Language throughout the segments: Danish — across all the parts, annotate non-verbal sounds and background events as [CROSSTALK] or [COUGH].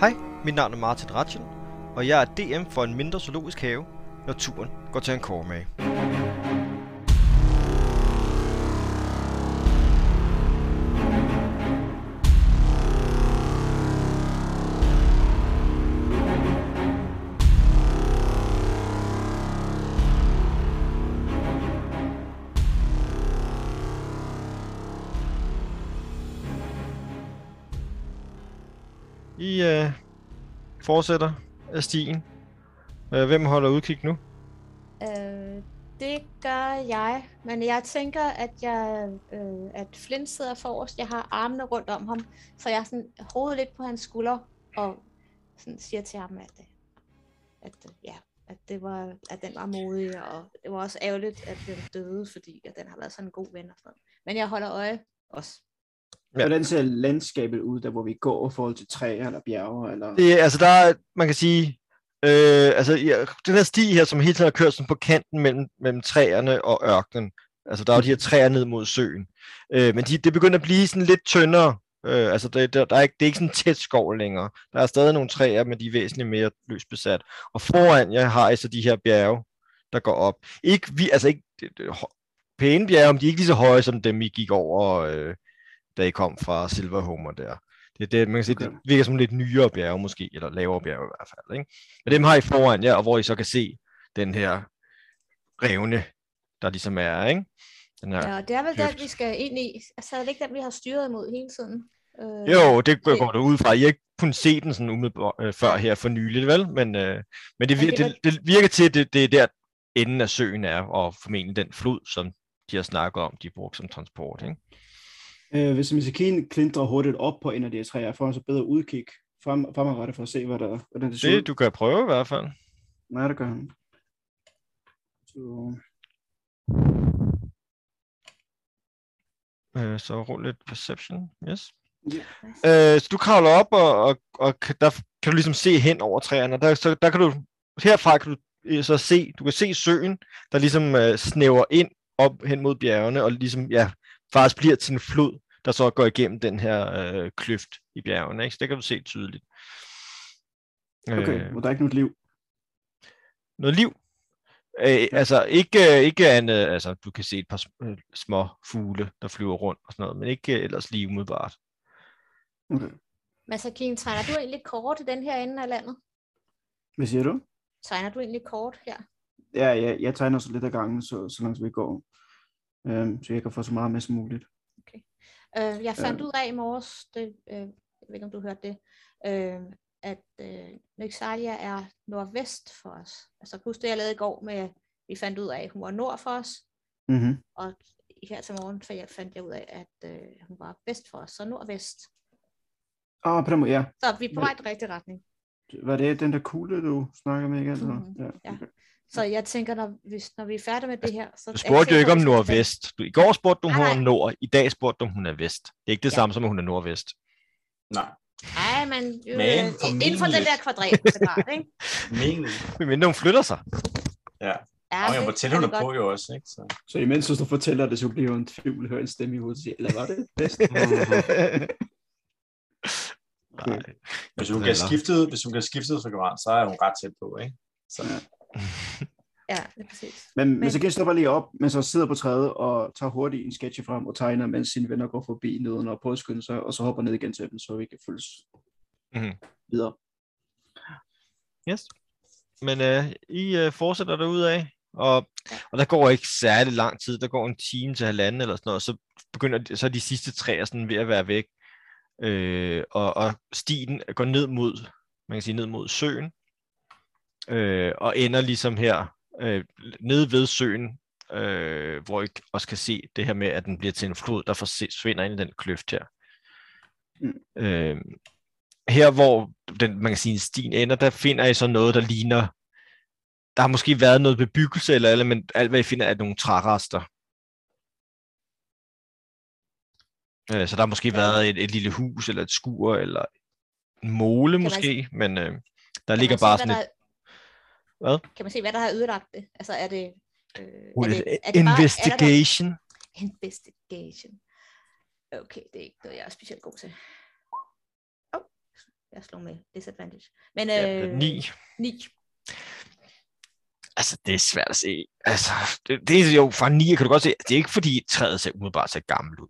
Hej, mit navn er Martin Ratchen, og jeg er DM for en mindre zoologisk have, når turen går til en kormage. I øh, fortsætter af stien. Øh, hvem holder udkig nu? Øh, det gør jeg, men jeg tænker, at, jeg, øh, at Flint sidder forrest. Jeg har armene rundt om ham, så jeg sådan hovedet lidt på hans skulder og sådan siger til ham, at, øh, at, øh, ja, at, det var, at den var modig, og det var også ærgerligt, at den døde, fordi at den har været sådan en god ven og sådan noget. Men jeg holder øje også. Ja. Ja. Hvordan ser landskabet ud, der hvor vi går i forhold til træer eller bjerge? Eller... Det, er- altså, der er, man kan sige, øh, altså, ja, den her sti her, som hele tiden har kørt sådan på kanten mellem, mellem træerne og ørkenen. Altså, der er jo de her træer ned mod søen. Øh, men de, det begynder at blive sådan lidt tyndere. Øh, altså, det, der, der er ikke, det er ikke sådan tæt skov længere. Der er stadig nogle træer, men de er væsentligt mere løst besat. Og foran jer har I så de her bjerge, der går op. Ikke, vi, altså ikke det, det, hå- pæne bjerge, men de er ikke lige så høje som dem, I gik over, øh, da I kom fra Silverhomer der. Det, det, man kan sige, okay. Okay. det virker som lidt nyere bjerge måske, eller lavere bjerge i hvert fald. Ikke? Men dem har I foran jer, og hvor I så kan se den her revne, der ligesom er, ikke? Den her. Ja, Ja. og det er vel kløft. den, vi skal ind i. Altså, er det ikke den, vi har styret imod hele tiden? Øh, Jo, det det- går du ud fra. I har ikke kunnet se den sådan umiddelbart øh, før her for nyligt, vel? Men, øh, men det, Men vir- det er det, det virker til, at det, det er der enden af søen er, og formentlig den flod, som de har snakket om, de brugte som transport, ikke? Øh, hvis Misakin klintrer hurtigt op på en af de her træer, får han så bedre udkig frem, fremadrettet for at se, hvad der, hvordan det ser ud. Det, du kan prøve i hvert fald. Nej, det gør han. Så... Øh, så rull lidt perception, yes. Ja. Øh, så du kravler op, og, og, og kan- der f- kan du ligesom se hen over træerne. og Der, så, der kan du, herfra kan du øh, så se, du kan se søen, der ligesom øh, snæver ind op hen mod bjergene, og ligesom, ja, faktisk bliver til en flod, der så går igennem den her øh, kløft i bjergene. Ikke? Så det kan du se tydeligt. Okay, Øh, og der er ikke noget liv. noget liv. Øh, altså ikke, øh, ikke andet, altså du kan se et par sm- øh, små fugle, der flyver rundt og sådan noget, men ikke øh, ellers lige umiddelbart. Okay. Masakin, tegner du egentlig kort i den her ende af landet? Hvad siger du? Tegner du egentlig kort her? Ja, ja, jeg tegner så lidt af gangen, så, så langt vi går. Øhm, så jeg kan få så meget med som muligt. Øh, jeg fandt Øh. ud af i morges, det, øh, jeg ved ikke om du hørte det, øh, at øh, Nøxalia er nordvest for os. Altså husk det, jeg lavede i går med, vi fandt ud af, at hun var nord for os, Mm-hmm. og i her til morgen for jeg fandt jeg ud af, at øh, hun var vest for os, så nordvest. Ah, på den måde, ja. Så vi er på Men- vej i den rigtige retning. Var det den der kugle, du snakker med igen? eller? Mhm, Ja. ja. okay. Så jeg tænker, når vi, når vi er færdige med det her... Så Du spurgte jo ikke om nordvest. nordvest. Du, I går spurgte du, om hun Nej, var nord. I dag spurgte du, om hun er vest. Det er ikke det Ja. samme som, at hun er nordvest. [LAUGHS] Nej, Nej, men, øh, Men men inden for den formentlig. der kvadrat, så klart, ikke? meningen. Men hun flytter [LAUGHS] sig. Ja, Og jeg det fortæller kan det vi på godt. jo også, ikke? Så. Så imens du står og fortæller det, så bliver hun tvivl, hører en stemme i hovedet sige, eller var det bedst? [LAUGHS] Mm-hmm. Nej. Hvis hun kan skiftet, hvis hun kan skiftet fra så er hun ret tæt på, ikke? Så Ja, det er præcis. Men, men så stopper lige op, men så sidder på træet og tager hurtigt en sketch frem og tegner, mens sine venner går forbi neden og prøver at skynde sig, og så hopper ned igen til dem, så vi kan følges Mhm. videre. Yes. Men øh, I øh, fortsætter derudad, og, og der går ikke særlig lang tid. Der går en time til halvanden eller sådan noget, og så begynder de- så er de sidste træer sådan ved at være væk. Øh, og, og stien går ned mod, man kan sige ned mod søen, øh, og ender ligesom her øh, nede ved søen, øh, hvor I også kan se det her med, at den bliver til en flod, der forsvinder ind i den kløft her. Mm. Øh, her hvor den, man kan sige, stien ender, der finder I så noget, der ligner, der har måske været noget bebyggelse eller alt, men alt hvad I finder er nogle trærester. Øh, så der har måske ja. været et, et lille hus eller et skur eller en mole man måske, men øh, der Kan ligger man se, bare hvad sådan et der- Hvad? Kan man se, hvad der har ødelagt det? Altså, er det... Øh, Uh, det, er det bare- er der- investigation. Investigation. Okay, det er ikke noget, jeg er specielt god til. Oh, Jeg slog med disadvantage. Men Øh... øh, 9. 9. Altså, det er svært at se. Altså, det, det er jo fra 9, kan du godt se. Det er ikke fordi træet ser umiddelbart så gammelt ud.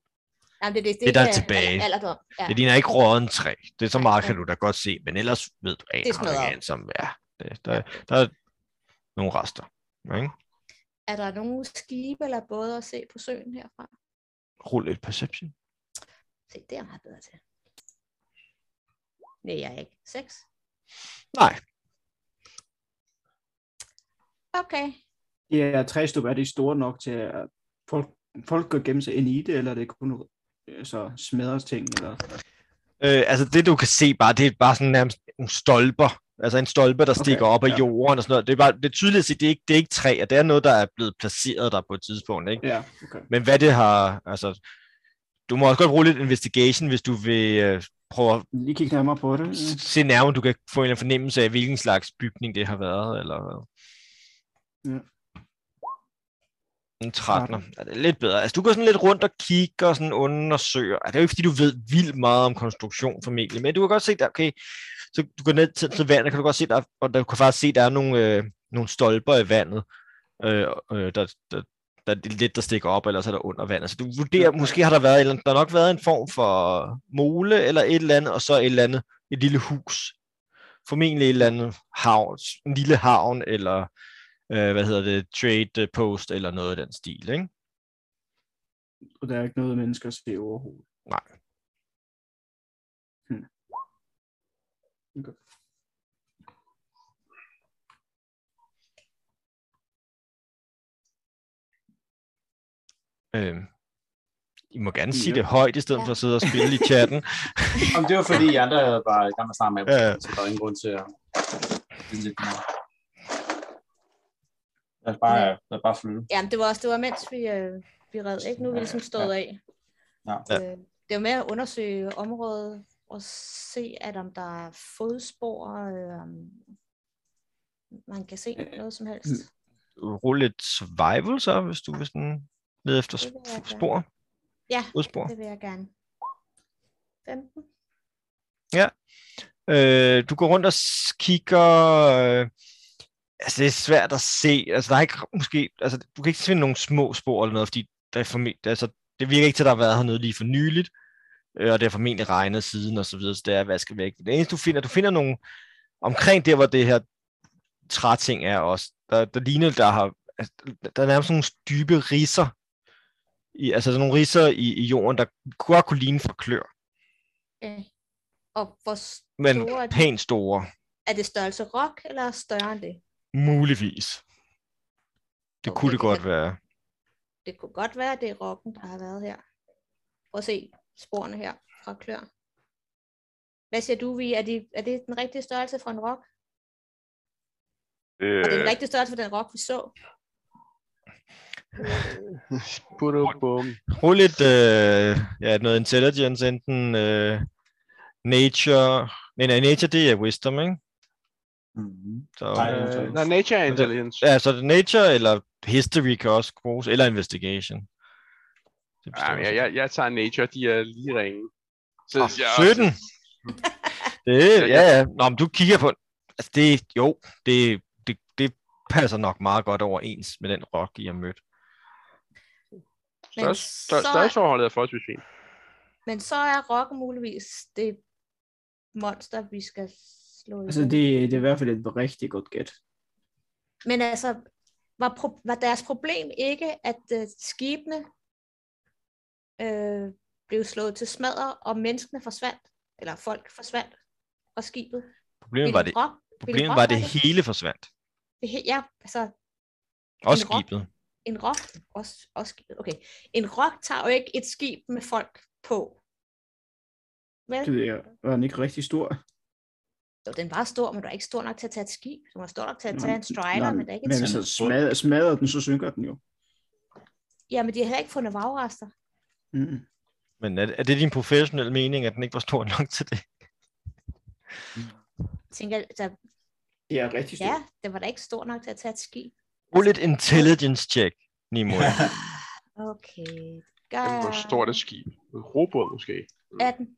Jamen, det, det, det, Det, der er kan- tilbage. al- Alderdom. Ja. Ja. Det ligner ikke råden træ. Det er så meget, Ja. kan du da godt se. Men ellers ved du, at Det er smadret. som ja, det, der, der er nogle rester. Ikke? Er der nogen skibe eller både at se på søen herfra? Rul et perception. Se, det er jeg meget bedre til. Nej, jeg er ikke. 6. Nej. Okay. Det er træstup, er de store nok til, at folk, folk går gennem sig ind i det, eller er det kun øh, så smadres ting? Eller? Øh, altså det du kan se bare, det er bare sådan nærmest nogle stolper. Altså en stolpe, der Okay, stikker op af ja. jorden og sådan noget. Det er, bare, det er tydeligt at se, det er ikke, det er ikke træ, og det er noget, der er blevet placeret der på et tidspunkt. Ikke? Ja, okay. Men hvad det har, altså, du må også godt rulle lidt investigation, hvis du vil øh, prøve at Lige kigge nærmere på det. øh, s- se nærmere, om du kan få en eller anden fornemmelse af, hvilken slags bygning det har været, eller hvad. Ja. En 13. Ja, det er lidt bedre. Altså, du går sådan lidt rundt og kigger og sådan undersøger. Altså, det er jo ikke, fordi du ved vildt meget om konstruktion formentlig, men du kan godt se, der, okay, så du går ned til, til vandet, kan du godt se, der, og der du kan faktisk se, der er nogle, øh, nogle stolper i vandet, øh, øh, der, der, der er lidt, der stikker op, eller så er der under vandet. Så du vurderer, måske har der været, et eller andet, der har nok været en form for mole, eller et eller andet, og så et eller andet, et lille hus. Formentlig et eller andet havn, en lille havn, eller øh, hvad hedder det, trade øh, post, eller noget i den stil, ikke? Og der er ikke noget mennesker at se overhovedet. Nej. Hmm. Okay. Øh, I må gerne sige Ja. det højt, i stedet Ja. for at sidde og spille i chatten. Jamen, det var fordi, I andre var i gang med at snakke med Ja, ja. ja. så der er ingen grund til at... Lad os bare, lad os bare flytte. Jamen, det var også, det var mens vi, øh, vi red, ikke? Nu er vi ligesom stået af. Ja. Ja. Øh, det var med at undersøge området og se, at om der er fodspor, øh, om man kan se noget som helst. Rul lidt survival så, hvis du vil sådan lede efter Det vil jeg sp- gerne. spor. Ja, Fodspor. Det vil jeg gerne. 15. Øh, du går rundt og s- kigger... Øh, altså, det er svært at se. Altså, der er ikke måske... Altså, du kan ikke finde nogle små spor eller noget, fordi der er formelt, altså, det virker ikke til, at der har været hernede lige for nyligt. Øh, og det har formentlig regnet siden og så videre, så det er vasket væk. Det eneste, du finder, du finder nogle... Omkring der, hvor det her træting er også, der, der ligner, der har... Altså, der er nærmest nogle dybe risser. I, altså, der er nogle risser i, i jorden, der godt kunne ligne for klør, Okay. Og hvor men store er det? pænt store. Er det størrelse rock, eller større end det? Muligvis. Det Okay, kunne det det godt kan- være. Det kunne godt være, at det er rocken, der har været her. Prøv at se sporene her fra klør. Hvad siger du, Vi? Er, de, er det den rigtige størrelse for en rock? Øh. Er det den rigtige størrelse for den rock, vi så? Bum, bum. Rul lidt øh, ja, noget intelligence, enten øh, nature... Nej, nej, nature det er wisdom, ikke? Mm-hmm. Så, Nej, øh, nature. Øh, nej, Nature and Intelligence. ja, så det er nature eller history kan også bruges, eller investigation. Det Ja, men jeg, jeg, jeg tager Nature, de er lige ringe. Så, Ah, jeg, [LAUGHS] 17. Det, ja, ja. Nå, men du kigger på... Altså, det, jo, det, det, det passer nok meget godt overens med den rock, I har mødt. Større, større, så- størrelsesforholdet er forholdsvis fint. Men så er rocken muligvis det monster, vi skal slå Altså, ihjel. det, det er i hvert fald et rigtig godt gæt. Men altså, var, pro- var deres problem ikke, at øh, skibene øh, blev slået til smadre, og menneskene forsvandt, eller folk forsvandt, og skibet? Problemet Ville var, det, Rock, problemet rock var, var at det det? hele forsvandt. det he- ja, altså Også En rock? skibet. en rock, også, også skibet, okay. En rock tager jo ikke et skib med folk på. Vel? Det ved jeg. Var den ikke rigtig stor? Jo, den var stor, men du er ikke stor nok til at tage et skib. Du var stor nok til at tage en strider, Nej, men der er ikke men et skib. altså, smadrer, smadrer den, så synker den jo. Ja, men de har heller ikke fundet vragrester. Mm. Men er, er det din professionelle mening, at den ikke var stor nok til det? Jeg tænker, altså, Det er rigtig ja, den var da ikke stor nok til at tage et skib. Rul et intelligence check, Nimo. Okay, gør Jamen, jeg Hvor stort er skib? En robåd måske? 18.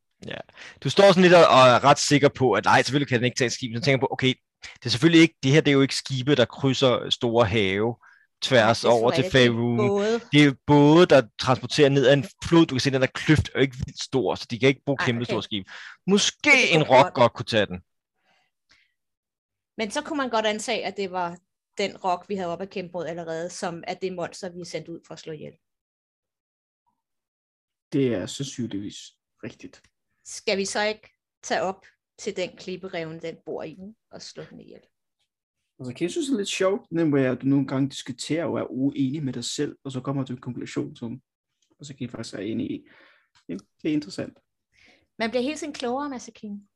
Du står sådan lidt og og er ret sikker på, at nej, selvfølgelig kan den ikke tage et skib. Så tænker jeg på, okay, det er selvfølgelig ikke, det her det er jo ikke skibe, der krydser store have tværs Det er over til svært. Faerun. Både. Det er både, der transporterer ned ad en flod. Du kan se, den der kløft er jo ikke vildt stor, så de kan ikke bruge Ej, kæmpe okay. store skibe. Måske Det kunne en godt rock være. godt kunne tage den. Men så kunne man godt antage, at det var den rock, vi havde op at kæmpe mod allerede, som er det monster, vi er sendt ud for at slå ihjel. Det er sandsynligvis rigtigt. Skal vi så ikke tage op til den klippereven, den bor i, og slå den ihjel? Altså, kan jeg synes, det er lidt sjovt, nemlig hvor jeg- du nogle gange diskuterer og er uenig med dig selv, og så kommer du til en konklusion, som og så kan I faktisk være enige i. Jamen, det er interessant. Man bliver hele tiden klogere, Mads King.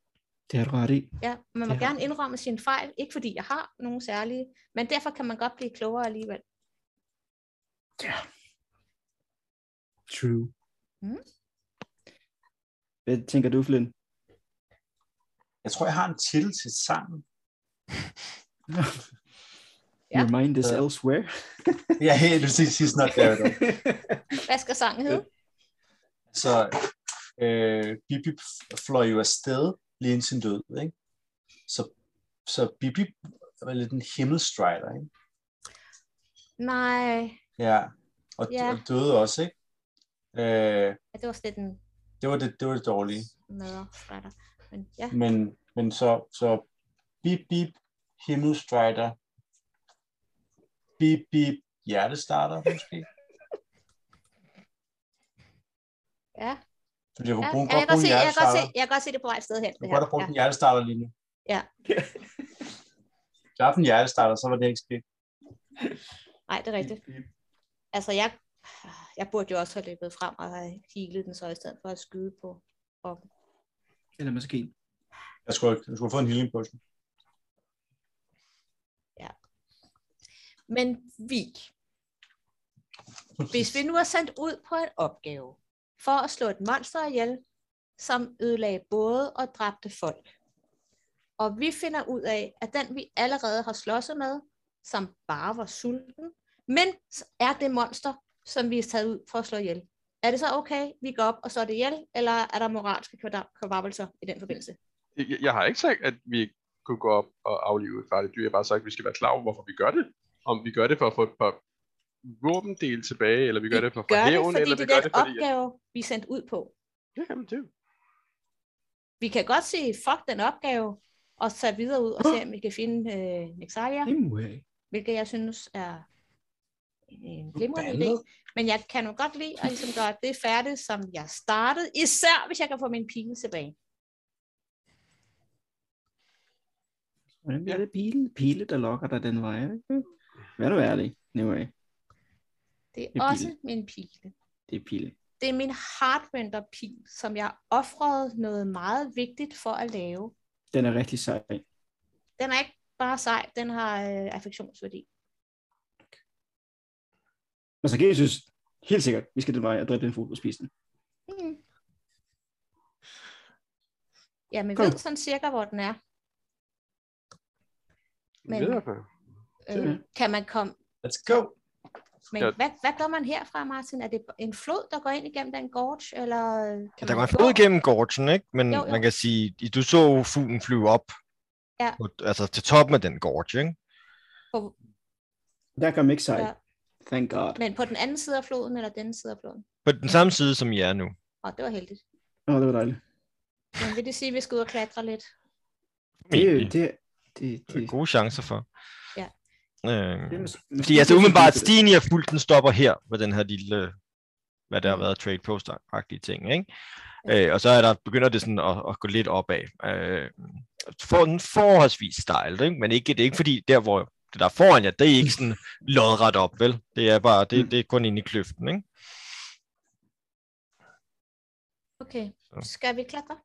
Det har du ret i. Ja, man må Det har- gerne indrømme sine fejl, ikke fordi jeg har nogen særlige, men derfor kan man godt blive klogere alligevel. True. Mm-hmm. Mm. Hvad tænker du, Flynn? Jeg tror, jeg har en titel til sangen. Ja. Your mind is Ja. elsewhere. Ja, hey, du siger sidst nok, der er Hvad skal sangen hedde? Så øh, Bibi f- fløj jo afsted lige indtil sin død, ikke? Så, så Bibi var lidt en himmelstrider, ikke? Nej, Ja, og, Ja. ja. og døde også, ikke? Øh, ja, det var slet en det, var det, det var det dårlige. møder fra dig. Men ja, Men, men så, så bip, bip, himmelstrider, bip, bip, hjertestarter måske. ja. Fordi jeg ja. ja jeg, kunne bruge, godt kan bruge godt en se, jeg, kan godt se, hjertestarter. jeg kan godt se det er på vej et sted hen. Du Det kunne her. godt have brugt en Ja. hjertestarter lige nu. Ja. Hvis [LAUGHS] jeg havde haft en hjertestarter, så var det ikke skidt. Nej, det er rigtigt. Mm. Altså, jeg, jeg burde jo også have løbet frem og have healet den så, i stedet for at skyde på. Og, Eller måske en. Jeg skulle, jeg skulle have fået en healing potion. men vi, hvis vi nu er sendt ud på en opgave for at slå et monster ihjel, som ødelagde både og dræbte folk, og vi finder ud af, at den vi allerede har slåsset med, som bare var sulten, men er det monster, som vi er taget ud for at slå ihjel. Er det så okay, vi går op og slår det ihjel, eller er der moralske kvadra- kvababelser i den forbindelse? Jeg, jeg har ikke sagt, at vi ikke kunne gå op og aflive et farligt dyr. Jeg har bare sagt, at vi skal være klar over, hvorfor vi gør det. Om vi gør det for at få et par våbendele tilbage, eller vi gør det for at få gør det, hævn, fordi eller vi det gør er det, den fordi... At... opgave, vi er sendt ud på. Ja, jamen, det er jo... Vi kan godt sige, fuck den opgave, og tage videre ud og se, om vi kan finde øh, Nexalia, Anyway. hvilket jeg synes er en glimrende idé. Bandet. Men jeg kan jo godt lide at ligesom gøre det færdigt, som jeg startede, især hvis jeg kan få min pile tilbage. Hvordan bliver Ja. det pile? Pile, der lokker dig den vej, ikke? Hvad er du ærlig? Anyway, Det er Det er også pile. min pile. det er pile. Det er min hardwender-pil, som jeg offrede noget meget vigtigt for at lave. Den er rigtig sej. Den er ikke bare sej, den har øh, affektionsværdi. Men så Altså, kan jeg synes, helt sikkert, vi skal den vej og dræbe den fugl og spise den. Mm. Ja, men Godt. ved sådan cirka, hvor den er. Men- Men... Ved jeg, hvad? Øh, kan man komme... Let's go! Men Ja. hvad, hvad gør man herfra, Martin? Er det en flod, der går ind igennem den gorge, eller... øh, Ja, Kan der man går en gå? flod igennem gorgen, ikke? Men Jo, jo, jo. jo. man kan sige, i- du så jo fuglen flyve op. Ja. På, altså til toppen af den gorge, ikke? På- Der kom ikke sej. Ja. Thank God. Men på den anden side af floden, eller den side af floden? På den samme side, som I er nu. Åh, det var heldigt. Åh, det var dejligt. Men vil det sige, at vi skal ud og klatre lidt? Det, er jo- Formentlig. det, det, Det er det, gode chancer for. Ja. det, Øh, det fordi altså umiddelbart, stigen i fuldt den stopper her med den her lille, hvad der har været trade post-agtige ting, ikke? Øh, og så er der, begynder det sådan at, at gå lidt opad. Øh, for den forholdsvis stejl, ikke? men ikke, det er ikke fordi, der hvor det der er foran jer, det er ikke sådan lodret op, vel? Det er bare, Mm. det, det er kun inde i kløften, ikke? Okay. Så. Skal vi klatre?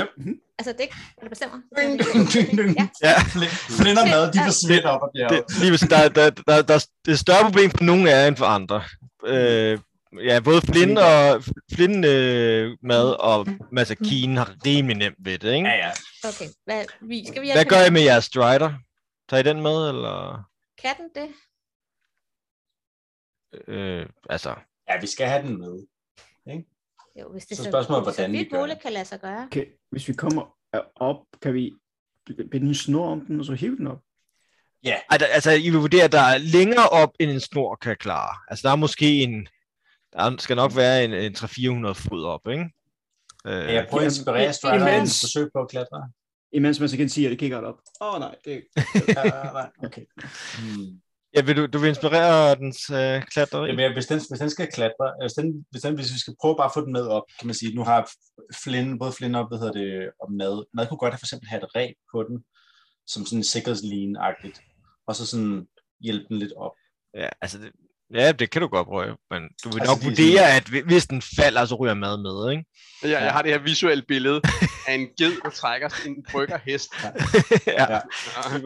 Yep. Mhm. Altså, det er ikke- er det bestemmer. [LAUGHS] Ding, ding, ding, ding. Ja, Ja, Flinder mad, de Ja. forsvinder op ad det, bjerget. lige ved, der, der, der, der, det er et større problem for nogle af jer end for andre. Øh, ja, både Flynn og Flynn øh, mad og Massa Keen har rimelig nemt ved det, ikke? Ja, ja. okay. Hvad, vi, skal vi Hvad hjælpe gør I hinanden? med jeres strider? Tager I den med, eller? Kan den det? Øh, altså, Ja, vi skal have den med. Jo, hvis det Så spørgsmålet er, hvordan så vi vidt gør det. muligt kan lade sig gøre. Okay, hvis vi kommer op, kan vi binde en snor om den, og så hive den op? Ej, der, altså, I vil vurdere, at der er længere op, end en snor kan klare. Altså, der er måske en... Der skal nok være en, en 300-400 fod op, ikke? Øh, Ja, jeg prøver at inspirere Strider i Imens. hans forsøg på at klatre. Imens man så kan sige, at det kigger op. Åh oh, nej, det Ja, nej, okay. Hmm. ja, vil du, du vil inspirere dens øh, klatreri? Jamen, ja, hvis, den, hvis den skal klatre, øh, hvis, den, hvis, den, hvis vi skal prøve bare at få den med op, kan man sige, nu har Flynn, både Flynn og, hvad hedder det, og Mad, Mad kunne godt have for eksempel have et reb på den, som sådan en sikkerhedslinagtigt, og så sådan hjælpe den lidt op. Ja, altså, det, ja, det kan du godt prøve, men du vil Altså, altså, nok det er vurdere, at hvi- hvis den falder, så ryger mad med, ikke? Jeg, Ja. jeg har det her visuelle billede af en ged, der trækker sådan en bryggerhest. ja. Ja.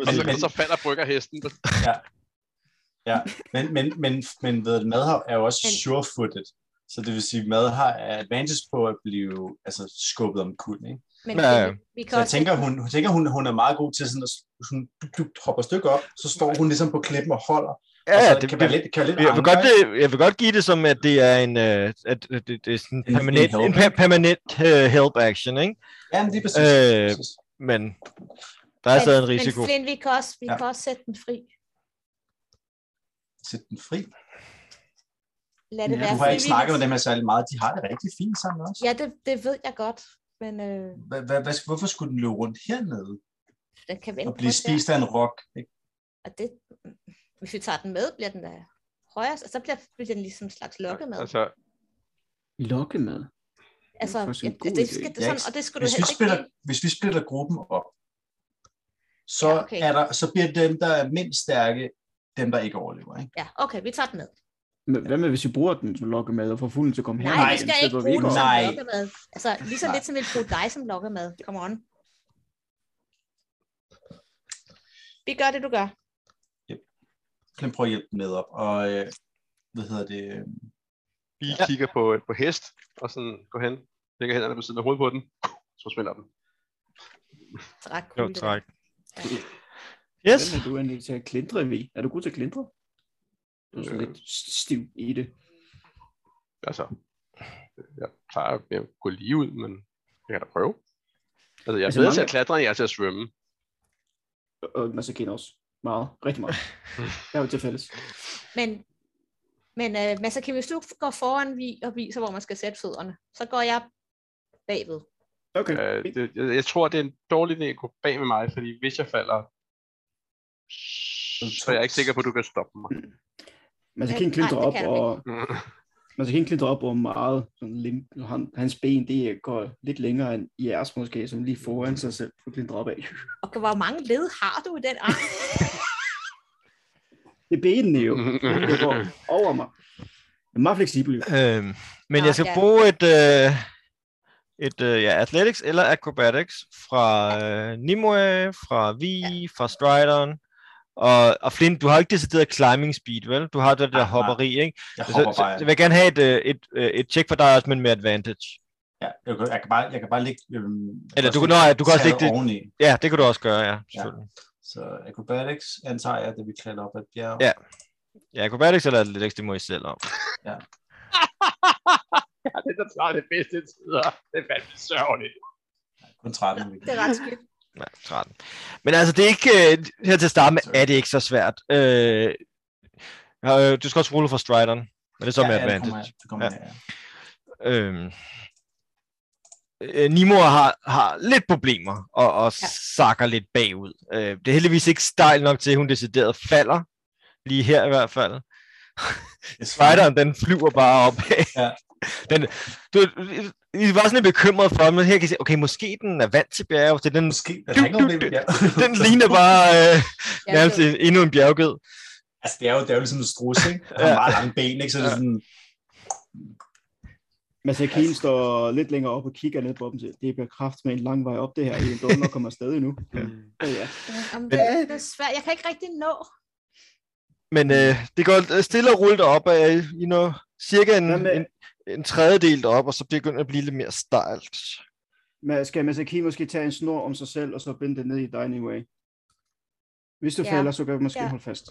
og, så, og så falder bryggerhesten. Der, Men, men, men, men ved, at Mad har- er jo også Men- sure-footed, så det vil sige, Mad har advantage på at blive altså, skubbet om kulden, ikke? Men Ja, ja. vi, vi kan Så jeg også tænker, hun, hun, tænker hun, hun er meget god til sådan at hun, du, du hopper et stykke op, så står hun ligesom på klippen og holder, Ja, og så det, kan kan være det, lidt, kan være lidt jeg, vil anker, godt, ikke? det, jeg vil godt give det som, at det er en, øh, at det, det er sådan En- en, permanent, en en, help. per, permanent øh, help action, ikke? Ja, men lige præcis. Øh, Præcis. Men der er stadig en men- risiko. Men Flynn, vi kan også, vi Ja. ja. kan også sætte den fri. Sæt den fri. Lad det ja, være Ja, Du har ikke frivilligt. snakket med dem her særlig meget. De har det rigtig fint sammen også. Ja, det, det ved jeg godt. Men øh, Hva- hva- hvad- Hvorfor skulle den løbe rundt hernede den kan vente og blive på os der. spist af en rok? ikke? Og det, hvis vi tager den med, bliver den da højere, og så bliver, bliver den ligesom en slags lokkemad. Altså, altså, Lokkemad. altså det er faktisk en ja, god det idé. skal, det Jeg er sådan, er ikke- og det skulle du Hvis vi, helst ikke splitter, give. hvis vi splitter gruppen op, så, Ja, okay. er der, så bliver dem, der er mindst stærke, dem, der ikke overlever. Ikke? Ja, okay, vi tager den med. Men hvad med, hvis vi bruger den som lokkemad, og får fuglen til at komme Nej, her? vi skal ikke bruge den Nej. som lokkemad. Altså, lige så Nej. lidt som vi bruge dig som lokkemad. Come on. Vi gør det, du gør. Kan prøve at hjælpe dem med op. Og øh, hvad hedder det? øh, vi kigger på, på hest, og sådan går hen, lægger hænderne på siden af hovedet på den, så sminder den. Det er ret cool. Jo, det der. tak. Ja. Yes. Hvem er du egentlig til at klintre ved? Er du god til at klintre? Du er sådan Øh. lidt stiv i det. Altså, jeg plejer at gå lige ud, men jeg kan da prøve. Altså, jeg er Altså, bedre til mange- at klatre, end jeg er til at svømme. Og man så kender også meget. Rigtig [LAUGHS] meget. Jeg er jo til fælles. Men, men, øh, men så kan vi, hvis du går foran vi, og viser, hvor man skal sætte fødderne, så går jeg bagved. Okay. Øh, fint. det, jeg, jeg tror, det er en dårlig idé at gå bag med mig, fordi hvis jeg falder, så er jeg ikke sikker på, at du kan stoppe mig. Man skal ikke nej, klintre det op, kan vi og [LAUGHS] man skal ikke klintre op over meget. Sådan lim, han, hans ben, det går lidt længere end jeres måske, som lige foran sig selv for at klintre op af. Og hvor mange led har du i den arm? Det er benene jo. Mhm. Det går over mig. Jeg er meget fleksibel. jo. Øhm, men Nå, jeg skal ja. bruge et, øh, et øh, ja, athletics eller acrobatics fra øh, Nimue, fra Vi, fra Strideren. Og, og Flint, du har ikke decideret climbing speed, vel? Du har det Nej, der nej. hopperi, ikke? Jeg Så, hopper så, bare. så vil jeg gerne have et, øh, et, øh, et check for dig også, men med advantage. Ja, jeg, kan, jeg, kan bare, jeg kan bare lægge... Øhm, Eller du kan- lægge nej, du kan også lægge taget det- oveni. Ja, det kan du også gøre, ja. selvfølgelig. Så acrobatics antager jeg, at vi klatrer op ad et bjerg. Ja. Ja, acrobatics eller athletics, det må I selv om. Ja, det er der klarer det bedste tider. Det er fandme sørgeligt. Kun 13. vi kan- Det er ret skidt. Ja, 13. Men altså, det er ikke, øh, her til at starte med, er det ikke så svært. Øh, øh, du skal også rulle for strideren, men det er så med det kommer advantage. jeg- det kommer Ja. jeg, ja. Øhm, øh, Nimor har, har lidt problemer og, og Ja. ja. sakker lidt bagud. Øh, det er heldigvis ikke stejl nok til, at hun decideret falder. Lige her i hvert fald. Det er svært. Spideren, den flyver bare op. Ja. [LAUGHS] den, du, I var sådan lidt bekymret for, men her kan I se, okay, måske den er vant til bjerge, så den, Måske. Der er ikke Du- noget du- problem. Ja. [LAUGHS] den ligner bare øh, Jeg nærmest ved- en- endnu en bjergged. [LAUGHS] Altså, det er jo, det er jo ligesom en strus, ikke? Han Ja. har meget lange ben, ikke? Så det er sådan, Masakin står lidt længere op og kigger ned på dem og siger, det bliver kraft med en lang vej op det her, I er dog nok kommer stadig nu. Ja, ja. Jamen, det, er- det er svært. Jeg kan ikke rigtig nå. Men øh, det går stille og roligt op, og I når cirka en, Hvad med- en, en tredjedel op, og så begynder det at blive lidt mere stejlt. Men skal Masakin måske tage en snor om sig selv, og så binde det ned i dig anyway? Hvis du Ja. falder, så kan vi måske Ja. holde fast.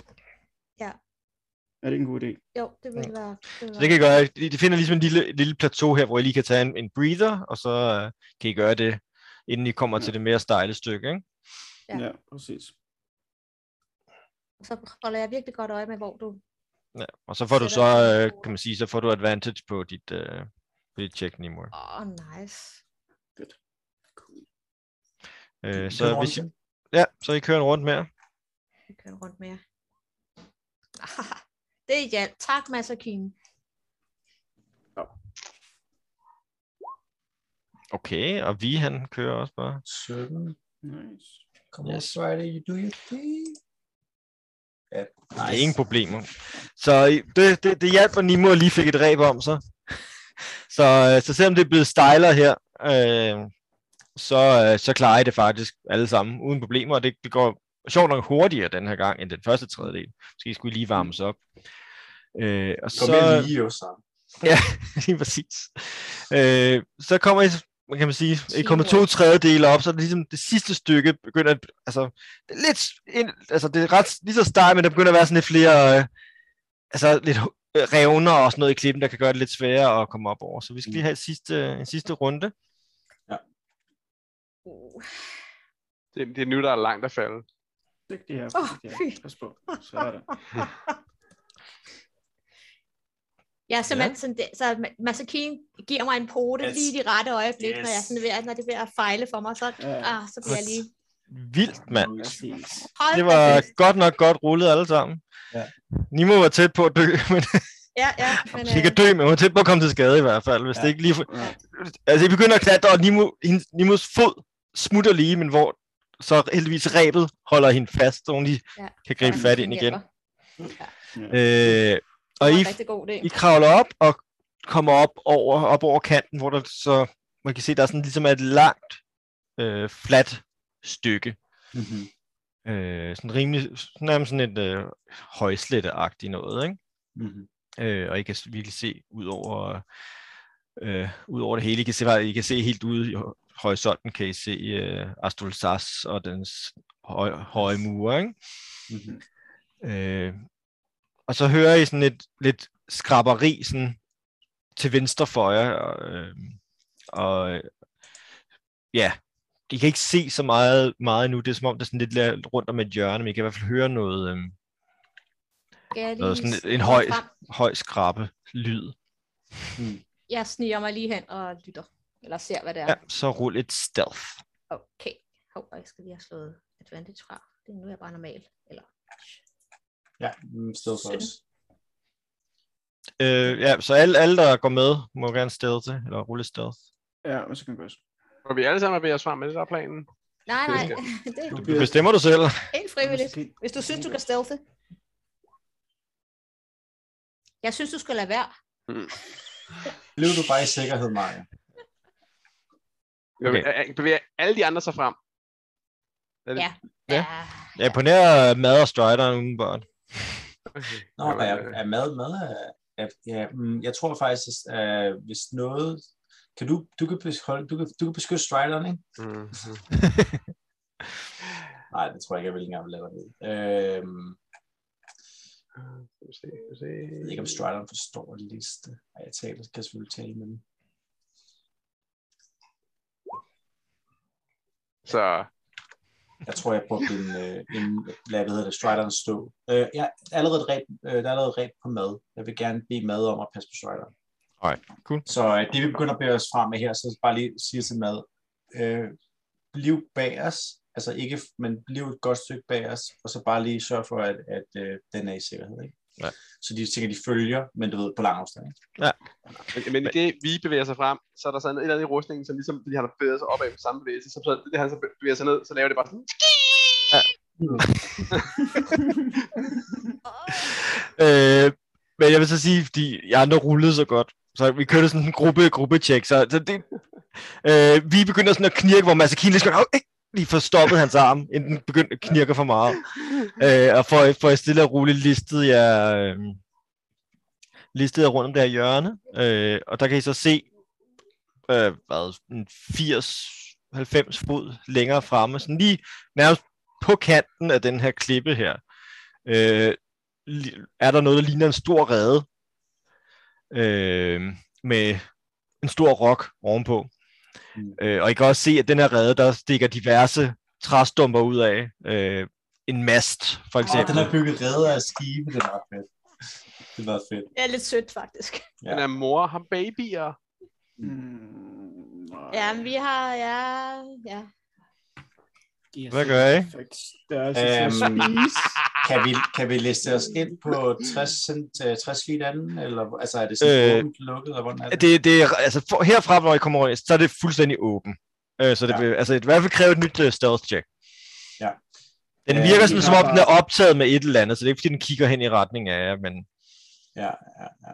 Er det en god idé? Jo, det ville være... Det ville Så det kan I gøre. I de finder ligesom en lille, et lille plateau her, hvor I lige kan tage en, en breather, og så øh, kan I gøre det, inden I kommer til det mere stejle stykke. Ikke? Ja. Ja, ja præcis. være- Så holder jeg virkelig godt øje med, hvor du... Ja. Og så får du så, Sætter den på øh, bordet. kan man sige, så får du advantage på dit, øh, på dit check, Nimue. Åh, oh, nice. Cool. Øh, så hvis I, ja, så I kører en rundt mere. Jeg kører rundt mere. [LAUGHS] Ah, det er hjælp. Tak, Masakine. Okay, og vi han kører også bare. 17. Nice. Kom Yes. yes. on, Friday, you do your thing. Ja, Nice. Det er ingen problemer. Så I- det, det, det hjalp, at Nimue lige fik et ræb om sig. Så, øh, så selvom det er blevet stejlere her, øh, så, øh, så klarer I det faktisk alle sammen uden problemer. Og det, det går sjovt nok hurtigere den her gang end den første tredjedel. Måske skulle I lige varmes op. Øh, og Kom så, med lige jo sammen. [LAUGHS] lige præcis. Øh, så kommer I, man kan man sige, I kommer to Teamwork. tredjedele op, så er det ligesom det sidste stykke begynder at, altså, det er lidt, ind, altså det er ret, lige så stejt, men der begynder at være sådan lidt flere, øh, altså lidt hu- øh, revner og sådan noget i klippen, der kan gøre det lidt sværere at komme op over. Så vi skal lige have et sidste, øh, en sidste runde. Uh, Det, det er nu, der er langt at falde. Læg det her. Åh, læg det her. fy. Pas på. Sådan. Jeg er simpelthen sådan, det, så Ma- Masakine giver mig en pote yes. Yes. lige i de rette øjeblik, yes. når, jeg er Yes. sådan ved, at- når det er ved at fejle for mig, så, Ja, ah, så bliver jeg lige... Vildt, mand. præcis. Hold Det da var fest. godt nok godt rullet alle sammen. Ja. Nimo var tæt på at dø, [LAUGHS] men, Ja, ja, men, men øh, ikke at dø, men hun var tæt på at komme til skade i hvert fald, hvis ja. Ja. det ikke lige Ja, Altså, I begynder at klatre, og Nimo, hendes, Nimos fod smutter lige, men hvor så heldigvis rebet holder hende fast, så hun lige ja. Ja. kan gribe fat ind igen. hjælper. Øh, Det og var I, en rigtig god idé. I kravler op og kommer op over, op over kanten, hvor der så, man kan se, der er sådan ligesom er et langt, øh, fladt stykke. Mm-hmm. Øh, sådan rimelig, nærmest sådan et øh, højsletteagtigt noget, ikke? Mhm, Mm-hmm. øh, og I kan s- virkelig se ud over, øh, ud over det hele. I kan, se, hvad- I kan se helt ude i ho- horisonten, kan I se øh, Astolzas og dens høj, høje mure. Ikke? mhm. Mm-hmm. Øh, og så hører I sådan et lidt skraberi sådan, til venstre for jer. Og, øh, og øh, ja, I kan ikke se så meget, meget endnu. Det er som om, det er sådan lidt la- rundt om et hjørne, men I kan i hvert fald høre noget, øh, Skal jeg noget lige sådan s- en gå høj- frem? høj skrabe lyd. Jeg sniger mig lige hen og lytter, eller ser, hvad det er. Ja, så rul et stealth. Okay. Hov, og jeg skal lige have slået advantage fra. Det er nu er jeg bare normal. Eller... Ja, mm, still close. Øh, ja, så alle, alle, der går med, må gerne stealth, eller rulle stealth. ja men så kan vi også. Og vi alle sammen er ved at svare med det, der er planen. Nej, nej. [LAUGHS] Det det er Du bestemmer du selv. helt frivilligt. Hvis du synes, du kan stealthe. Jeg synes, du skal lade være. Blev du bare i sikkerhed, Maja? Okay. Okay. Bevæger alle de andre sig frem? Er det- Ja. Ja. Ah, Jeg imponerer mad og strideren udenbart. Okay. Nå, Jamen, er, øh, er mad med? er- er- Ja, mm, jeg tror faktisk, at uh, hvis noget... Kan du, du, kan beskytte, du, kan, du kan beskytte strideren, ikke? mhm. Nej, det tror jeg ikke, jeg vil ikke engang vil lade dig ved. Øh, Skal vi se, skal vi se. jeg ved ikke, om strideren forstår en liste. Ej, jeg taler, kan selvfølgelig tale med dem. Så Jeg tror, jeg brugte en, øh, en lad, hvad hedder det, strideren stå. Øh, jeg er allerede ret, øh, der er allerede ret på mad. Jeg vil gerne bede mad om at passe på strideren. Alright, cool. Så øh, det, vi begynder at bære os frem med her, så bare lige sige til mad, øh, bliv bag os, altså ikke, f- men bliv et godt stykke bag os, og så bare lige sørg for, at, at øh, den er i sikkerhed. Ikke? Ja. Så de tænker, de følger, men du ved, på lang afstand. Ikke? men, men, i det, vi bevæger sig frem, så er der sådan et eller andet i rustningen, som ligesom, fordi han har bevæget sig opad på samme bevægelse, så, så det, han så bevæger sig ned, så laver det bare sådan, åh, Øh, men jeg vil så sige, fordi jeg andre rullede så godt, så vi kørte sådan en gruppe gruppe check, så, så det, øh, vi begynder sådan at knirke, hvor Masakine lige skal, "Au, æk!" lige får stoppet hans arm, inden den begyndte at knirke for meget. Øh, og for, for jeg stille og roligt listede jeg, øh, listede jeg rundt om det her hjørne, øh, og der kan I så se, øh, hvad, en 80 90 fod længere fremme, sådan lige nærmest på kanten af den her klippe her. Øh, li- er der noget, der ligner en stor rede øh, med en stor rock ovenpå. Mm. Øh, og I kan også se, at den her rede, der stikker diverse træstumper ud af. Øh, en mast, for Oh, den eksempel. er bygget redder af skibe, det var fedt. Det var fedt. Det er lidt sødt, faktisk. Ja. Den er mor har babyer. Mm, Ja, men vi har... Ja, ja. Hvad gør I? Der er altså til at Øhm. spise. Kan vi, kan vi liste os ind på 60, cent, øh, 60 feet anden? Eller, altså er det sådan Øh, øh, åbent lukket, eller hvordan er det? Det, det er, altså, for, herfra, når I kommer rundt, så er det fuldstændig åben. Øh, så det Ja. ja. vil altså, det vil i hvert fald kræve et nyt uh, stealth check. Ja. Den Øh, virker vi sådan, har som om den er bare- optaget med et eller andet, så det er ikke, fordi den kigger hen i retning af jer, men Ja, ja, ja.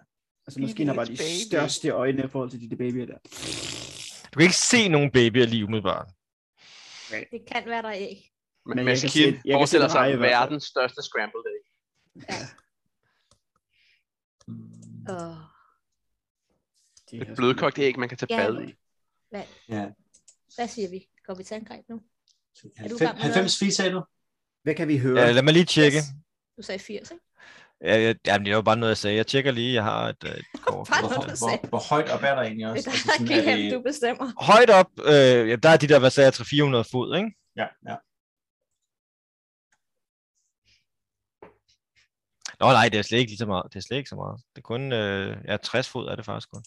Altså, måske har bare de Baby. største øjne i forhold til de der babyer der. du kan ikke se nogen babyer lige umiddelbart. Det kan være, der er æg. Men, Men men jeg kan Kim se- jeg kan se forestiller den sig ej i hvert fald. verdens største scramble egg. Åh, De Et her- blødkogt æg, man kan tage Ja. bad i. hvad siger vi? Går vi til angreb nu? Er du i gang med 90, 90 feet, sagde du? Hvad kan vi høre? Ja, Øh, lad mig lige tjekke. Yes. Du sagde 80, ikke? Ja, ja, jamen, det var bare noget, jeg sagde. Jeg tjekker lige, jeg har et, øh, et kort. Hvad? Hvor, Hvad hvor, du hvor, sagde. hvor højt op er der egentlig [LAUGHS] Det også? er Altså, dig, sådan, er Kim, det, du bestemmer. Højt op, øh, ja, der er de der, hvad sagde jeg, 300-400 fod, ikke? ja, ja. Nå nej, det er slet ikke lige så meget. Det er slet ikke så meget. Det er kun, øh, ja, 60 fod er det faktisk kun.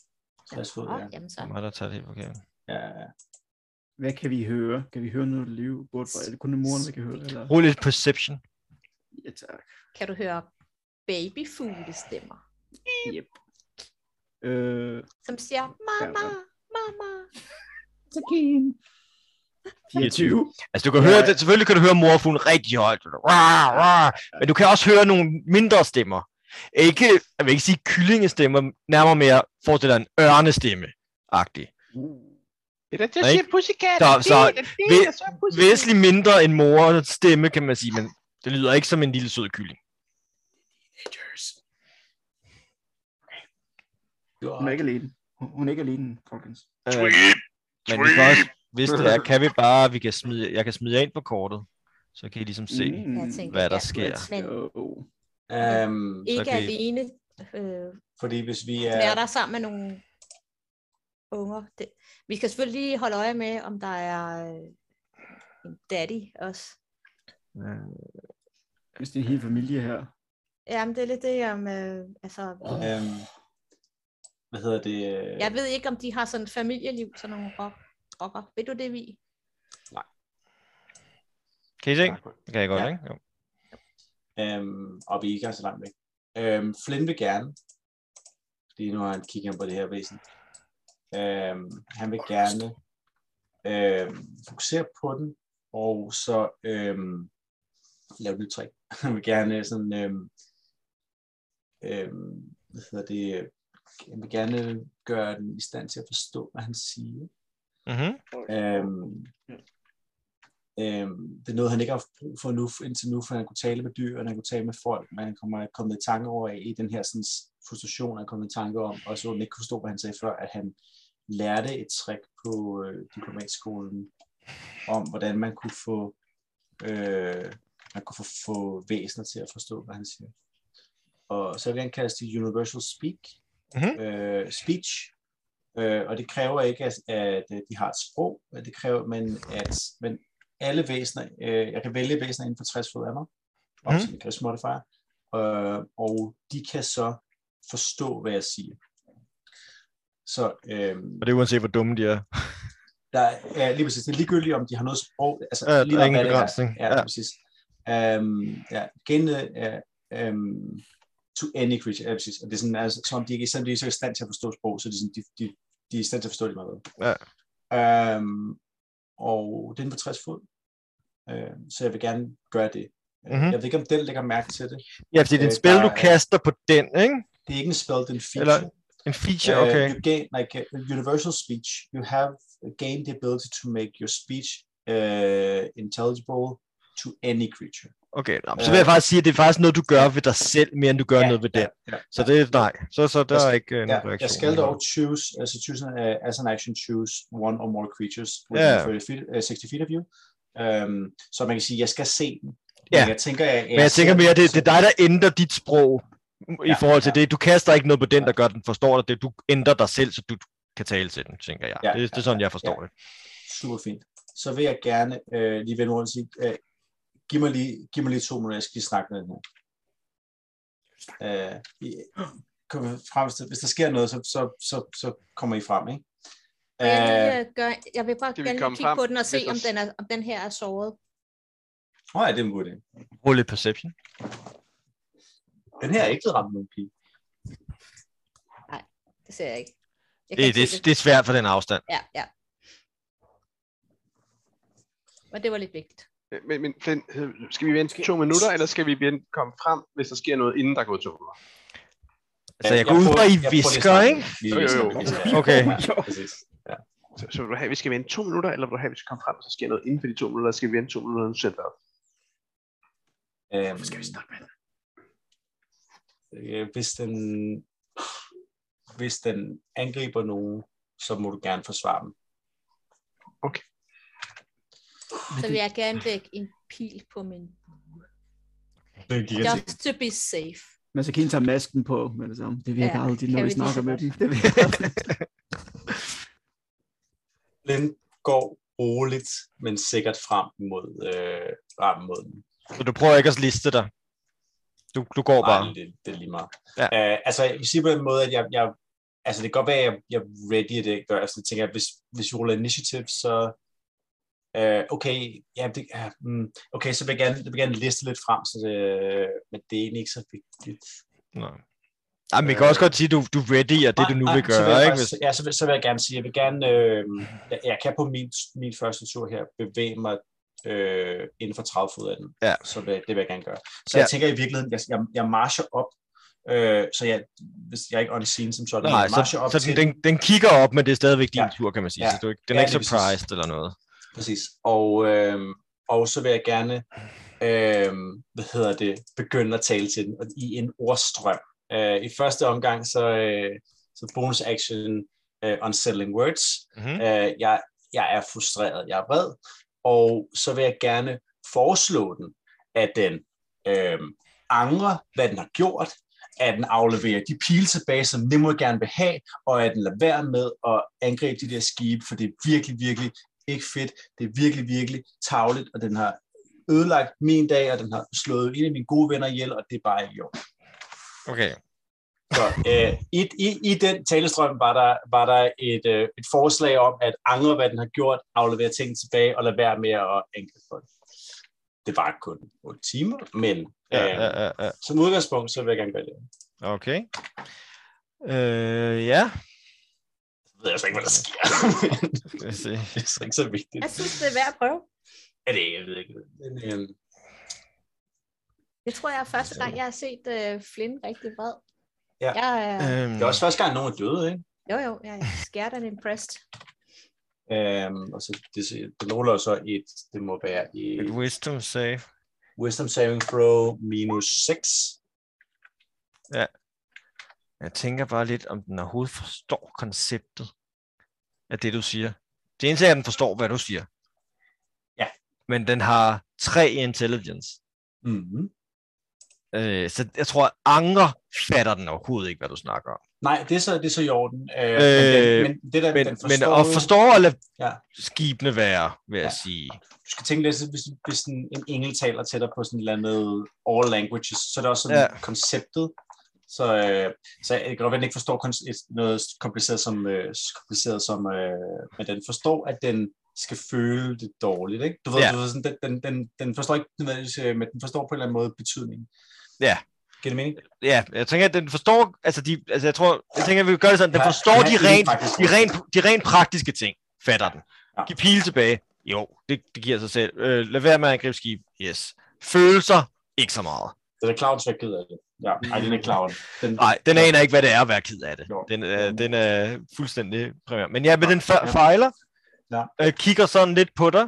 60 fod, Åh, ja. jamen så. Det er mig, der tager det helt forkert. ja. ja. Hvad kan vi høre? Kan vi høre noget liv? Bort fra, er det kun moren, der kan høre? Eller? Rul lidt perception. Ja, tak. Kan du høre babyfuglestemmer, Yep. Øh, som siger, mamma, mamma. 24. Altså, du kan Ja, høre, ja. det, selvfølgelig kan du høre morfuglen rigtig højt. Rar, rar. Men du kan også høre nogle mindre stemmer. Ikke, jeg vil ikke sige kyllingestemmer, nærmere mere forestiller en ørnestemme. Agtig. Uh. Det er der Nej. siger pussycat, Så- det så er det, det væ- er så pussycat. Væsentligt mindre end morens stemme, kan man sige, men det lyder ikke som en lille sød kylling. Du Hun er ikke alene. Hun- Hun er ikke alene, Folkens. Øh, men vi kan også, hvis det er, [LAUGHS] kan vi bare, vi kan smide, jeg kan smide jer ind på kortet, så kan I ligesom se. Mm. Jeg tænker, Hvad der ja, sker. Men Oh. øhm, ikke kan I- alene. Øh, fordi hvis vi ja. er... er der sammen med nogle unger. Det, vi skal selvfølgelig lige holde øje med, om der er øh, en daddy også. Hvis det er en hel familie her. Jamen, det er lidt det, om, øh, altså, Åh. Øhm, hvad hedder det? jeg ved ikke, om de har sådan et familieliv, sådan nogle rock, rocker. Ved du det, vi? Kan I se? Det kan jeg godt, Ja. ja. ikke? Jo. Øhm, og vi er ikke er så langt væk. Øhm, Flynn vil gerne, fordi nu har han kigget på det her væsen. Øhm, han vil gerne øhm, fokusere på den, og så øhm, lave et nyt trick. [LAUGHS] Han vil gerne sådan, øhm, øhm, hvad hedder det, han vil gerne gøre den i stand til at forstå, hvad han siger. Mm-hmm. Øhm, øhm, det er noget, han ikke har haft brug for nu, indtil nu, for han kunne tale med dyr, og han kunne tale med folk, men han kommer kommet i tanke over i den her sådan, frustration, han er kommet i tanke om, og så han ikke kunne forstå, hvad han sagde før, at han lærte et trick på øh, diplomatskolen, om hvordan man kunne få, øh, man kunne få, få væsener til at forstå, hvad han siger. Og så vil han kaldes til Universal Speak, Mhm. øh, Speech, Øh, og det kræver ikke, at, at øh, de har et sprog, men det kræver, men at men alle væsener, øh, jeg kan vælge væsener inden for 60 fod af mig, op Mhm. til min Charisma modifier, øh, og de kan så forstå, hvad jeg siger. Så øh, Og det er uanset, hvor dumme de er. der er lige præcis, det er ligegyldigt, om de har noget sprog, altså Ja, der er lige meget, ingen hvad det begrænsning. Ja, ja. Ja. præcis. Øhm, ja, igen, uh, um, to any creature, ja, præcis. Og det er sådan, altså, som om de ikke selvom de ikke er i stand til at forstå sprog, så er de, sådan, de, de, de er i stand til at forstå det meget bedre. Ja. Øhm, og den på 60 fod, øh, så jeg vil gerne gøre det. Mm-hmm. Mhm. Jeg ved ikke, om den lægger mærke til det. Ja, fordi det er Øh, et spil, der du er- kaster på den, ikke? Det er ikke en spell, det er en feature. Eller- En feature, okay. Uh, you gain like uh, universal speech. You have gained the ability to make your speech uh, intelligible to any creature. Okay, nå, men så vil jeg faktisk sige, at det er faktisk noget, du gør ved dig selv, mere end du gør Ja, noget ved den. Ja, Så det er nej. Så, så der er Jeg skal- ikke uh, ja, nogen reaktion. jeg skal dog choose, altså choose an, uh, as an action, choose one or more creatures within Ja. 30 feet, uh, 60 feet of you. Um, så man kan sige, at jeg skal se den. Ja. Men jeg tænker, jeg, Men jeg tænker mere, det, det er dig, der ændrer dit sprog i Ja, forhold til ja. det. Du kaster ikke noget på den, der gør den, forstår dig det. Du ændrer dig selv, så du kan tale til den, tænker jeg. Ja, Det, det er ja, sådan, jeg ja, forstår ja. det. Super fint. Så vil jeg gerne øh, lige vende rundt og sige, øh, giv, mig lige, giv mig lige to minutter, jeg skal lige snakke med den her. Øh, I- kom frem, hvis der- hvis der sker noget, så, så, så, så kommer I frem, ikke? Jeg, Øh, lige, øh, gør, jeg vil bare Skal vi gerne lige komme kigge frem, på den og se, hvis der- om den, er, om den her er såret. Åh, ja, det er en god idé. Rulle lidt perception. Den her er ikke blevet ramt af nogen pige. Det ser jeg ikke. Jeg kan Det, ikke se det, det er svært for den afstand. Ja, ja. Men det var lidt vigtigt. Øh, Men, men Flint, øh, skal vi vente to minutter, eller skal vi vente, komme frem, hvis der sker noget, inden der går to minutter? Altså, jeg går ud fra, I visker, ikke? Jo, Jo, jo, jo. Okay. [LAUGHS] Ja, præcis. Ja. Så, så vil du have, at vi skal vente to minutter, eller vil du have, at vi skal komme frem, og så sker noget inden for de to minutter, eller skal vi vente to minutter, og så sætter Øhm, Hvorfor skal vi snakke med den? øh, hvis den, hvis den angriber nogen, så må du gerne forsvare dem. Så vil jeg gerne lægge en pil på min... Det gik Just to be safe. Man skal ikke tage masken på med det samme. Det virker Ja, ja, aldrig, kan når vi vi lige snakker så med godt. dem. Det virker Den går roligt, men sikkert frem mod, øh, frem mod den. Så du prøver ikke at liste dig. Du, du går bare. Nej, det, det er lige meget. Ja. Ja. Øh, altså, jeg vil sige på den måde, at jeg, jeg altså, det kan godt være, at jeg, jeg ready det ikke gør. Altså, jeg tænker, at hvis, hvis vi ruller initiativ, så øh, okay, ja, det, ja, mm, okay, så vil jeg gerne, jeg vil gerne liste lidt frem, så det, men det er egentlig ikke så vigtigt. Nej. Ej, men vi kan også godt sige, at du, du er ready, og det du nu Nej, vil nej, Ah, så vil gøre, jeg ikke? faktisk- Hvis- Ja, så vil, så vil jeg gerne sige, jeg vil gerne, øh, jeg, jeg kan på min, min første tur her bevæge mig øh, inden for 30 fod af den. Ja. Så vil, det vil jeg gerne gøre. Så Ja. jeg tænker i virkeligheden, jeg, jeg, jeg marcher op, øh, så jeg, hvis jeg er ikke on scene som sådan, Nej, jeg marcher så, op så til den, den, den kigger op, men det er stadigvæk din Ja. tur, kan man sige. Ja. Så du, er ikke- den er Ja, ikke lige præcis. surprised eller noget. Præcis. Og, øhm, og så vil jeg gerne, øhm, hvad hedder det, begynde at tale til den og i en ordstrøm. Øh, I første omgang, så, øh, så bonus action, øh, unsettling words. Mhm. Øh, jeg, jeg er frustreret, jeg er vred. Og så vil jeg gerne foreslå den, at den øhm, angrer, hvad den har gjort, at den afleverer de pile tilbage, som Nimrod gerne vil have, og at den lader være med at angribe de der skibe, for det er virkelig, virkelig ikke fedt. Det er virkelig, virkelig tavligt, og den har ødelagt min dag, og den har slået en af mine gode venner ihjel, og det er bare jo. Okay. Så øh, i, i, i den talestrøm var der, var der et, øh, et forslag om, at angre, hvad den har gjort, aflevere ting tilbage, og lade være med at angribe folk. Det var kun 8 timer, men Ja, øh, ja, ja, ja. som udgangspunkt, så vil jeg gerne gøre det. Okay. Øh, ja. Jeg ved altså ikke, hvad der sker. [LAUGHS] Skal vi se. det er så ikke så vigtigt. Jeg synes, det er værd at prøve. Er det, jeg ved ikke. Men, øhm, øh, Jeg tror, jeg er første gang, jeg har set uh, Flynn rigtig vred. Ja. Jeg er... Øhm, Mm. det er også første gang, nogen er døde, ikke? Jo, jo, jeg er scared and impressed. Øhm, og så det, det ruller så et, det må være et et wisdom save. wisdom saving throw minus 6. Jeg tænker bare lidt, om den overhovedet forstår konceptet af det, du siger. Det eneste er, at den forstår, hvad du siger. Ja. Men den har tre intelligence. Mm-hmm. Øh, så jeg tror, at anger fatter den overhovedet ikke, hvad du snakker om. Nej, det er så, det er så i orden. Øh, øh, Øh, men, den- men det der, Men, den men forstår, at forstå at lade Ja. skibene være, vil jeg Ja. sige. Du skal tænke lidt, så hvis, hvis en, en engel taler til dig på sådan et eller andet all languages, så er det også sådan Ja. ja. konceptet. Så, øh, så jeg kan godt være, at den ikke forstår kons- et- noget kompliceret som, øh, kompliceret som øh, men den forstår, at den skal føle det dårligt. Ikke? Du ved, Ja. ja. du ved sådan, den, den, den, den forstår ikke nødvendigvis, øh, men den forstår på en eller anden måde betydningen. Ja. Giver det mening? Ja, jeg tænker, at den forstår, altså, de, altså jeg tror, jeg tænker, at vi gør det sådan, den Ja, forstår ja, de det er rent, faktisk- de rent, de rent praktiske ting, fatter den. Ja. Giv pile tilbage. Jo, det, det giver sig selv. Øh, lad være med at angribe skib. Yes. Følelser, ikke så meget. Det er da Clown, så er jeg ked af det. Ja, ej, den er Clown. Den, Nej, den aner ikke, hvad det er at være ked af det. Jo. Den, Jo. øh, den er fuldstændig primær. Men ja, men den fe- Ja. fejler. Ja. Øh, kigger sådan lidt på dig.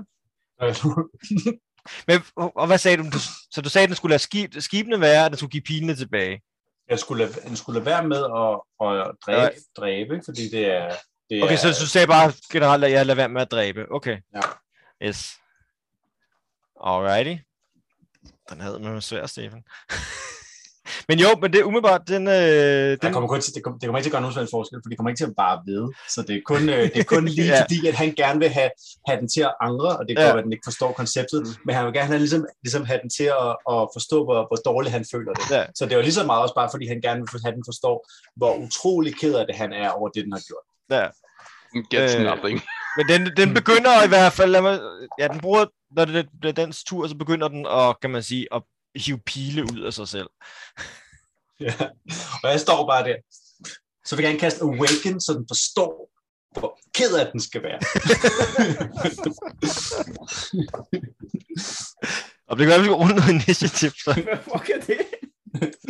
Men, og og hvad sagde du? Du- Så du sagde, at den skulle lade skib, skibene være, og den skulle give pilene tilbage. jeg skulle lade, den skulle lade være med at, at dræbe, dræbe, ikke? fordi det er... Det er Okay, så du sagde bare generelt, at jeg lader være med at dræbe. Okay. Ja. Yes. Alrighty. Den havde man svær, Stefan. [LAUGHS] men jo, men det er umiddelbart, den... Øh, Det den kommer, kun til, det, kommer, det kommer ikke til at gøre nogen som helst forskel, for det kommer ikke til at bare ved. Så det er kun, øh, det er kun [LAUGHS] lige Ja. ja. fordi, at han gerne vil have, have den til at angre, og det Ja. går, ja. at den ikke forstår konceptet, Mm. mm. men han vil gerne have, ligesom, ligesom have den til at, at forstå, hvor, hvor dårligt han føler det. Ja. Så det er jo lige så meget også bare, fordi han gerne vil have den forstår, hvor utrolig ked af det han er over det, den har gjort. der. Gets Øh, nothing. Men den, den begynder i hvert fald, lad mig, ja, den bruger, når det bliver dens tur, så begynder den at, kan man sige, at hive pile ud af sig selv. Ja. Og jeg står bare der. Så vil jeg gerne kaste Awaken, så den forstår, hvor ked af den skal være. Og det kan være, vi skal runde noget initiativ, så [LAUGHS] Hvad fuck er det?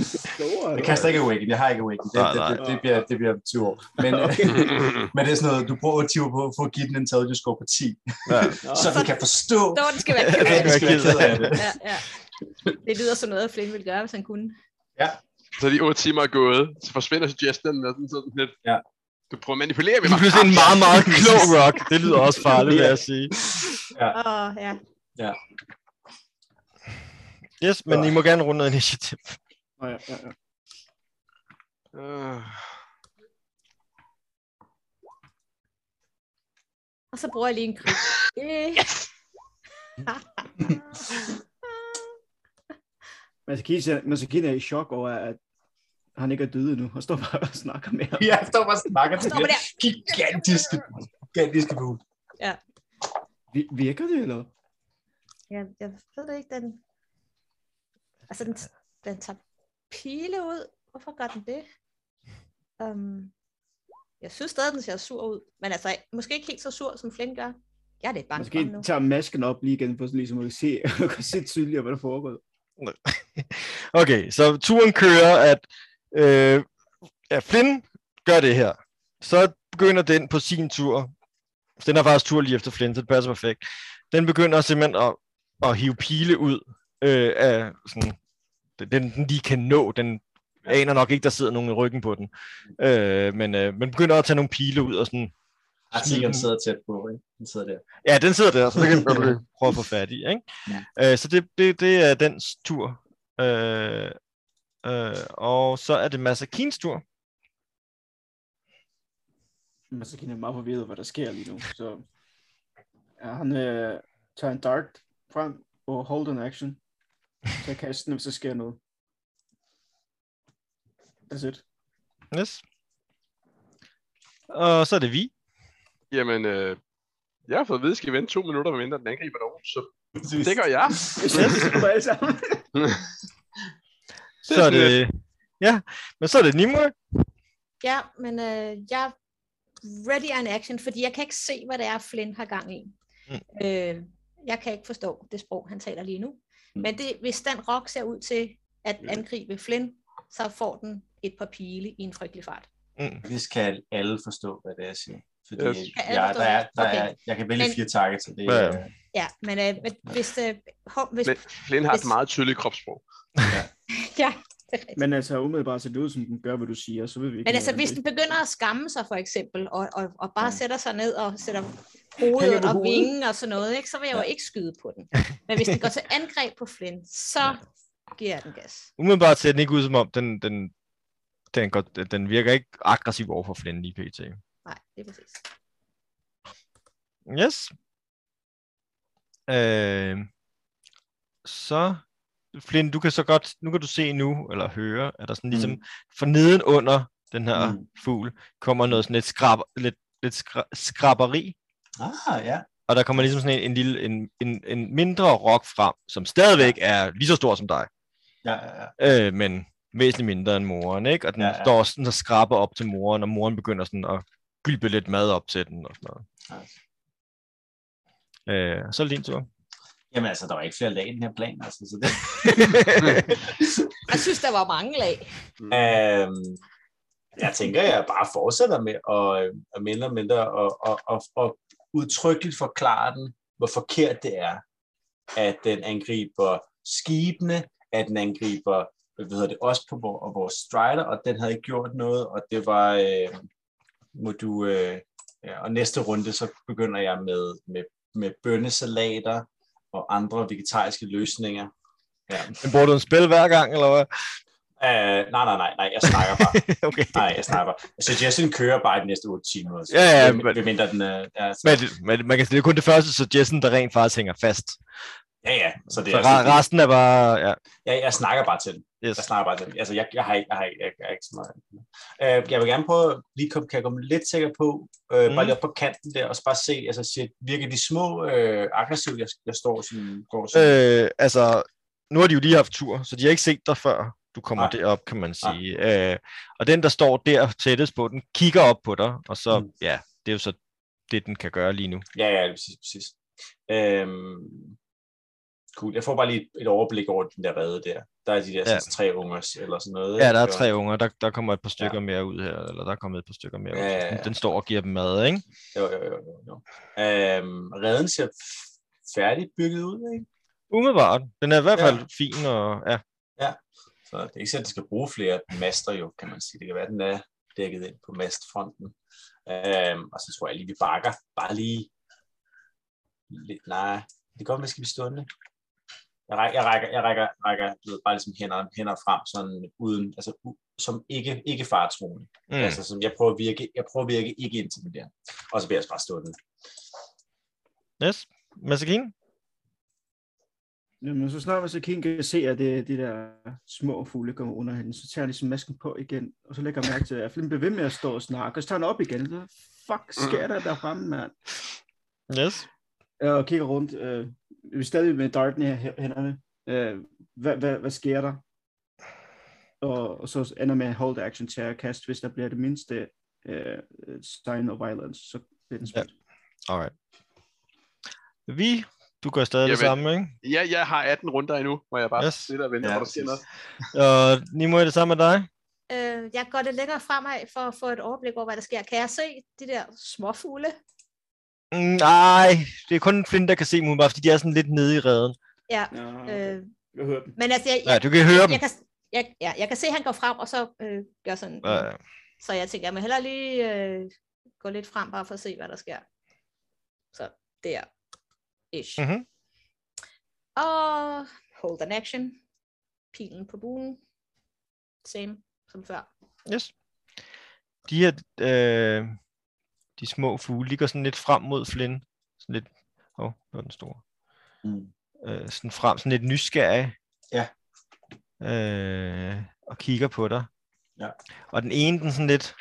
Store, [LAUGHS] Jeg kaster ikke Awaken, jeg har ikke Awaken. Det, Nej, det, nej. det, det, bliver, det bliver 20 år. Men, Okay. [LAUGHS] men det er sådan noget, du bruger 8 timer på for at give den en intelligence score på 10, ja. Nå, så den kan forstå, Dår, den skal være [LAUGHS] Ja, ked af at den den det. skal være ked af det. [LAUGHS] Ja, ja. Det lyder som noget, Flynn ville gøre, hvis han kunne. [LAUGHS] Så de 8 timer er gået, så forsvinder suggestionen og sådan, sådan lidt. Ja. Du prøver at manipulere Det med er mig. pludselig en meget, meget klog rock. Det lyder også farligt, vil jeg sige. Åh, ja. Yes, men I må gerne runde noget initiativ. Nå, ja, ja, ja. Øh, Og så bruger jeg lige en krig. Yes! Masakine- Masakine er i chok over, at han ikke er død endnu, og står bare og snakker med ham. Jeg står bare og snakker til Stopper den der. gigantiske, gigantiske bue. Vi- Virker det, eller? Ja, jeg ved det ikke, den... Altså, den, den tager pile ud. Hvorfor gør den det? Um, jeg synes stadig, den ser sur ud. Men altså, måske ikke helt så sur, som Flynn gør. Jeg er lidt bange for den nu. Masakine tager masken op lige igen, for så ligesom at se, [LAUGHS] at kan se tydeligere, hvad der foregår. Okay, så turen kører, at øh, ja, Flynn gør det her. Så begynder den på sin tur. Den er faktisk tur lige efter Flynn, så det passer perfekt. Den begynder simpelthen at, at hive pile ud øh, af sådan, den, den den lige kan nå. Den aner nok ikke, der sidder nogen i ryggen på den. Øh, men, øh, men begynder at tage nogle pile ud og sådan, Artiklen sidder tæt på, ikke? Den sidder der. Ja, den sidder der, så det kan du prøve at få fat i. Ikke? Ja. Øh, så det, det, det er dens tur. Øh, øh, og så er det Masakins tur. Masakine er meget forvirret, over, hvad der sker lige nu. Så ja, han øh, tager en dart frem og hold an action. Så kaster den, hvis der sker noget. That's it. Yes. Og så er det vi. jamen, øh, jeg har fået at vide, at jeg skal vente to minutter, medmindre den angriber nogen, så det gør jeg. alle sammen. Det er Så er sådan det... Ja, men så er det Nimue. Ja, men øh, jeg er ready and action, fordi jeg kan ikke se, hvad det er, Flynn har gang i. Mm. Øh, jeg kan ikke forstå det sprog, han taler lige nu. Mm. Men det, hvis den rock ser ud til at angribe Flynn, så får den et par pile i en frygtelig fart. Mm. Vi skal alle forstå, hvad det er, jeg siger. Fordi Yes. yes. Kan alle jeg, der er, der er, forstå? jeg kan vælge Men- fire targets, og det Ja, er... ja. Ja, men øh, men hvis, øh, hov, hvis Men Flynn har et Hvis- meget tydeligt [LAUGHS] kropssprog. ja, det er rigtigt. Men altså, umiddelbart ser det ud, som den gør, hvad du siger, så ved vi ikke. men altså, hvad hvis det den begynder at skamme sig for eksempel, og, og, og bare Ja. sætter sig ned og sætter Hænger hovedet på og hovedet. vingen og sådan noget, ikke, så vil jeg jo Ja. ikke skyde på den. Men hvis den går til angreb på Flynn, så giver jeg den gas. Umiddelbart ser den ikke ud som om, den, den, den, går, den- den virker ikke aggressiv over for Flynn lige pt. Nej, det er præcis. Yes. Øh, så, Flynn, du kan så godt, nu kan du se nu, eller høre, at der sådan ligesom, mm. for neden under den her mm. Mm. fugl, kommer noget sådan lidt, skrab, lidt, lidt skra, skraberi, Ah, ja. og der kommer ligesom sådan en, en lille, en, en, en mindre rock frem, som stadigvæk er lige så stor som dig, Ja, ja, ja. øh, men væsentligt mindre end moren, ikke? Og den ja, Ja, ja. ja. står sådan og skraber op til moren, og moren begynder sådan at gylpe lidt mad op til den og sådan noget. Øh, så er det din tur. [LAUGHS] Jamen altså, der var ikke flere lag i den her plan, altså, så det... Jeg synes, der var mange lag. Øhm, jeg tænker, jeg bare fortsætter med at, øh, at mindre og mindre og, og, og, og udtrykkeligt forklare den, hvor forkert det er, at den angriber skibene, at den angriber hvad hedder det, os på vor, og vores strider, og den havde ikke gjort noget, og det var, øh, må du, øh, ja, og næste runde, så begynder jeg med, med, med bønnesalater og andre vegetariske løsninger, Ja. Men bruger du en spil hver gang, eller hvad? Øh, nej, nej, nej, nej, jeg snakker bare. [LAUGHS] Okay. Nej, jeg snakker bare. Suggestion kører bare de næste 8 timer. altså. Så Ja, ja, men... men- Ved mindre den øh, er... Ja, så, Men, men man kan, det er kun det første suggestion, der rent faktisk hænger fast. ja, ja, så det Så er... re- resten er bare... Ja, Jeg, jeg snakker bare til den. yes. Jeg snakker bare til den. Altså, jeg, jeg, har, ikke, jeg, har, ikke- jeg, jeg har ikke så meget. Øh, jeg vil gerne prøve, at lige komme, kan jeg komme lidt sikker på, øh, mm. Mm. bare lige op på kanten der, og så bare se, altså, shit, virker de små øh, aggressivt, jeg, jeg står sådan, går sådan. Øh. Øh, altså, nu har de jo lige haft tur, så de har ikke set dig før du kommer Nej. Nej. derop, kan man sige. Øh, og den, der står der tættest på den, kigger op på dig, og så, Mm. mm. ja, det er jo så det, den kan gøre lige nu. Ja, ja, præcis, præcis. Øhm, cool. Jeg får bare lige et overblik over den der redde der. Der er de der Ja. ja. tre ungers, eller sådan noget. Ja, der er ikke? tre unger, der, der kommer et par stykker ja. mere ud her, eller der er kommet et par stykker mere Ja, ud. ja, Den- ja. Den står og giver dem mad, ikke? Jo, jo, jo. jo, jo. Øhm, reden ser f- færdigt bygget ud, ikke? Umiddelbart. Den er i hvert Ja. fald ja. fin, og ja. Så det er ikke sikkert, at de skal bruge flere master, jo, kan man sige. Det kan være, at den er dækket ind på mastfronten. Øhm, og så tror jeg lige, vi bakker. Bare lige... Lidt, nej, det kan godt, være, at vi skal blive stående. Jeg rækker, jeg rækker, jeg rækker, rækker du ved, bare ligesom hænder, hænder frem, sådan uden, altså, u- som ikke, ikke fartroende. Mm. Mm. Altså, som jeg prøver at virke, jeg prøver at virke ikke intimiderende. Og så bliver jeg så bare stående. Yes. Masakine? Jamen, så snart så King kan se, at det, de der små fugle kommer under hende, så tager han ligesom masken på igen, og så lægger han mærke til, at Flynn bliver ved med at stå og snakke, og så tager han op igen, så fuck, sker der der fremme, mand? Yes. Øh, Og kigger rundt, øh, vi er stadig med darten her i hænderne, øh, hvad, hvad, hvad sker der? Og, og så ender med hold action til at kaste, hvis der bliver det mindste øh, sign of violence, så bliver den spændt. Alright. Vi, du gør stadig det Jamen. samme, ikke? Ja, jeg har 18 runder endnu, hvor jeg bare yes. Yes. sidder og venter, Ja, ja, hvor der sker præcis. noget. Og Nimo, er det samme med dig? Øh, jeg går det længere fremad for at få et overblik over, hvad der sker. Kan jeg se de der småfugle? Mm, Nej, det er kun Flint, der kan se dem, bare fordi de er sådan lidt nede i redden. Ja. Ja, Okay. okay. Øh, Jeg hører den. men altså, jeg, Ja, jeg, du kan høre dem. jeg, kan, jeg, ja, jeg kan se, at han går frem, og så øh, gør sådan. Ja, ja. Så jeg tænker, jeg må hellere lige øh, gå lidt frem, bare for at se, hvad der sker. Så der. Ish. Mhm. Og hold an action. Pilen på buen. Same som før. Yes. De her, øh, de små fugle, de går sådan lidt frem mod Flynn. Sådan lidt, åh, oh, det var den store. Mm. Øh, sådan frem, sådan lidt nysgerrige. Ja. Øh, og kigger på dig. Ja. Og den ene, den sådan lidt,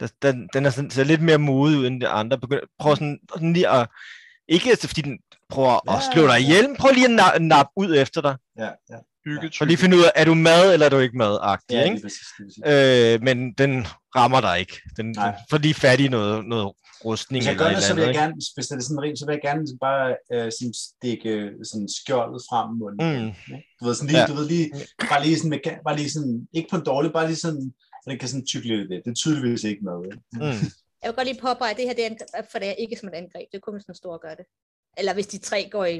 der, den, den er sådan, ser lidt mere modig ud end de andre. Begynder, prøver sådan, sådan lige at, ikke altså, fordi den prøver at Ja, slå dig ja. ihjel, men prøver lige at na- nappe ud efter dig. Ja, ja. Hygge, For lige at finde ud af, er du mad, eller er du ikke mad? Ja, ikke? lige præcis, lige præcis. Øh, men den rammer dig ikke. Den, Nej. den får lige fat i noget, noget rustning Hvis jeg eller gør et det, eller så vil andet. jeg ikke? gerne, hvis det er sådan rent, så vil jeg gerne sådan bare øh, sådan stikke øh, sådan skjoldet frem mod munden. Mm. ikke? Du ved, sådan lige, Ja. du ved lige, bare lige sådan, meka- bare lige sådan, ikke på en dårlig, bare lige sådan, så det kan sådan tykke lidt af det. Det er tydeligvis ikke noget. ikke? Mm. Jeg vil godt lige påpege, at det her det er angreb, for det er ikke som et angreb. Det er kun hvis den store gør det. Eller hvis de tre går i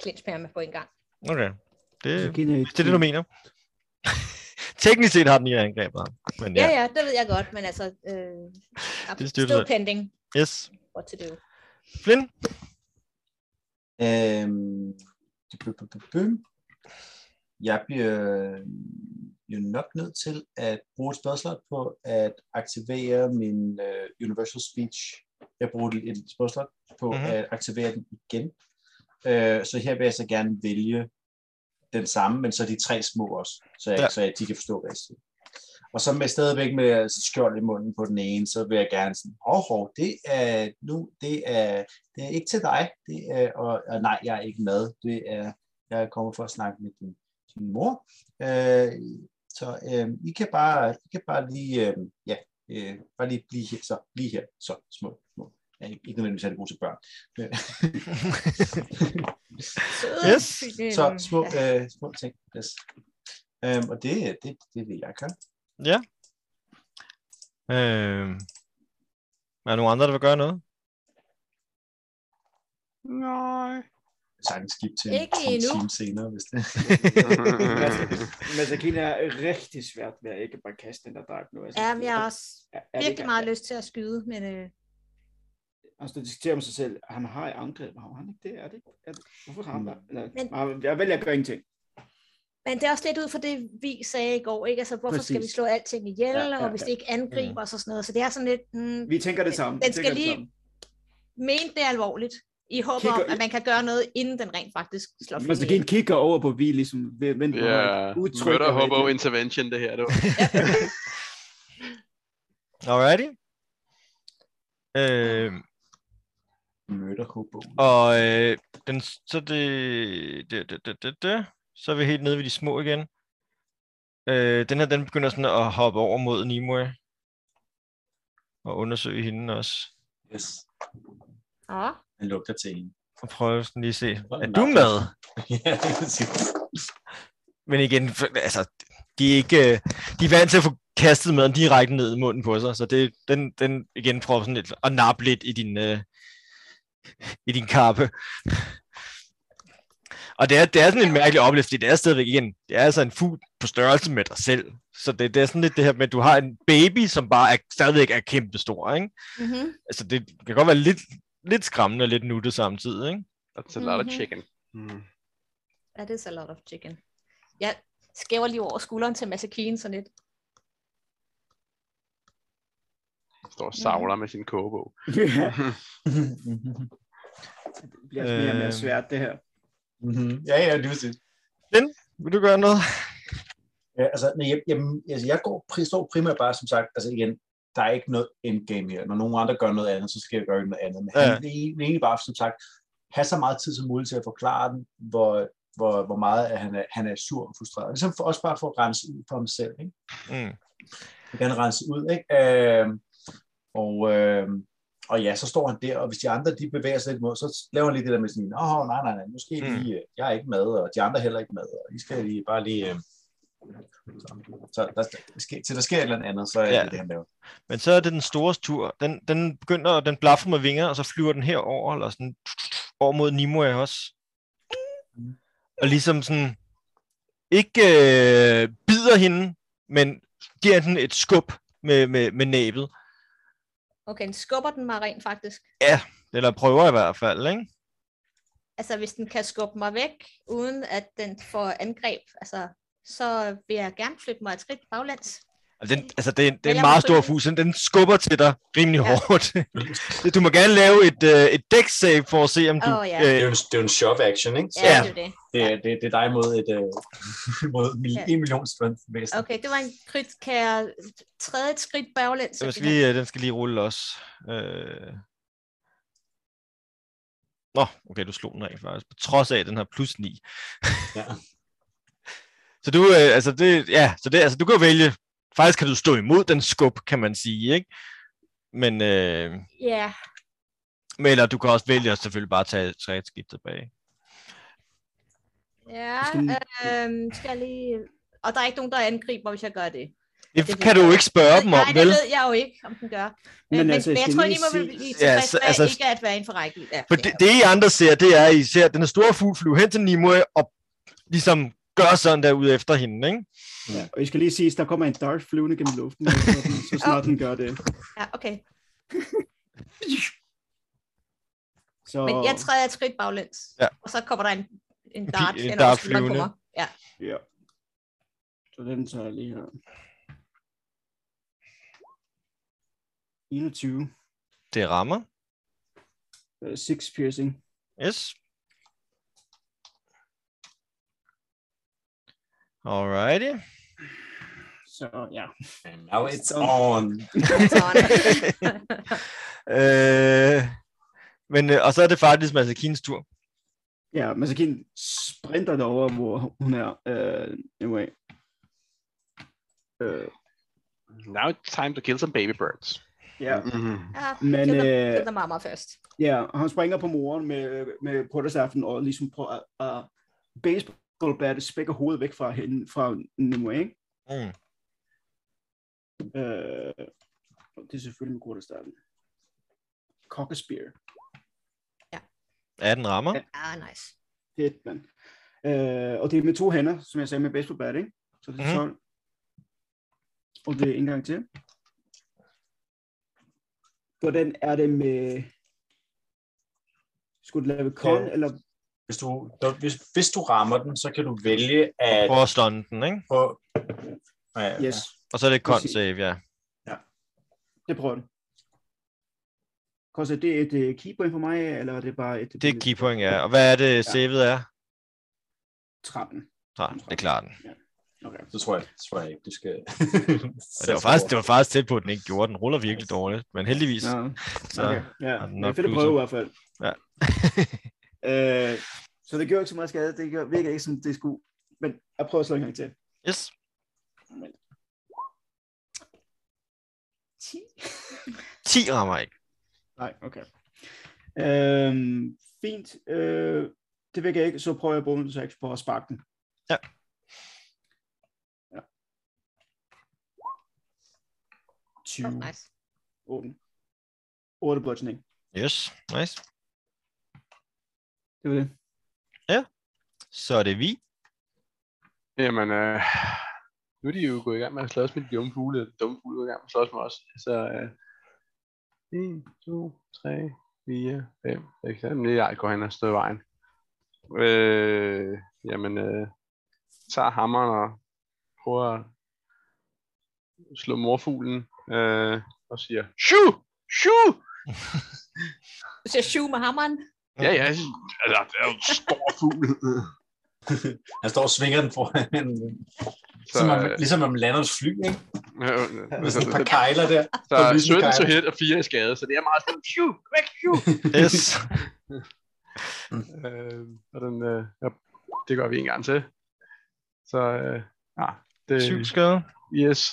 clinch med ham på en gang. Okay. Det, Så King Øh, er i- hvis det er det, du mener. [LAUGHS] Teknisk set har den ikke angrebet ham. Men Ja, ja, ja, det ved jeg godt, men altså... Øh, Det still støtter dig. pending. yes. What to do. Flynn? Øhm, bø, bø, bø, bø. Jeg bliver øh, jo nok nødt til at bruge et spørgsmål på at aktivere min øh, Universal Speech. Jeg bruger et, et spørgsmål på Mhm. mm-hmm. at aktivere den igen. Øh, så her vil jeg så gerne vælge den samme, men så de tre små også, så, jeg, ja. Ja. så jeg, de kan forstå, hvad jeg siger. Og så med stadigvæk med altså, skjold i munden på den ene, så vil jeg gerne sådan, hov, hov, det er nu, det er det er ikke til dig, det er, og, og nej, jeg er ikke med, det er, jeg kommer for at snakke med din, din mor. Øh, så øh, I, kan bare, I kan bare lige, øh, ja, øh, bare lige blive her, så, lige her, så, små, små. Jeg er ikke ikke nødvendigvis særlig god til børn. Så, Yes. Så Øhm, små, øh, små ting. Yes. Øhm, og det, det, det er det, jeg kan. Øh, er der nogen andre, der vil gøre noget? Nej. Jeg sagtens skifte til Ikke til en endnu. time senere, hvis det [LAUGHS] Masakina er rigtig svært ved at ikke bare kaste den der dart nu. Altså, Ja, men jeg har også Er- er det virkelig ikke- meget lyst til at skyde, men øh, altså, der diskuterer med sig selv, han har et angreb, har han ikke det? Er det, er det hvorfor har han det? Eller, Men- Men... Jeg vælger at gøre ingenting. Men det er også lidt ud fra det, vi sagde i går, ikke? Altså, hvorfor Præcis. skal vi Præcis. slå alting ihjel, Ja, ja, og hvis ja. Mm. det ikke angriber os og sådan noget. Så det er sådan lidt, hmm, Vi tænker det samme. Den vi tænker skal lige- det samme. mente det alvorligt, i håber Kigger- om, at man kan gøre noget, inden den rent faktisk slår Man skal give en kigger over på, vi ligesom ved- venter på [LAUGHS] Ja, yeah. udtryk. murder og hvad hobo det- [LAUGHS] intervention, det her. Det var. Alrighty. Øh, Murder Hobo. og øh, den, så det, det, det, det, det, det, så er vi helt nede ved de små igen. Øh, den her, den begynder sådan at hoppe over mod Nimue. Og undersøge hende også. Yes. Ja. Han lugter til en. [LAUGHS] Og prøve sådan lige at se, Hold er da du op. med? ja, det kan sige. Men igen, for- altså, de er ikke, øh, de er vant til at få kastet maden direkte ned i munden på sig, så det, den, den igen prøver sådan lidt at nappe lidt i din, øh, i din kappe. Og det er, det er sådan en mærkelig oplevelse, fordi det er stadigvæk igen, det er altså en fugl på størrelse med dig selv. Så det, det er sådan lidt det her med, at du har en baby, som bare er, stadigvæk er kæmpestor, ikke? Mm-hmm. Altså det kan godt være lidt, lidt skræmmende og lidt nuttet samtidig, ikke? That's a lot of Mhm. chicken. Mm. That is a lot of chicken. Jeg skæver lige over skulderen til Masakine sådan lidt. Står og savler med sin kogebog. Ja, det bliver mere og mere Øh. svært, det her. Mhm. ja, ja, det vil sige. Vil du gøre noget? Ja, altså, nej, jeg, jeg, altså, jeg går, pri- står primært bare, som sagt, altså igen, der er ikke noget endgame her. Når nogen andre gør noget andet, så skal jeg gøre noget andet. Men Ja. ja. han vil egentlig- vil egentlig bare, som sagt, have så meget tid som muligt til at forklare den, hvor, hvor, hvor meget at han, er, han er sur og frustreret. Ligesom for, også bare for at rense ud for ham selv. Ikke? Mm. vil gerne rense ud, ikke? Øh, og, øh, og ja, så står han der, og hvis de andre, de bevæger sig lidt mod, så laver han lige det der med sådan, åh, oh, nej, nej, nej, nu skal I Mm. lige, øh, jeg er ikke med, og de andre er heller ikke med, og I skal lige bare lige, øh, så der, der, sker, til der sker et eller andet, så er Ja. det det, han laver. Men så er det den store tur. Den, den begynder, og den blaffer med vinger, og så flyver den herover, eller sådan over mod Nimue også. Og ligesom sådan, ikke øh, bider hende, men giver hende et skub med, med, med næbet. Okay, skubber den mig rent faktisk? Eller prøver i hvert fald, ikke? Altså, hvis den kan skubbe mig væk, uden at den får angreb, altså, så vil jeg gerne flytte mig et skridt baglæns. Og den, altså, det, er- det Men er en jeg meget må stor følge- fus, den, den skubber til dig rimelig Ja. hårdt. [LAUGHS] du må gerne lave et, øh, et deck save for at se, om du... Åh, ja. øh, jo en, det er jo en shove action, ikke? Ja. Ja, ja. det er jo det. Det, er- det, det er dig mod et, øh, [LAUGHS] mod mil, Ja. en million strength væsen. Okay, det var en krit. Kan jeg træde et skridt baglæns? Den skal, så det kan- lige, øh, den skal lige rulle også. Øh... Nå, okay, du slog den rent faktisk. På trods af, at den har plus 9. Ja. [LAUGHS] så du, øh, altså det, ja, så det, altså du kan jo vælge. Faktisk kan du stå imod den skub, kan man sige, ikke? Men, øh, Ja, men eller du kan også vælge at selvfølgelig bare tage, tage et skridt tilbage. ja. Jeg skal lige- Øhm, skal jeg lige... Og der er ikke nogen, der angriber, hvis jeg gør det. Det, Det kan ved du jo jeg. ikke spørge dem om, Nej, vel? det ved jeg jo ikke, om den gør. Men, men, altså, men jeg skal tror, lige lige må sige- blive Ja, tilfreds så- med altså- ikke at være inden for rækkevidde. Ja, For det, det I andre ser, det er, at I ser at den her store fugl flyve hen til Nimue og ligesom gør sådan der ud efter hende, ikke? Og jeg skal lige sige, at der kommer en dart flyvende gennem luften, [LAUGHS] så, den- så snart den gør det. ja, okay. Så, Men jeg træder et skridt baglæns, Ja. og så kommer der en, en dart, pi- en hen dart over skulderen på flyvende. mig. Ja. ja. så den tager jeg lige her. 21. Det rammer. Uh, six piercing. Yes. Alrighty. Så ja. And now it's on. Sådan. [LAUGHS] øh, men, øh, og så er det faktisk Masakines tur. Ja, Masakin sprinter derover, hvor hun er. Uh, anyway. Uh, Now it's time to kill some baby birds. ja, Mm. Ja, men kill the, øh, kill the mama først. ja, han springer på moren med, med potterstaften og ligesom prøver at, at baseballbatte spækker hovedet væk fra hende, fra Nimue, ikke? Mm. Øh, og det er selvfølgelig med quarterstaffen. Cock and spear. Ja, den rammer. Ja. Ah, nice. Fedt, mand. Øh, og det er med to hænder, som jeg sagde med baseball bat, ikke? Så det er Mhm. 12. Og det er en gang til. Hvordan er det med Skulle det lave con, Øh, eller Hvis du, der- hvis, hvis du rammer den, så kan du vælge at For at stunne den, ikke? få... Ja, ja. yes, Og så er det con Præcis. save, ja. det prøver det. Koster det et øh, keypoint for mig, eller er det bare et... Det er key point, ja. Og hvad er det, savet er? 13. Nej, det er klart. Okay. Så tror jeg, det tror jeg ikke, du skal... [LAUGHS] Og det var faktisk, det var faktisk tæt på, at den ikke gjorde. Den ruller virkelig dårligt, men heldigvis. Nå, Så, okay. Ja, er den det nok er fedt at ude, prøve så. i hvert fald. Ja. øh, så det gjorde ikke så meget skade. Det gjorde, virkede ikke, som det skulle. Men jeg prøver at slå en gang til. [LAUGHS] yes. 10. 10 rammer ikke. Nej, okay. Øhm, fint. Øh, det vækker jeg ikke, så prøver jeg at bruge min sex på at sparke den. Ja. ja. Oh, 20. nice. 8. 8 bludgeoning. Yes, nice. Det var det. Så er det vi. Jamen, øh, nu er de jo gået i gang med at slås med de dumme fugle, og de dumme fugle er i gang med at slås med os. Så øh, 1, 2, 3, 4, 5, 6, 7, 9, jeg går hen og står i vejen. Øh, jamen, øh, tager hammeren og prøver at slå morfuglen øh, og siger, shoo, shoo! Du siger syv med hammeren. Ja, ja, altså, det er jo en stor fugl. Han står og svinger den foran. Så, Så, man, øh, ligesom når man lander hos fly, ikke? øh, øh, Med så, sådan et par så, kejler der. så, og lysen 17 kejler. til hit og 4 i skade, så det er meget sådan, shoo, væk, shoo! Yes. Øh, og den, øh, ja, det gør vi en gang til. Så øh, ja, det Syv skade. yes.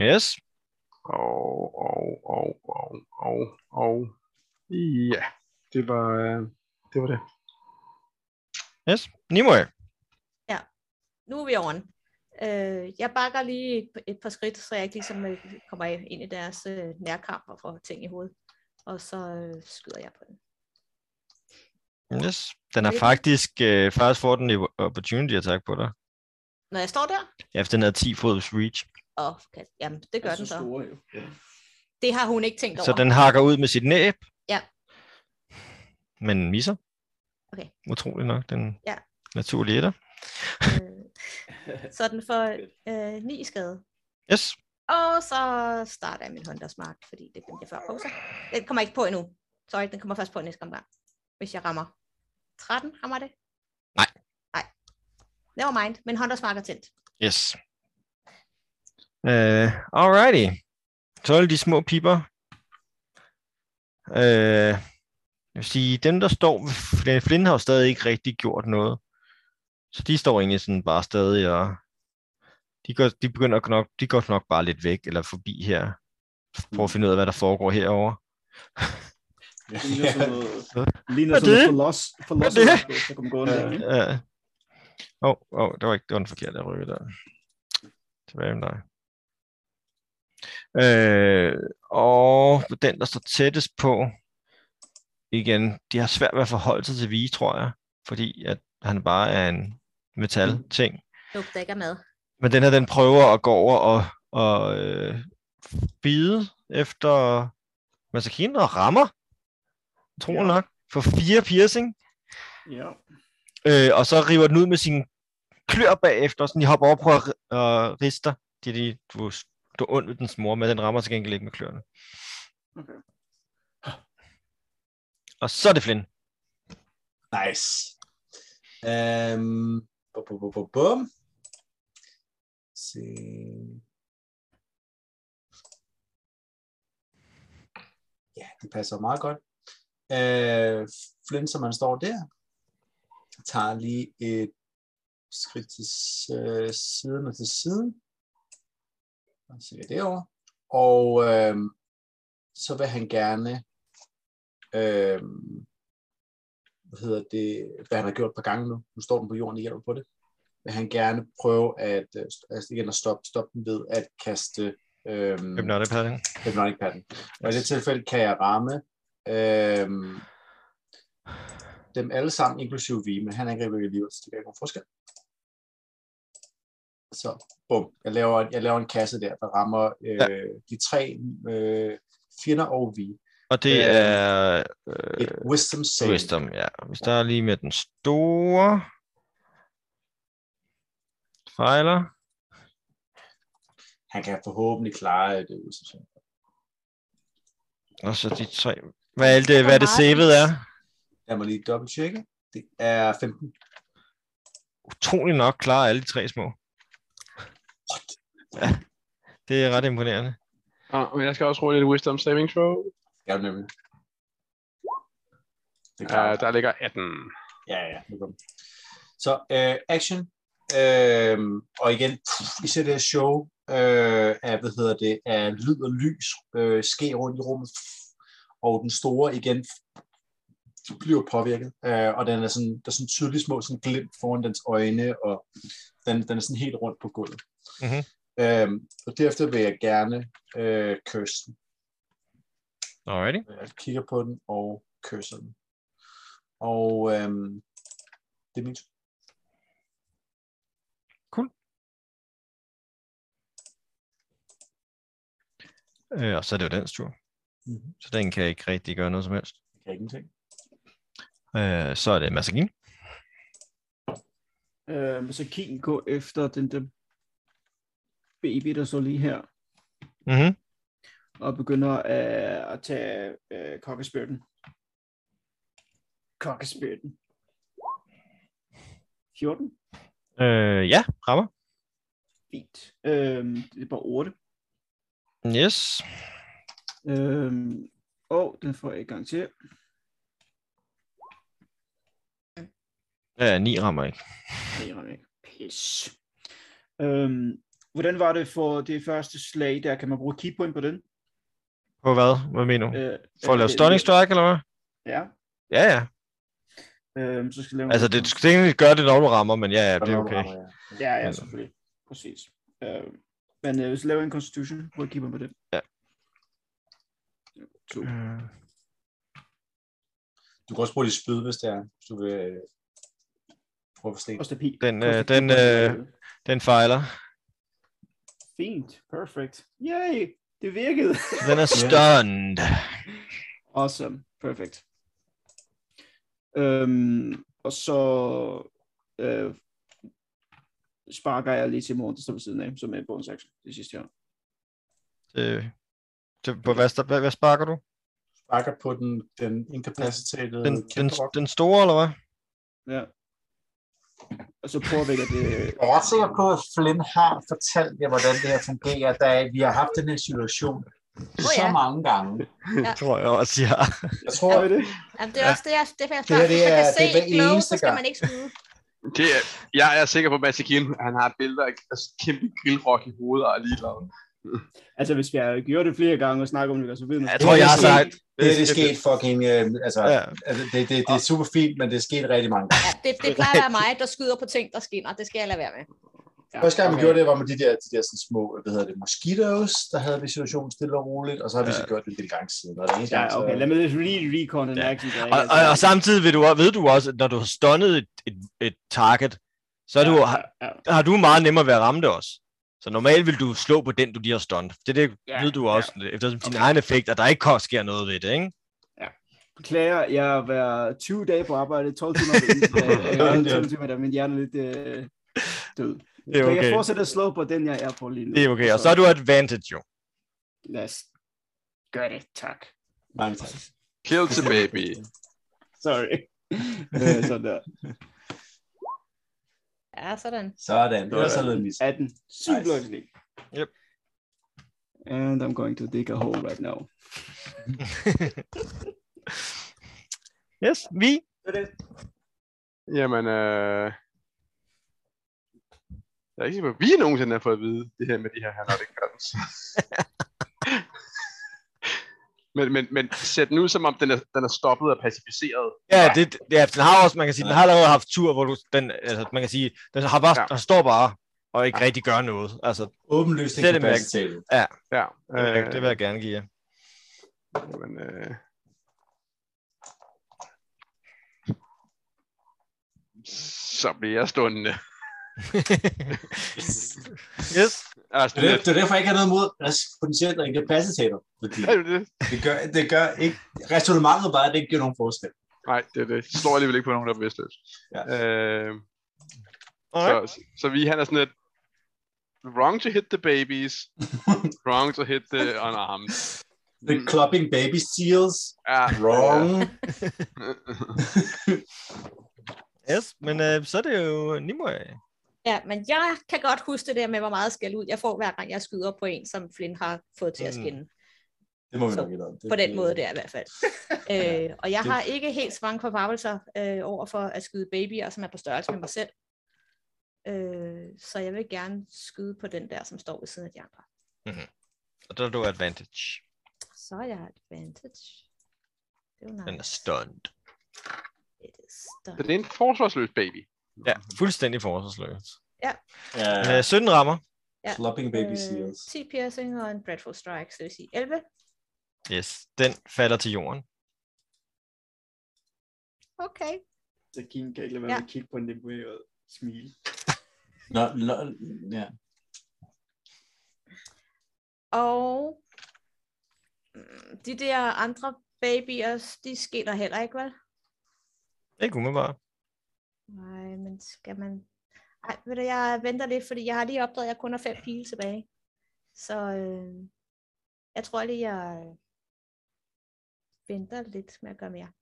Yes. Og, og, og, og, og, og, ja, det var, øh, det var det. Yes. Nimue. Nu er vi over den. Øh, jeg bakker lige et, et par skridt, så jeg ikke ligesom øh, kommer ind i deres øh, nærkamp og får ting i hovedet. Og så øh, skyder jeg på den. Yes. Den har Okay. faktisk, øh, faktisk får den en opportunity attack på dig. Når jeg står der, Ja, for den havde 10 fods reach. åh, okay. jamen det gør er den så. Store, jo. Det har hun ikke tænkt over. Så den hakker ud med sit næb. Ja. Men misser. Okay. Utrolig nok, den Ja. naturlige etter. Øh, så den får øh, ni skade. Yes. Og så starter jeg min Hunters Mark, fordi det glemte jeg før pauser. Den kommer ikke på endnu. Sorry, den kommer først på næste omgang. Hvis jeg rammer 13, rammer det? Nej. Nej. Never mind, men Hunters Mark er tændt. Yes. Uh, alrighty. Så er det de små piber. Uh, jeg vil sige, dem der står, ved Flynn- Flynn har jo stadig ikke rigtig gjort noget. Så de står egentlig sådan bare stadig og de, går, de begynder nok, de går nok bare lidt væk eller forbi her. Prøv at finde ud af, hvad der foregår herover. Det ligner sådan noget, Ja. ligner Hvad er sådan noget det? forlos, forlos, Hvad er der kommer gående. Ja. der, ikke? Ja. Åh, oh, oh, det var ikke det var den forkerte, jeg rykkede der. Tilbage med dig. Øh, og den, der står tættest på, igen, de har svært ved at forholde sig til Vige, tror jeg, fordi at han bare er en metal-ting. Lugter der ikke af mad. Men den her, den prøver at gå over og, og øh, bide efter Masakine og rammer, tror jeg Ja. nok, for fire piercing. Ja. Øh, og så river den ud med sine klør bagefter, sådan de hopper over og prøver at ri- og rister. Det er de, du, du er ond ved dens mor, men den rammer til gengæld ikke med kløerne. Okay. Og så er det Flynn. Nice. Øhm, bum, bum, bum, bum, bum. Se. Ja, det passer meget godt. Øh, Flint, som man står der, tager lige et skridt til s- øh, siden og til siden. Og så er derovre. Og øh, så vil han gerne øh, hvad hedder det, hvad han har gjort et par gange nu. Nu står den på jorden og hjælper på det. Vil han gerne prøve at, øh, st- altså igen at stoppe, stoppe den ved at kaste øhm, Mm. Nå, det passer ikke. hypnotic pattern. Og i det tilfælde kan jeg ramme øhm, dem alle sammen, inklusive vi, men han angriber ikke alligevel, så det gør ikke nogen forskel. Så bum, jeg laver, jeg laver en kasse der, der rammer øh, de tre øh, fjender og vi. Og det Øh, er øh, Et wisdom save. Wisdom, ja. Vi starter lige med den store. Fejler. Han kan forhåbentlig klare et øh, wisdom save. Og så de tre. Hvad er det, Hvor hvad er det meget? savet er? Jeg må lige dobbelt tjekke. Det er 15. Utrolig nok klarer alle de tre små. Ja, det er ret imponerende. Ah, men jeg skal også rulle et Wisdom Saving Throw. Ja, nemlig. Det er Uh, klart. der ligger 18. Ja, ja, velkommen. Så øh, action. Øh, og igen, pff, I ser det her show øh, af, hvad hedder det, af lyd og lys øh, ske rundt i rummet. Og den store igen bliver påvirket. Øh, og den er sådan, der er sådan tydelige små sådan glimt foran dens øjne, og den, den er sådan helt rundt på gulvet. Mhm. Øh, og derefter vil jeg gerne øh, curse den. Alrighty. Jeg kigger på den og kysser den. Og øhm, det er min tur. Øh, og så er det jo dens tur. Mhm. Så den kan ikke rigtig gøre noget som helst. Jeg kan ingenting. Øh, så er det Masagin. Øh, så Kien går efter den der baby, der så lige her, Mm-hmm. og begynder øh, at tage øh, kokkespyrten. Kokkespyrten. 14. Øh, ja, rammer. Fint. Øh, det er bare 8. Yes. Øh, og den får jeg ikke gang til. Øh, 9 rammer ikke. Det er ikke. Pis. Øhm, hvordan var det for det første slag der? Kan man bruge keypoint på den? På hvad? Hvad mener du? Øh, For at lave øh, stunning strike, eller hvad? Ja. Ja, ja. Øhm, så skal jeg lave Altså, det skal egentlig gøre det, når du rammer, men ja, ja, det er okay. Ja, ja, Altså. selvfølgelig. Præcis. Øhm, men øh, hvis jeg laver en constitution, prøv at keypoint på det. Ja. To. Øh, Du kan også bruge dit spyd, hvis det er. Hvis du vil øh, prøve at forstå. Også der pi. Den, øh, Koster den, keypoint. Den fejler. Fint. Perfect. Yay! Det virkede. [LAUGHS] Den er stunned. Awesome. Perfect. Øhm, og så øh, sparker jeg lige til morgen, der står ved siden af, som er en bonus action det sidste her. Øh, det- på hvad, sta- hvad, hvad sparker du? Du sparker på den, den Den, incapacitated den, Øh, kæmpe rock. den store, eller hvad? Ja. Og så påvirker det... Jeg er ret sikker på, at Flynn har fortalt jer, hvordan det her fungerer, da vi har haft den her situation Åh, så ja. mange gange. Tror jeg også, jeg har. Jeg tror, Hvad er det? Jamen, det er Ja. også det, jeg, det er faktisk Det klart. her, Hvis det man kan er- se det er hver et glow, eneste så skal gang. man ikke skyde. Det er, jeg er sikker på, at Masikin, han har et billede af altså, kæmpe grillrock i hovedet og er ligeglad. Altså, hvis vi har gjort det flere gange og snakket om det, så ved man... Jeg tror, jeg har Det er sagt. det, [LAUGHS] her, det er sket fucking... Øh, altså, Ja. altså det, det, det, er super fint, men det er sket rigtig mange gange. Ja, det, det plejer at være mig, der skyder på ting, der skinner. Det skal jeg lade være med. Ja, Første gang, vi okay. gjorde det, var med de der, de der sådan små, hvad hedder det, mosquitoes, der havde vi situationen stille og roligt, og så har vi Ja. så gjort det en del gange siden. Og det eneste Ja, gang, så- okay. Lad mig lige recon den Ja. action. der, Og, ikke? og, og samtidig ved du, også- ved du også, at når du har stunnet et, et, et target, så er du, Ja, har, ja, har du meget nemmere ved at ramme det også. Så normalt vil du slå på den, du lige har stunnet. Det, det Ja, ved du også, ja. eftersom din egen effekt, og der ikke ko- sker noget ved det, ikke? Beklager, jeg har været 20 dage på arbejde, 12 timer [LAUGHS] på Ja, Instagram, det er- 12 timer der, min hjerne er lidt øh, død. Det er Okay. Men jeg okay. fortsætter at slå på den, jeg er på lige nu. Det er okay. Og så er du advantage, jo. Lad os gøre det, tak. Mange tak. Kill the baby. Sorry. Øh, Sådan der. Ja, sådan. Sådan, det var sådan noget mis. 18. Sygt Nice. nice. Yep. And I'm going to dig a hole right now. yes, vi. Jamen, øh... Jeg er ikke sikker på, at vi nogensinde har fået at vide det her med de her Herlotic Gardens. men, men, men sæt den ud, som om den er, den er stoppet og pacificeret. Ja, det, det- ja, den har også, man kan sige, den har allerede haft tur, hvor du, den, altså, man kan sige, den har bare, Ja. ja. den står bare og ikke rigtig gør noget. Altså, Åbenlyst Det er det, man- inkapacitet. Ja, det, vil jeg, øh, det vil jeg gerne give jer. Jamen, øh... Så bliver jeg stående. yes, Altså, Det, er- det er derfor, jeg ikke har noget imod res- potentielt at incapacitator. Fordi er det. det gør, det gør ikke... Resultatet bare, at det ikke gør nogen forskel. Nej, det er det. Det slår alligevel ikke på nogen, der er bevidstløs. Ja. Øh, Alright. så, så vi, han er sådan lidt, wrong to hit the babies, wrong to hit the unarmed. The Mm. clubbing baby seals. Ja, Wrong. Yes, men øh, så er det jo Nimue. Ja, men jeg kan godt huske det der med, hvor meget skal ud. Jeg får hver gang, jeg skyder på en, som Flynn har fået til at Mm. skinne. Det må vi Så, nok ikke om. Det- På den det- måde der i hvert [LAUGHS] fald. øh, og jeg Det- har ikke helt så mange forvarmelser øh, over for at skyde babyer, som er på størrelse med mig selv. Øh, så jeg vil gerne skyde på den der, som står ved siden af de andre. Og der er du advantage. Så er jeg advantage. Det er jo Den er nice. stunned. It is done. så det er en forsvarsløs baby. Ja, fuldstændig forsvarsløs. Ja, Øh, 17 rammer. clubbing Eh, baby seals. 10 piercing og en dreadful strike, så det vil sige 11. Yes, den falder til jorden. Okay. Så King kan ikke lade være med Ja. at kigge på en limbo og smile. Nå, nå, ja. Og mm, de der andre babyer, de skinner heller ikke, vel? Ikke umiddelbart. Nej, men skal man... Ej, ved du, jeg venter lidt, fordi jeg har lige opdaget, at jeg kun har fem pile tilbage. Så øh, jeg tror lige, jeg venter lidt med at gøre mere.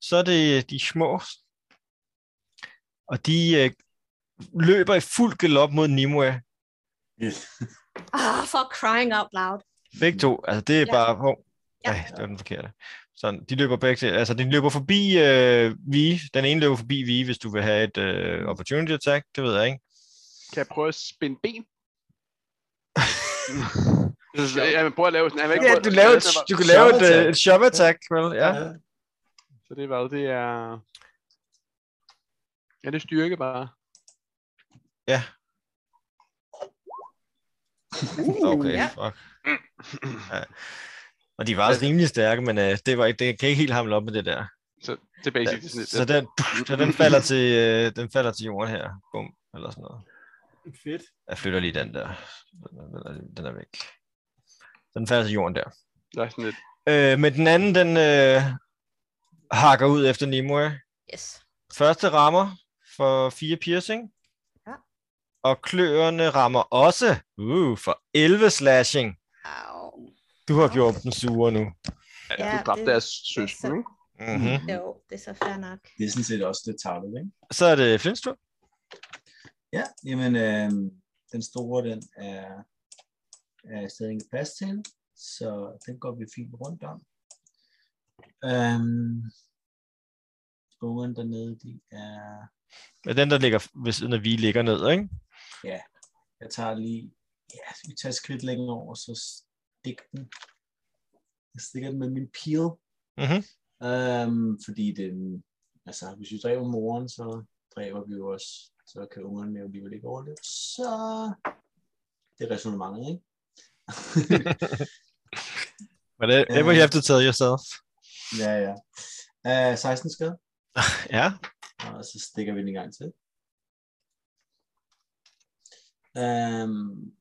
Så er det de små. Og de øh, løber i fuld galop mod Nimue. Ah, oh, for crying out loud. Begge to, altså det er Ja. ja. bare... Oh. Ja. Ja. Ej, det var den forkerte. Sådan, de løber begge til, altså de løber forbi øh, Vi. Den ene løber forbi Vi, hvis du vil have et øh, opportunity attack, det ved jeg ikke. Kan jeg prøve at spænde ben? Så jeg prøver at lave sådan... Jeg vil ikke prøve- du kan lave et, øh, et shove attack, vel? Ja. Så det er hvad? Det er... Ja, det er styrke bare. Uh. Okay, Ja. fuck. Ja. Og de var også rimelig stærke, men øh, det, var ikke, det kan ikke helt hamle op med det der. Så det er basic. Ja, Ja, sådan, lidt- så den, så den, falder til, øh, den falder til jorden her. Bum, eller sådan noget. Fedt. Jeg flytter lige den der. Den er- Den er, den er væk. Så den falder til jorden der. der er sådan lidt... Øh, men den anden, den øh, hakker ud efter Nimue. Yes. Første rammer for fire piercing. Ja. Og kløerne rammer også uh, for 11 slashing. Au. Du har gjort den sure nu. Ja, Ja, du dræbte det- deres det er søster, så- ikke? Mm-hmm. Jo, det er så fair nok. Det er sådan set også lidt tavlet, ikke? Så er det Flints tur. Ja, jamen, øh, den store, den er, er stadig ikke plads til, så den går vi fint rundt om. Øhm, Bogen dernede, de er... Men den, der ligger ved siden af vi, ligger ned, ikke? Jeg tager lige... Ja, så vi tager et skridt længere over, så stik den. Jeg stikker den med min pil. Mhm. Øhm, fordi den... Altså, hvis vi dræber moren, så dræber vi jo også. Så kan ungerne jo alligevel ikke overleve. Så... Det er resonemanget, ikke? But ever you have to tell yourself. [LAUGHS] ja, ja. Øh, 16 skade. Ja. Og så stikker vi den en gang til. Øhm,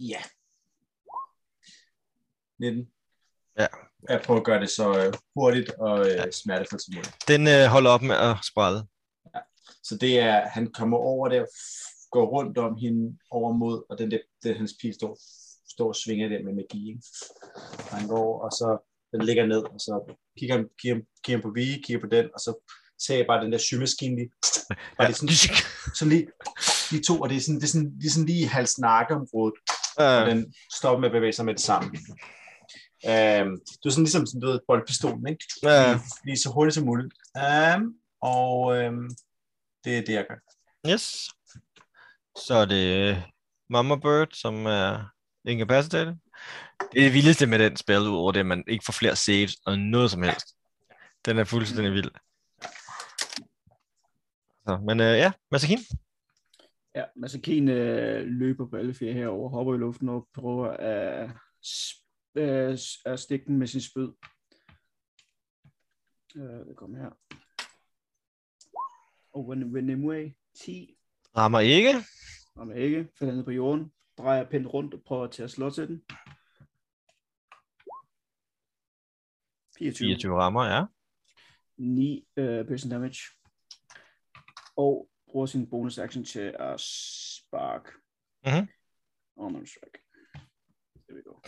ja. 19. Ja. Jeg prøver at gøre det så øh, hurtigt og øh, smertefuldt som muligt. Den øh, holder op med at sprælle. Så det er, han kommer over der, går rundt om hende over mod, og den der, den, hans pil står, står og svinger der med magi. Ikke? Og han går over, og så den ligger ned, og så kigger han, kigger, han- kigger han på vi, kigger på den, og så ser jeg bare den der symaskine lige, bare lige sådan, sådan lige, lige to, og det er sådan, det er sådan, det er sådan lige i halsnakkeområdet, og Øh, den stopper med at bevæge sig med det samme. Øhm, det er sådan ligesom sådan, du ved, boldpistolen, ikke? Ja. Lige, lige så hurtigt som muligt. Øhm, og øhm, det er det, jeg gør. yes. Så er det øh, Mama Bird, som er incapacitated. Det er det vildeste med den spil, udover det, at man ikke får flere saves og noget som helst. Den er fuldstændig vild. Så, men øh, ja, Masakin. Ja, Masakin øh, løber på alle fire herover, hopper i luften og prøver at, s- øh, s- at stikke den med sin spyd. Øh, det kommer her. Og Wen- Wenimue 10. Rammer ikke. Om jeg ikke falder ned på jorden, drejer pinden rundt og prøver til at slå til den. 24. 24 rammer, ja. 9 uh, person damage. Og bruger sin bonus action til at spark. Mhm. Armor strike. There we go.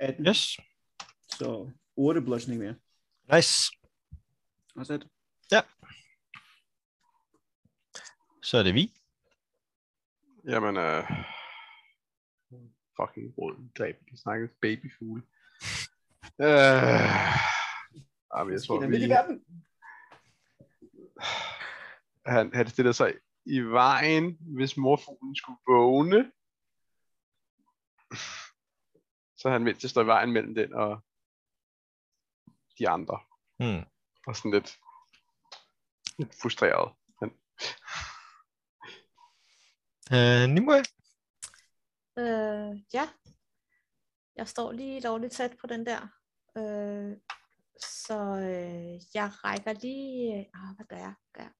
18, Yes. så 8 bludgeoning mere. Nice. Og så Så er det vi. Jamen, øh, fucking rød dræb, de snakker babyfugle. Øh, ah, men jeg tror, vi... i vi, verden. han, han stiller sig i vejen, hvis morfuglen skulle vågne. Så er han vendt til at stå i vejen mellem den og de andre. Hmm. Og sådan lidt, lidt frustreret. Han, Øh, Nimue. Øh, ja. Jeg står lige lovligt tæt på den der. Øh, så øh, jeg rækker lige... Øh, hvad gør jeg? Hvad Gør jeg?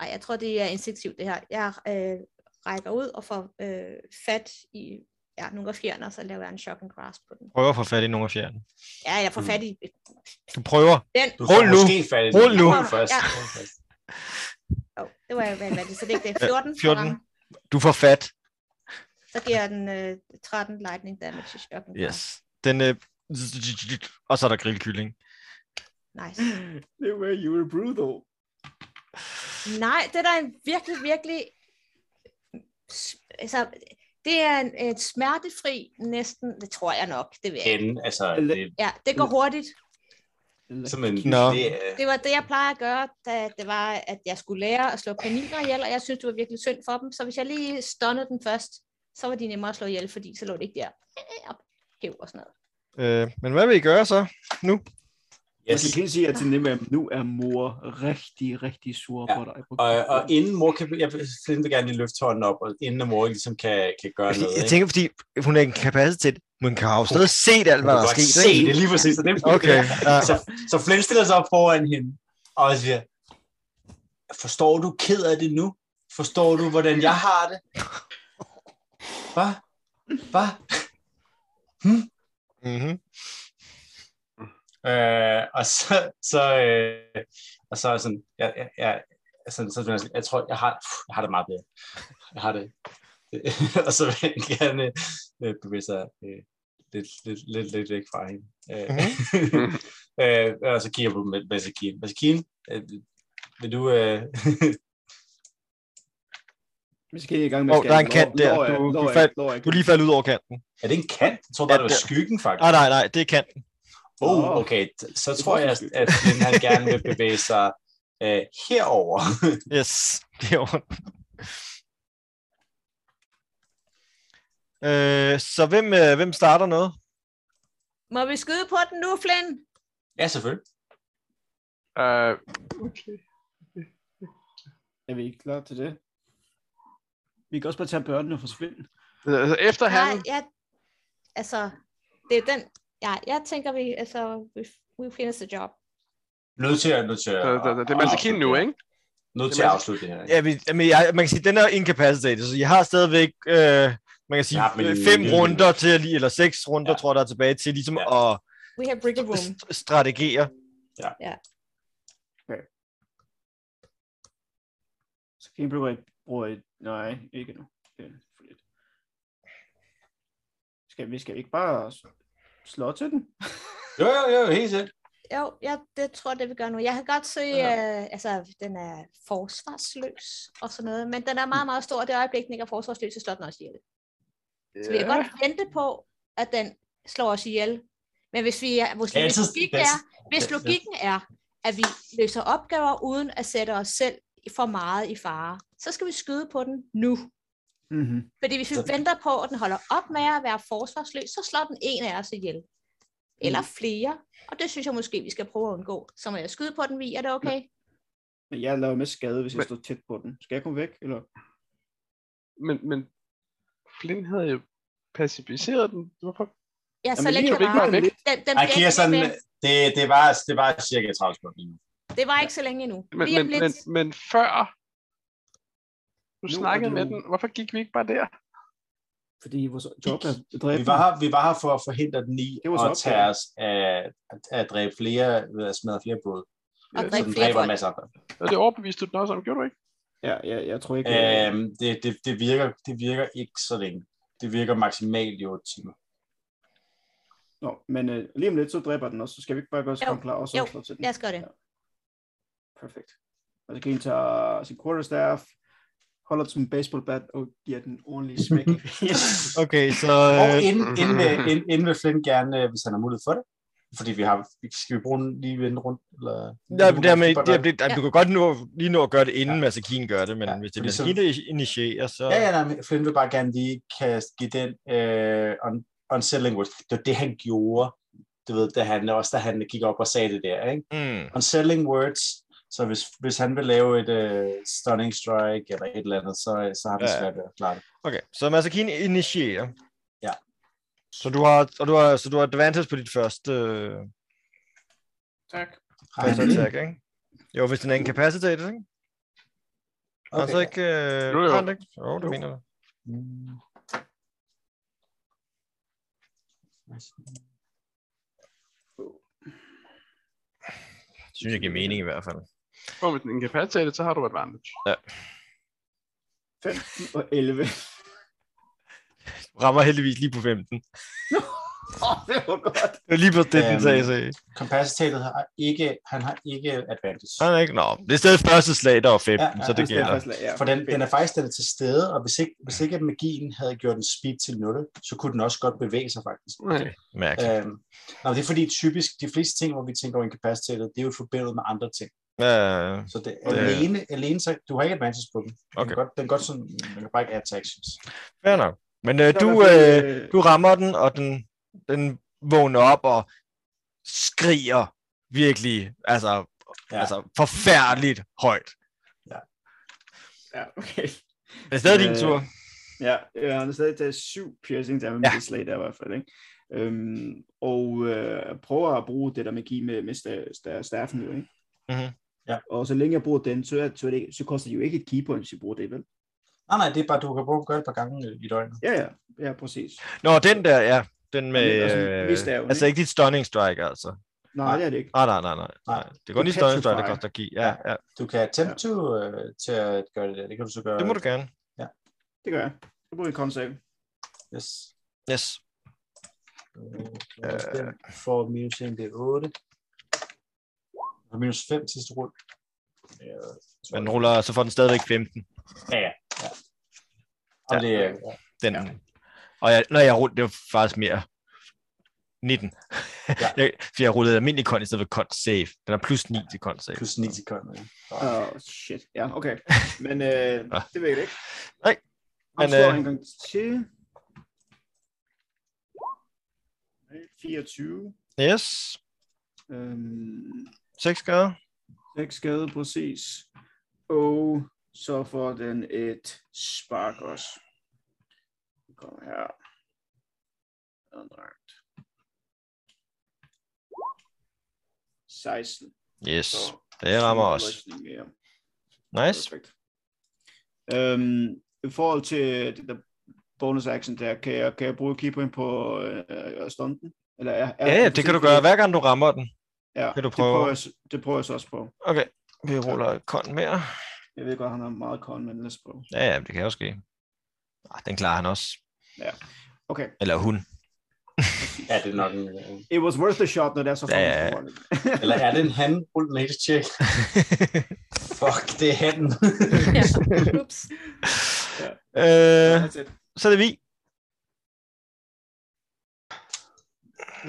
Ej, jeg tror, det er instinktivt, det her. Jeg øh, rækker ud og får øh, fat i ja, nogle af fjerne, og så laver jeg en shock and grasp på den. Prøver at få fat i nogle af fjerne. Ja, jeg får Mm. fat i Du prøver. den. Du Rul nu. måske fat i den. Rul nu. først. Ja. Rul først. Oh, det var jo vanvittigt, så det er ikke det. Ja, 14. 14. rammer. Du får fat. Så giver jeg den øh, 13 lightning damage i shock and Yes. grasp. Den, øh, og så er der grillkylling. Nice. Det var you were brutal. Nej, det er da en virkelig, virkelig... Altså, det er en, et smertefri næsten, det tror jeg nok, det vil jeg. ikke. Enden, altså, Eller- det er Ja, det går hurtigt. som en... Nå. Det er, Det var det, jeg plejer at gøre, da det var, at jeg skulle lære at slå kaniner ihjel, og jeg synes, det var virkelig synd for dem. Så hvis jeg lige stunnede den først, så var de nemmere at slå ihjel, fordi så lå det ikke der. Øh, op, hæv og sådan noget. Øh, men hvad vil I gøre så? Yes. yes. Jeg kan sige, at til Nimue, nu er mor rigtig, rigtig sur ja. på dig. Og, og inden mor kan... Jeg, Flynn vil gerne lige løfte hånden op, og inden at mor ligesom kan, kan gøre Fordi, noget. jeg ikke? Uh. tænker, fordi hun er inkapacitet, men kan jo stadig set alt, hvad Hun kan der er godt sket. se ikke? det lige præcis. Så, det, [LAUGHS] Okay, ja. så, så Flynn stiller sig op foran hende, og siger, forstår du ked af det nu? Forstår du, hvordan jeg har det? Hvad? Hvad? Mm-hmm. Øh, og så, så, øh, og så er jeg sådan, jeg, jeg, jeg, sådan, så, er jeg sådan, jeg tror, jeg har, pff, jeg har det meget bedre. Jeg har det. [LAUGHS] og så vil jeg gerne øh, bevæge sig øh, lidt, lidt, lidt, lidt væk fra hende. Øh, Mhm. øh, [LAUGHS] og så kigger jeg på med Masakine. Masakine, øh, vil du... Øh, Vi skal i gang med Åh, der er en kant der. Du- du faldt- Du er lige faldet ud over kanten. er det en kant? Jeg tror bare, det var skyggen, Nej, faktisk. nej, nej, det er kanten. Ah, Oh, okay, t- så tror jeg, skygge. at Flynn, han gerne vil bevæge sig øh, herover. Yes, [LAUGHS] det er ondt. Øh, så hvem, øh, hvem starter noget? Må vi skyde på den nu, Flynn? ja, selvfølgelig. øh, okay. Er vi ikke klar til det? Vi kan også bare tage børnene og forsvinde. Altså, efter han, Nej, jeg, altså, det er den... Ja, jeg tænker, vi, altså, we, we finish the job. Nødt til at... Nødt til at så- så- så- Øh, det er Masakin nu, ikke? Nødt til at afslutte det her. Ja, vi, men jeg, man kan sige, den er incapacitated, så jeg har stadigvæk, øh, man kan sige, Ja, ja, men- fem runder til, at lige- eller seks runder, Ja. ja. tror jeg, der er tilbage til ligesom Ja. ja. at We have brick a room. st- strategere. Så kan I bruge et, bruge et... Nej, ikke nu. Det er for lidt. Skal, vi skal ikke bare s- slå til den? Jo, jo, jo, helt sikkert. Jo, jeg det tror jeg, det vi gør nu. Jeg kan godt se, Ja. ja. øh, altså, den er forsvarsløs og sådan noget, men den er Mm. meget, meget stor, og det øjeblik, den ikke er forsvarsløs, så slår den også ihjel. Så vi kan godt vente på, at den slår os ihjel. Men hvis, vi er, hvis, Ja, hvis, så- logikken ja, er, hvis ja. logikken er, at vi løser opgaver uden at sætte os selv for meget i fare, så skal vi skyde på den nu. Mm-hmm. Fordi hvis vi Så- venter på, at den holder op med at være forsvarsløs, så slår den en af os ihjel. Eller flere. Og det synes jeg måske, vi skal prøve at undgå. Så må jeg skyde på den, vi er det okay? Men jeg laver mest skade, hvis jeg Men- står tæt på den. Skal jeg komme væk? Eller? Men, men Flynn havde jo pacificeret den. Hvorfor? Ja, så Jamen, længe vi det er jo var. ikke bare væk. væk. Den, den Jeg bliver giver ikke sådan, ved med. det, det, var, det var cirka 30 sekunder lige nu. Det var ikke så længe endnu. Men, Lige om men, lidt. men, men før... Du Nu er snakkede det med jo- den. Hvorfor gik vi ikke bare der? Fordi vores job er dræbt. Vi var, her, vi var her for at forhindre den i Det var så at opgaven. tage os at, at, at dræbe flere, ved at smadre flere både. Og Ja, Så dræbe den flere dræber en folk. masse andre. Og det overbeviste du den også om, gjorde du ikke? Ja, jeg, jeg tror ikke... Øh, Øhm, det, det, det, virker, det virker ikke så længe. Det virker maksimalt i 8 timer. Nå, men øh, lige om lidt, så dræber den også. Så skal vi ikke bare gøre os Jo, komme klar og så jo, slå til den? Lad os gøre det. Perfekt. Og så kan en tage sin quarterstaff, holder den som en baseballbat og giver den ordentlig smæk. [LAUGHS] Okay, så... Og Øh, inden, inden, øh, inden, inden vil Flynn gerne, øh, hvis han har mulighed for det, fordi vi har, skal vi bruge den lige vende rundt? Eller, Ja, men dermed, Bare- det, det, Ja. du kan godt nå, lige nå at gøre det, inden ja. Masakine gør det, men Ja, ja, hvis det fordi er så- Masakine, der initierer, så... Ja, ja, nej, men Flynn vil bare gerne lige kaste, give den øh, un- unsettling words. Det var det, han gjorde, du ved, da han, også da han gik op og sagde det der, ikke? Mm. Unsettling words, så hvis, hvis han vil lave et øh, stunning strike eller et eller andet, så, øh, så har vi Ja, ja. svært ved at klare det. Okay, så Masakine initierer. Ja. Så du har, og du har, så du har advantage på dit første øh, Tak. Har han første det? attack, ikke? Jo, hvis den er incapacitated, ikke? Okay. Han så Okay. ikke... Øh, Jo, jo. har han det ikke? Jo, det Jo. mener jeg. Mm. Det synes jeg giver mening i hvert fald. Og hvis den ikke kan passe det, så har du advantage. 5 og 11. Du rammer heldigvis lige på 15. Åh, det var godt. Det var lige på det, den Øhm. sagde sig. Capacitated har ikke, han har ikke advantage. Han er ikke... Nå, det er stadig første slag, der var 15, Ja, ja, ja, så det Det ja, er gælder. faktisk, ja, For den, den er fedt. faktisk den er til stede, og hvis ikke, hvis ikke at magien havde gjort en speed til 0, så kunne den også godt bevæge sig faktisk. Nej. Mærkeligt. Øhm, nå, det er fordi typisk, de fleste ting, hvor vi tænker over incapacitated, det er jo forbindet med andre ting. Ja, Så det, Ja. alene, alene, så, du har ikke advantage på dem. Den Okay. kan godt, den kan godt sådan, den kan bare ikke add actions. fair nok. Men øh, Så er du... i hvert Øh, fald, øh, Du rammer den, og den, den vågner op og skriger virkelig, altså, Ja. ja. altså forfærdeligt højt. Ja, okay. Men det er stadig din Øh, tur. Ja, øh, han har stadig taget syv piercings der med Ja. ja. det slag der i hvert fald, ikke? Øhm, og øh, prøver at bruge det der magi med, med sta, sta, staffen jo, ikke? Mhm. Ja. Og så længe jeg bruger den, så, er, så, er det, ikke- så koster det jo ikke et keypoint, hvis jeg bruger det, vel? Nej, nej, det er bare, du kan bruge gøre det et par gange øh, i døgnet. Ja, ja, ja, præcis. Nå, den der, ja. Den med... Og sådan øh, misstaven, altså ikke? ikke dit stunning strike, altså. Nej, det er det ikke. Nej, nej, nej, nej. nej. Det er kun Det dit stunning strike, der petrifier. koster ki. Ja, ja. Du kan attempt to, øh, til at gøre det der. Det kan du så gøre. Det må du gerne. Det gør jeg. Så bruger jeg con save. Yes. Yes. Øh, for minus 1, det er 8. For minus 5 sidste rulle. Øh, Men den ruller, så får den stadigvæk 15. Ja, ja. ja. Og Ja. det er Den. Ja. Og jeg, når jeg ruller, det var faktisk mere 19. Ja. Ja. [LAUGHS] jeg, for jeg rullede almindelig kon i stedet for kon save. Den er plus 9 til kon save. plus 9 sekunder. ja. Så- Åh, oh, shit. Ja, okay. Men øh, Ja. det ved jeg ikke. Nej. Men, Men, slår øh, en gang til. 24. Yes. Øhm, 6 skader. 6 skade, præcis. Og så får den et spark også. Den kommer her. Alright. 16. Yes, Så det rammer så også. rykker den mere. Nice. Perfekt. Øhm, I forhold til det der bonus action der, kan jeg, kan jeg bruge keeperen på øh, stunten? Eller er, er, Ja, ja, det kan du gøre. Hver gang du rammer den. Ja, Kan du det, prøve? prøver jeg, s- det prøver jeg så også på. Okay, vi ruller et kon mere. Jeg ved godt, han har meget kon, men lad os prøve. Ja, ja, det kan jo ske. Ah, den klarer han også. Okay. Eller hun. Ja, det er nok en... øh, It was worth the shot, når det er så Ja, ja, ja. fucking ja, Eller er det en han? Rul med [LAUGHS] check. Fuck, det er han. Ja. Ups. øh, ja. så er det vi.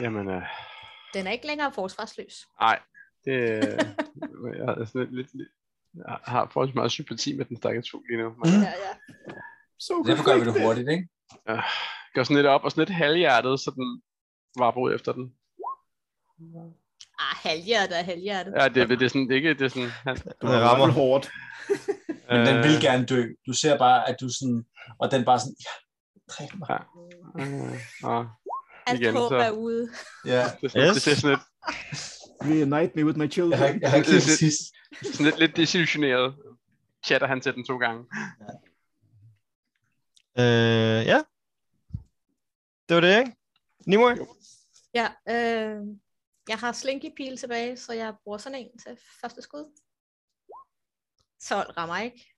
Jamen, øh, Den er ikke længere forsvarsløs. det... øh, jeg har sådan lidt... lidt jeg har forholdsvis meget sympati med den stakkels fugl lige nu. Man Ja, ja. Så Derfor gør vi det hurtigt, ikke? gør sådan lidt op og sådan lidt halvhjertet, så den var på efter den. Ah, halvhjertet er halvhjertet. Ja, det, det, det er sådan, det er ikke, det er sådan... Han, Du rammer. hårdt. Men den vil Øh, gerne dø. Du ser bare, at du sådan... Og den bare sådan... Ja, dræb mig. øh, øh, Alt igen, håb så- er ude. Ja. Det er sådan, Yes. yes. det, det er sådan lidt, Reunite me with my Jeg har, children. ikke- jeg har ikke set Det- sidst. Sådan lidt, lidt desillusioneret chatter han til den to gange. Øh, ja. Det var det, ikke? Nimue? Ja, øh, jeg har slinky pil tilbage, så jeg bruger sådan en til første skud. 12 rammer ikke.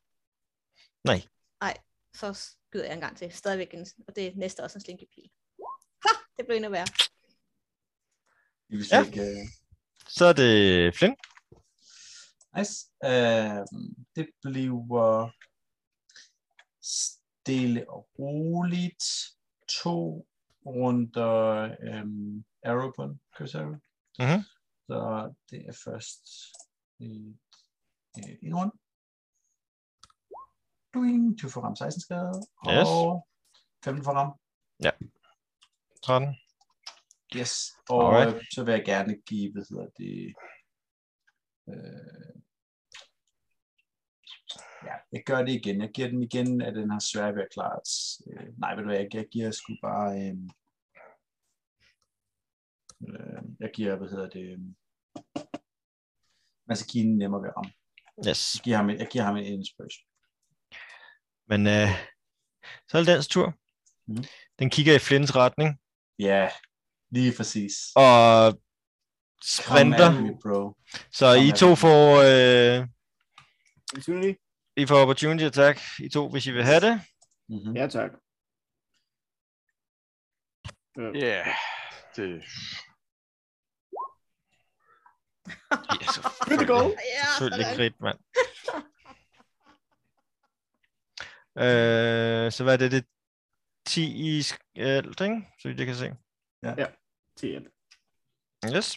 Nej. Nej, så skyder jeg en gang til. Stadigvæk en, og det er næste også en slinky pil. Ha, det blev endnu værre. Hvis Ja. ja. ikke, øh, Så er det Flynn. nice. Øh, det bliver stille og roligt. To runder øhm, arrow på en crossarrow. Mhm. Så det er først et, et, en runde. Doing, 20 for ram 16 skade, Yes. og 15 for ram. 13. Yes, og Alright. øh, så vil jeg gerne give, hvad hedder det, øh, ja, jeg gør det igen. Jeg giver den igen, at den har svært ved at klare, et- øh, nej, ved du hvad, jeg, jeg giver sgu bare, øh, øh, jeg giver, hvad hedder det, øh, man skal give den nemmere ved ham. Yes. Jeg giver ham, en- jeg giver ham en inspiration. Men øh, så er det dens tur. Mm. Mhm. Den kigger i Flynns retning Ja, lige præcis. og Come sprinter. at me, bro. Så Kom I med to den. får, øh, Opportunity? I får opportunity attack. I to, hvis I vil have det. Mm-hmm. Ja, tak. Øh, Ja, yeah. det... Ja, [LAUGHS] go. selvfølgelig. Ja, Selvfølgelig sådan. grit, mand. øh, så hvad er det? Det er 10 i sk- øh, ikke? så vidt jeg kan se. til hjælp. Yes.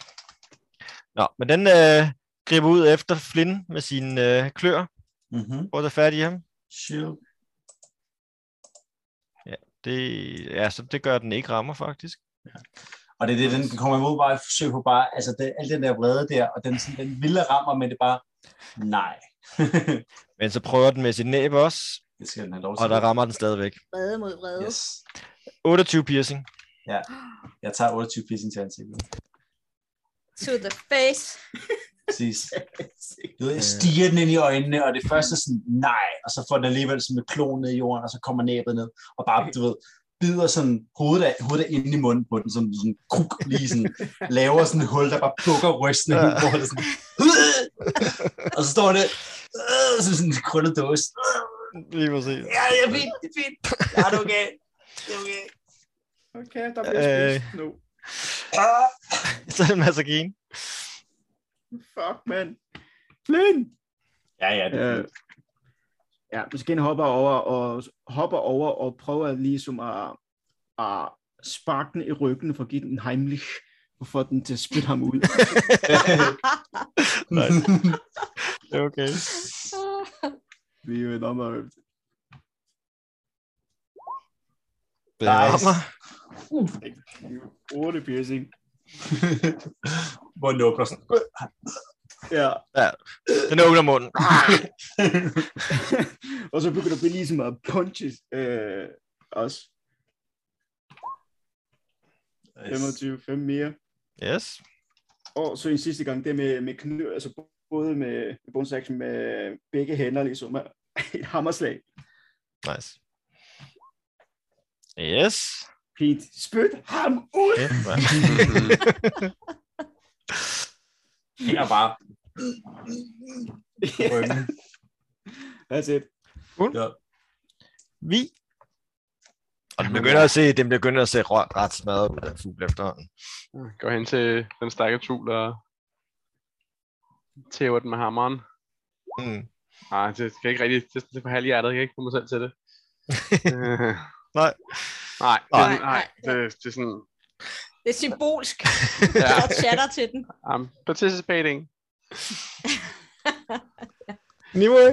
Nå, men den øh, griber ud efter Flynn med sine øh, klør. Mm-hmm. Prøv at tage fat i ham. Shield. Det, ja, så det gør, at den ikke rammer, faktisk. Og det er det, den, den kommer imod bare et forsøg på bare, altså det, al den der vrede der, og den, sådan, den vilde rammer, men det er bare, nej. Men så prøver den med sit næb også, det skal den have lov til. og der rammer den stadigvæk. Vrede mod vrede. Yes. 28 piercing. Jeg tager 28 piercing til ansigtet. To the face. Præcis. Du ved, jeg stiger den ind i øjnene, og det første er sådan, nej, og så får den alligevel sådan et klon ned i jorden, og så kommer næbet ned, og bare, du ved, bider sådan hovedet, af, hovedet af inde i munden på den, sådan, sådan kruk, lige sådan, laver sådan et hul, der bare plukker rysten af hende, hvor det er sådan, [LAUGHS] og så står det, øh, som sådan en krøllet dåse, Lige præcis. Ja, det er fint, det er fint. Ja, det er okay. Det er okay. Okay, der bliver Øh. spist nu. Ah, Så er det en masse gen. Fuck, man. Flynn! Ja, ja, det er Øh, fint. ja, så igen hopper over og hopper over og prøver ligesom at, at sparke den i ryggen for at give den en heimlich og få den til at spytte ham ud. Nej, [LAUGHS] det er okay. Vi er jo en omøvelse. Det Nice. rammer. 8 piercing. Hvor lukker sådan. Ja, Den åbner munden. [LAUGHS] og så begynder det ligesom at punche øh, os. 25, 5 mere. Yes. Og så en sidste gang, det med, med knø, altså både med bonus action med begge hænder, ligesom [LAUGHS] og et hammerslag. Nice. Yes. Fint. Spyt ham ud! Okay, man. Her bare. Yeah, [LAUGHS] that's it. Ja. Vi. Og den begynder at se, den begynder at se ret, ret smadret ud af fugl efterhånden. Går hen til den stakkels fugl og tæver den med hammeren. Mm. Nej, det kan ikke rigtig, det, det er for halvhjertet, jeg kan ikke få mig selv til det. Øh, Nej. Nej, det, Nej. nej, nej, det, det er sådan, Det er symbolsk. ja, Jeg chatter til den. I'm participating. Anyway.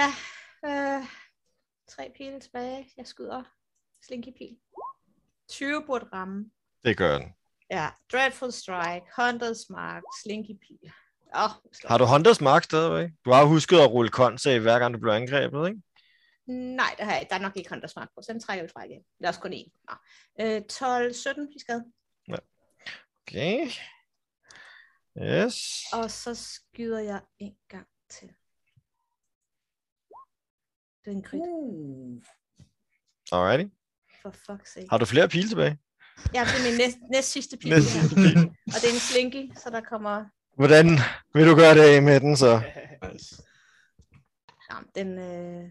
Ja, øh, tre pile tilbage. Jeg skyder slinky pil. 20 burde ramme. Det gør den. Ja, Dreadful Strike, Hunters Mark, Slinky Pil. Åh, oh, Har du Hunters Mark stadigvæk? Du har jo husket at rulle konsag, hver gang du bliver angrebet, ikke? Nej, det har jeg ikke. Der er nok ikke Hunters Mark på, så den trækker jeg ud fra igen. Der er også kun én. Nå. Øh, 12, 17 i skade. Okay. Yes. Og så skyder jeg en gang til. Det er en crit, Alrighty. for fuck's sake. Har du flere pile tilbage? Ja, det er min næst, næst sidste pil. Næst sidste pil. Og det er en slinky, så der kommer... Hvordan vil du gøre det af med den så? Nice. Jamen, den, øh,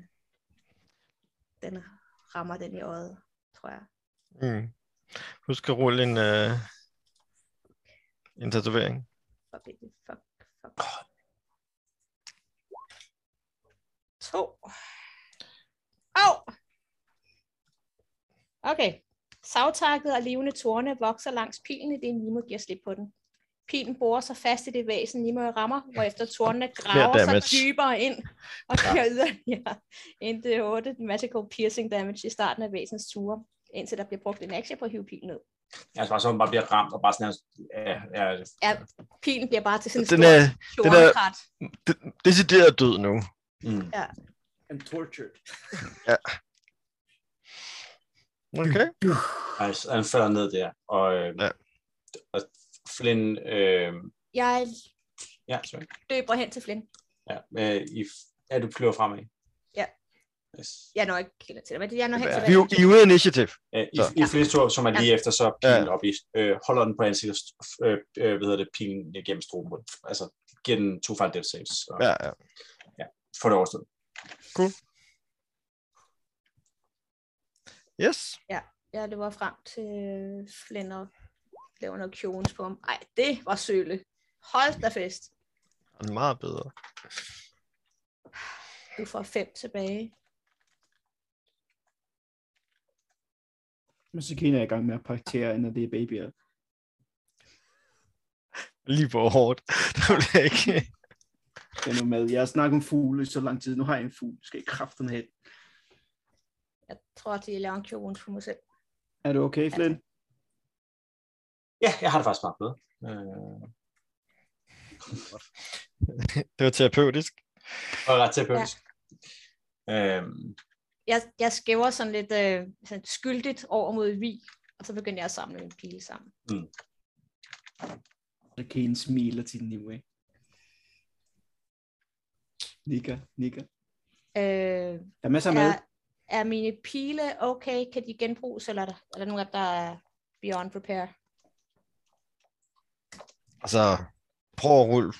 den rammer den i øjet, tror jeg. Mm. Husk at rulle en, øh, en tatovering. Fuck, ikke. fuck, fuck. To. Au! Okay. Savtakket og levende torne vokser langs pilen, idet Nimo giver slip på den. Pilen borer sig fast i det væsen, Nimo rammer, hvorefter tornene graver sig damage. dybere ind og giver [LAUGHS] yderligere indtil 8 magical piercing damage i starten af væsens ture, indtil der bliver brugt en aktie på at hive pilen ned. Altså bare så man bare bliver ramt, og bare sådan her, ja, ja, Ja, pilen bliver bare til sådan en Den stor er den er- tornekrat. de- decideret død nu. mm. I'm tortured. Okay. altså, han falder ned der, og, øh, Ja. ja. og Flynn, øh, Jeg ja, sorry, løber hen til Flynn. ja, øh, I, ja, du flyver fremad. Ja. Yes. Jeg når ikke kender til det, men jeg når hen til Vi er jo- I er ude af initiativ. Øh, I, Så. I flest tur, som er lige efter, så er pilen Ja. ja. op i, øh, holder den på ansigtet, øh, øh, hvad hedder det, pilen gennem stroben, rundt. altså giver den to fejl death saves, og ja. Ja, ja. får det overstået. Yes. Jeg løber frem til Flynn og laver noget kjones på ham. Ej, det var søle. Hold da fest. Den er meget bedre. Du får fem tilbage. Men så kender jeg i gang med at partere, når det er babyer. Lige på hårdt. [LAUGHS] Det bliver ikke... Det er nu med. Jeg har snakket om fugle i så lang tid. Nu har jeg en fugl. Skal jeg kraften have? den? Jeg tror, at de laver en kjones på mig selv. Er du okay, Flynn? Ja, jeg har det faktisk meget bedre. Øh, Det var terapeutisk. og ret terapeutisk. Ja. Øhm, Jeg, jeg skæver sådan lidt øh, sådan skyldigt over mod Vi, og så begynder jeg at samle en pile sammen. Så kan en smile til den anyway. Nikker, nikker. Øh, Der er masser af mad. er, er mine pile okay? Kan de genbruges, eller er der, er der nogen, af dem, der er beyond repair? Altså, prøv at rulle.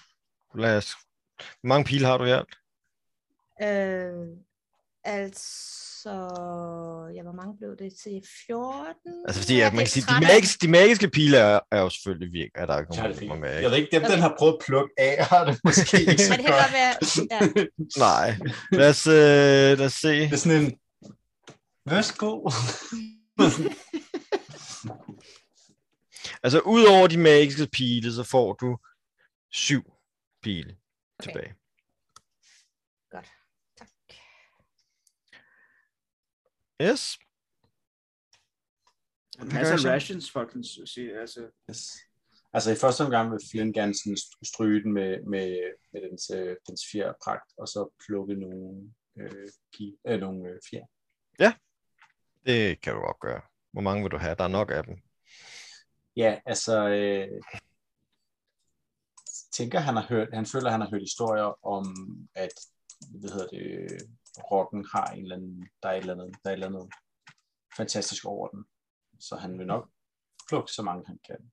Lad os... Hvor mange pile har du i alt? Øh, altså, ja, hvor mange blev det til? 14? Altså, fordi Ja, at man det kan sige, er de 13. magiske, de magiske pile er, er jo selvfølgelig virk, at der er ikke tager nogen det fint. problemer med. Jeg Ikke? ved ikke, dem, Okay. den har prøvet at plukke af, har [LAUGHS] det måske ikke Men så det kan godt. godt være, ja, Nej. Lad os, øh, lad os se. Det er sådan en, værsgo. Altså, udover de magiske pile, så får du syv pile okay. tilbage. tak. Yes. Der er masser Perversion. af rations, fucking. så at sige, Altså, Yes. Altså i første omgang vil Flynn gerne sådan stryge den med, med, med dens, øh, dens fjerpragt, og så plukke nogle, øh, pi, øh, nogle øh, fjer. Det kan du godt gøre. Hvor mange vil du have? Der er nok af dem. Ja, altså, øh, tænker han har hørt, han føler, han har hørt historier om, at, hvad hedder det, rocken har en eller anden, der er et eller andet, der er et eller andet fantastisk over den. Så han vil nok plukke så mange, han kan.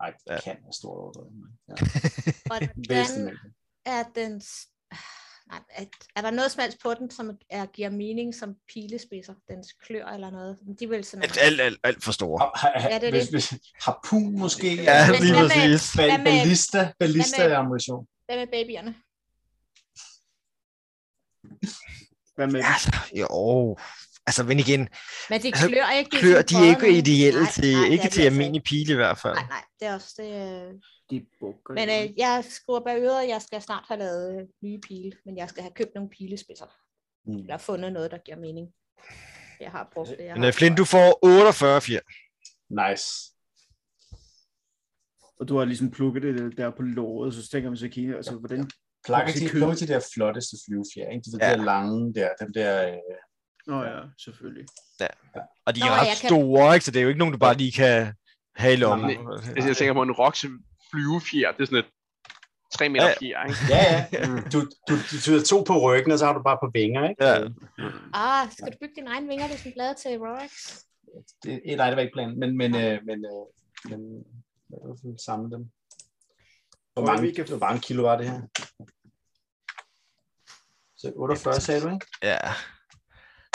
Nej, Ja. ja. kan er stort overdrevet. men Ja. [LAUGHS] Hvordan Væsentligt. er den... s- Nej, er, er der noget som helst på den, som er, giver mening som pilespidser? Dens klør eller noget? Men De vil Alt, simpelthen... alt, alt, alt for store. Har- har- har- Ja, det er hvis- hvis- Harpun måske? Ja, eller- lige hvad med- præcis. Bal- hvad med- Ballista, ballista hvad med- er ammunition. Hvad med babyerne? hvad med Ja, altså, jo. Altså, men igen, Men de Altså, klør ikke. klør, de er ikke fodrende. ideelle Nej, til, nej, det er ikke de til altså almindelig pile i hvert fald. Nej, nej, det er også det... øh. de bukker? Men øh, jeg skriver bag øret, at jeg skal snart have lavet øh, nye pile, men jeg skal have købt nogle pilespidser. Mm. Eller fundet noget, der giver mening. Jeg har brugt det. Jeg Men har. øh, Flint, du får 48 fjer. Nice. Og du har ligesom plukket det der på låret, så tænker man så kigger, altså, hvordan Plakker Måske de, kød. nogle af de der flotteste flyvefjer, ikke? De Ja. ja. der lange der, dem der... Øh, Nå ja, selvfølgelig. Og de er Nå, ret jeg kan- store, ikke? så det er jo ikke nogen, du bare lige kan Have i lommen. Nej, Altså, jeg tænker på en roks flyvefjer, det er sådan et 3 meter Ja, ja. fjer, ikke? Ja, ja. [LAUGHS] Du, du, du, du har to på ryggen, og så har du bare på vinger, ikke? Ja. Ah, skal du bygge dine egne vinger, ligesom blade til Rolex? Det, eh, nej, det var ikke planen, men, men, øh, men, øh, men jeg vil sådan samle dem. Hvor Tror du, mange, vi kan- hvor mange kilo var det her? Så 48 sagde du, ikke? ja.